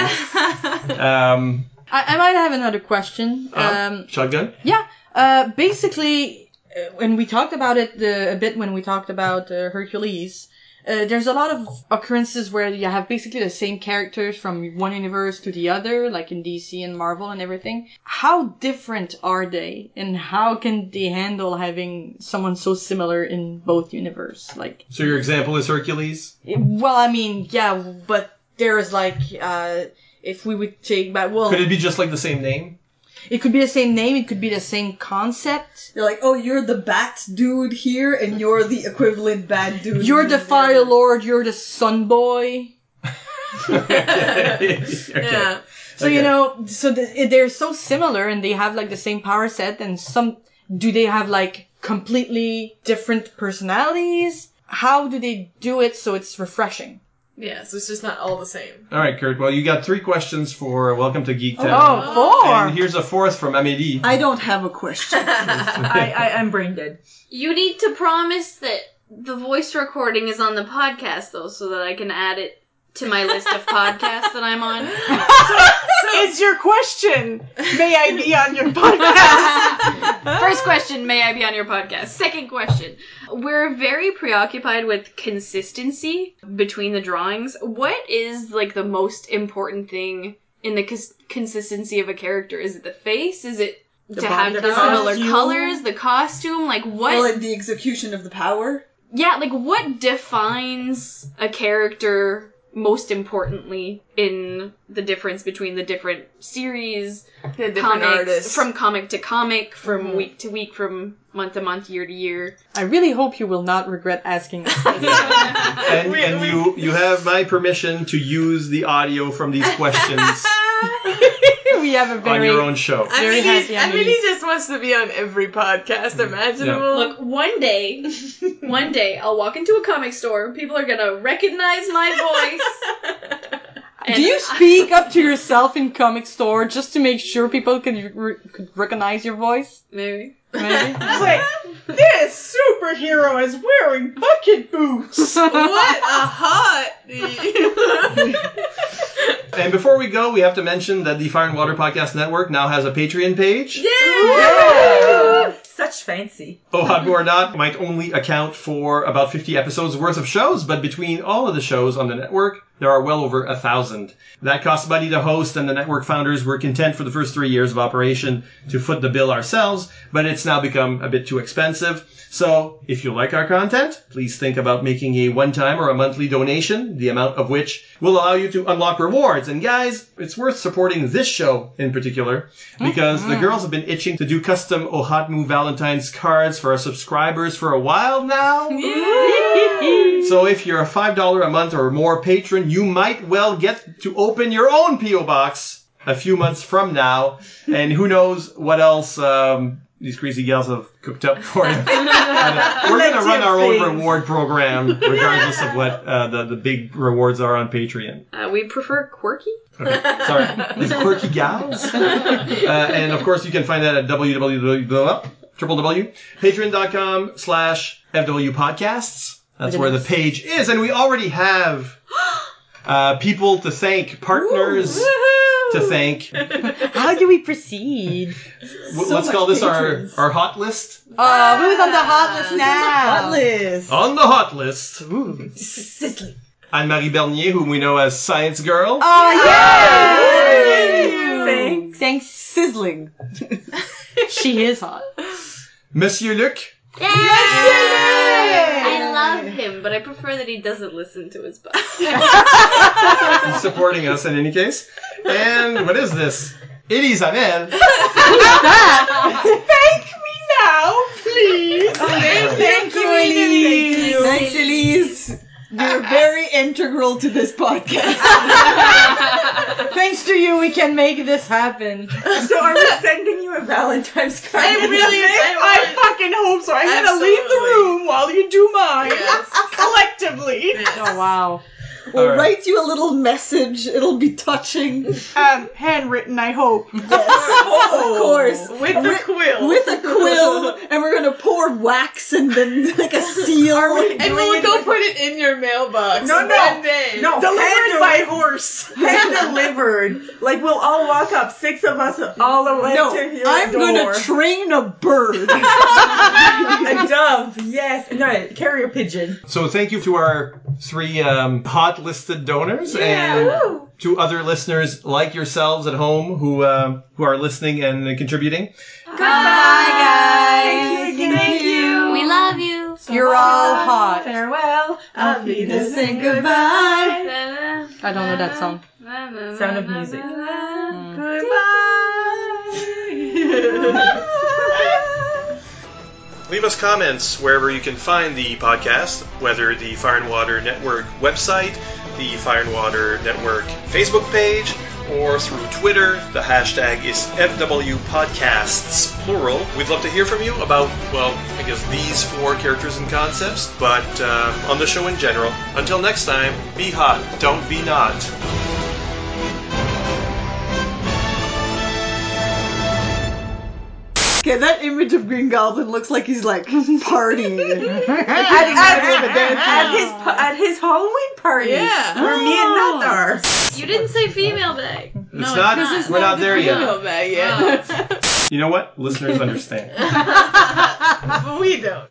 [SPEAKER 4] um,
[SPEAKER 9] I, I might have another question.
[SPEAKER 4] uh,
[SPEAKER 9] Um,
[SPEAKER 4] shotgun.
[SPEAKER 9] Yeah. Uh, basically, uh, when we talked about it uh, a bit when we talked about uh, Hercules, uh, there's a lot of occurrences where you have basically the same characters from one universe to the other, like in DC and Marvel and everything. How different are they, and how can they handle having someone so similar in both universe? Like,
[SPEAKER 4] So your example is Hercules.
[SPEAKER 9] well, I mean, yeah, but there is like, uh, if we would take back, well,
[SPEAKER 4] Could it be just like the same name?
[SPEAKER 9] it could be the same name, it could be the same concept.
[SPEAKER 7] You're like, oh, you're the bat dude here, and you're the equivalent bad dude.
[SPEAKER 9] You're the fire lord, you're the sun boy.
[SPEAKER 4] Yeah.
[SPEAKER 9] So you know, so the, they're so similar and they have like the same power set and some do they have like completely different personalities? How do they do it so it's refreshing?
[SPEAKER 10] Yeah, so it's just not all the same.
[SPEAKER 4] All right, Kurt. Well, you got three questions for Welcome to Geek Town.
[SPEAKER 10] Oh, four.
[SPEAKER 4] And here's a fourth from Amélie.
[SPEAKER 7] I don't have a question.
[SPEAKER 1] I, I, I'm brain dead.
[SPEAKER 11] You need to promise that the voice recording is on the podcast, though, so that I can add it to my list of podcasts that I'm on.
[SPEAKER 5] It's your question. May I be on your podcast?
[SPEAKER 11] First question, may I be on your podcast? Second question, we're very preoccupied with consistency between the drawings. What is like the most important thing in the cons- consistency of a character? Is it the face? Is it
[SPEAKER 7] The
[SPEAKER 11] to
[SPEAKER 7] body,
[SPEAKER 11] have the
[SPEAKER 7] the
[SPEAKER 11] similar
[SPEAKER 7] costume?
[SPEAKER 11] colors, the costume? Like what?
[SPEAKER 7] Well, and the execution of the power.
[SPEAKER 11] yeah, like what defines a character most importantly in the difference between the different series,
[SPEAKER 10] The different
[SPEAKER 11] comics,
[SPEAKER 10] artists.
[SPEAKER 11] from comic to comic, from
[SPEAKER 9] Mhm.
[SPEAKER 11] week to week, from month to month, year to year.
[SPEAKER 9] I really hope you will not regret asking us.
[SPEAKER 4] And, and you, you have my permission to use the audio from these questions
[SPEAKER 9] we have a
[SPEAKER 4] on
[SPEAKER 9] very
[SPEAKER 4] your own show.
[SPEAKER 10] I
[SPEAKER 9] Very
[SPEAKER 10] mean,
[SPEAKER 9] happy
[SPEAKER 10] he, I
[SPEAKER 9] on
[SPEAKER 10] mean,
[SPEAKER 9] me.
[SPEAKER 10] he just wants to be on every podcast imaginable.
[SPEAKER 11] Look, one day, one day, I'll walk into a comic store. People are gonna recognize my
[SPEAKER 9] Do you speak up to yourself in comic store just to make sure people can re- could recognize your voice?
[SPEAKER 11] Maybe.
[SPEAKER 9] Maybe.
[SPEAKER 5] Wait, this superhero is wearing bucket boots.
[SPEAKER 10] a
[SPEAKER 9] what
[SPEAKER 10] hot.
[SPEAKER 4] And before we go, we have to mention that the Fire and Water Podcast Network now has a Patreon page.
[SPEAKER 1] Yeah! Such fancy.
[SPEAKER 4] Oh, Hot or Not might only account for about 50 episodes worth of shows, but between all of the shows on the network, there are well over a thousand. That cost money to host, and the network founders were content for the first three years of operation to foot the bill ourselves, but it's now become a bit too expensive. So, if you like our content, please think about making a one-time or a monthly donation, the amount of which will allow you to unlock rewards. And guys, it's worth supporting this show in particular, because the girls have been itching to do custom Ohatmu Valentine's cards for our subscribers for a while
[SPEAKER 1] Oh.
[SPEAKER 4] now. so if you're a $5 a month or more patron, you might well get to open your own P.O. Box a few months from now. And who knows what else um, these crazy gals have cooked up for you. We're going to run our own reward program, regardless of what uh, the, the big rewards are on Patreon.
[SPEAKER 11] voice. Uh, we prefer quirky.
[SPEAKER 4] Sorry, these quirky gals. Uh, and of course, you can find that at www.patreon.com slash FW podcasts. That's where the page is. And we already have uh, people to thank, partners to thank.
[SPEAKER 9] How do we proceed?
[SPEAKER 4] W- Let's call this our, our hot list.
[SPEAKER 9] Oh, who's on the hot list now?
[SPEAKER 5] hot list.
[SPEAKER 4] On the hot list,
[SPEAKER 5] Sizzling.
[SPEAKER 4] Anne-Marie Bernier, whom we know as Science Girl.
[SPEAKER 9] Oh
[SPEAKER 5] yeah!
[SPEAKER 9] Thanks. Thanks. Sizzling. she is hot.
[SPEAKER 4] Monsieur Luc.
[SPEAKER 11] I love him, but I prefer that he doesn't listen to his podcast.
[SPEAKER 4] He's supporting us in any case. And what is this? It is Amel.
[SPEAKER 5] Thank me now, please.
[SPEAKER 7] Thank, you,
[SPEAKER 5] Elise.
[SPEAKER 7] Elise. Thanks, Elise. You're very integral to this podcast.
[SPEAKER 9] Thanks to you, we can make this happen.
[SPEAKER 1] So are we sending you a Valentine's card?
[SPEAKER 5] I really, I, I fucking hope so. I'm gonna leave the room while you do mine collectively.
[SPEAKER 9] Oh wow.
[SPEAKER 7] We'll
[SPEAKER 5] All right.
[SPEAKER 7] write you a little message. It'll be touching.
[SPEAKER 5] Um, handwritten, I hope. Yes,
[SPEAKER 7] of course.
[SPEAKER 5] With the quill.
[SPEAKER 7] Oh. With a quill, and we're gonna pour wax and then like a seal.
[SPEAKER 10] and we'll go put it in your mailbox.
[SPEAKER 7] No, no.
[SPEAKER 10] one day.
[SPEAKER 1] No,
[SPEAKER 5] Delivered
[SPEAKER 1] hand
[SPEAKER 5] by
[SPEAKER 1] deli-
[SPEAKER 5] horse.
[SPEAKER 1] Hand delivered. Like we'll all walk up, six of us, all the way
[SPEAKER 7] No,
[SPEAKER 1] to your
[SPEAKER 7] I'm
[SPEAKER 1] door.
[SPEAKER 7] gonna train a bird.
[SPEAKER 1] a dove, yes. No, carrier pigeon.
[SPEAKER 4] So thank you to our three um, hot listed donors and to other listeners like yourselves at home who um, who are listening and contributing.
[SPEAKER 11] Goodbye, guys.
[SPEAKER 5] Thank you. Thank you.
[SPEAKER 11] We love you.
[SPEAKER 9] You're all hot.
[SPEAKER 5] Farewell. I'll be the same goodbye.
[SPEAKER 11] Goodbye.
[SPEAKER 9] I don't know that song.
[SPEAKER 1] Sound of music.
[SPEAKER 4] Leave us comments wherever you can find the podcast, whether the Fire and Water Network website, the Fire and Water Network Facebook page or through Twitter. The hashtag is FWPodcasts, plural. We'd love to hear from you about, well, I guess these four characters and concepts, but um, on the show in general. Until next time, be hot, don't be not.
[SPEAKER 7] Okay, that image of Green Goblin looks like he's like partying. at,
[SPEAKER 1] At his pa- at his Halloween party,
[SPEAKER 10] Yeah.
[SPEAKER 1] where me and Matt are.
[SPEAKER 11] You didn't say female bag.
[SPEAKER 4] It's not,
[SPEAKER 10] This is
[SPEAKER 4] we're not there
[SPEAKER 10] female
[SPEAKER 4] yet.
[SPEAKER 10] bag yet.
[SPEAKER 11] Oh.
[SPEAKER 4] You know what? Listeners understand.
[SPEAKER 10] but we don't.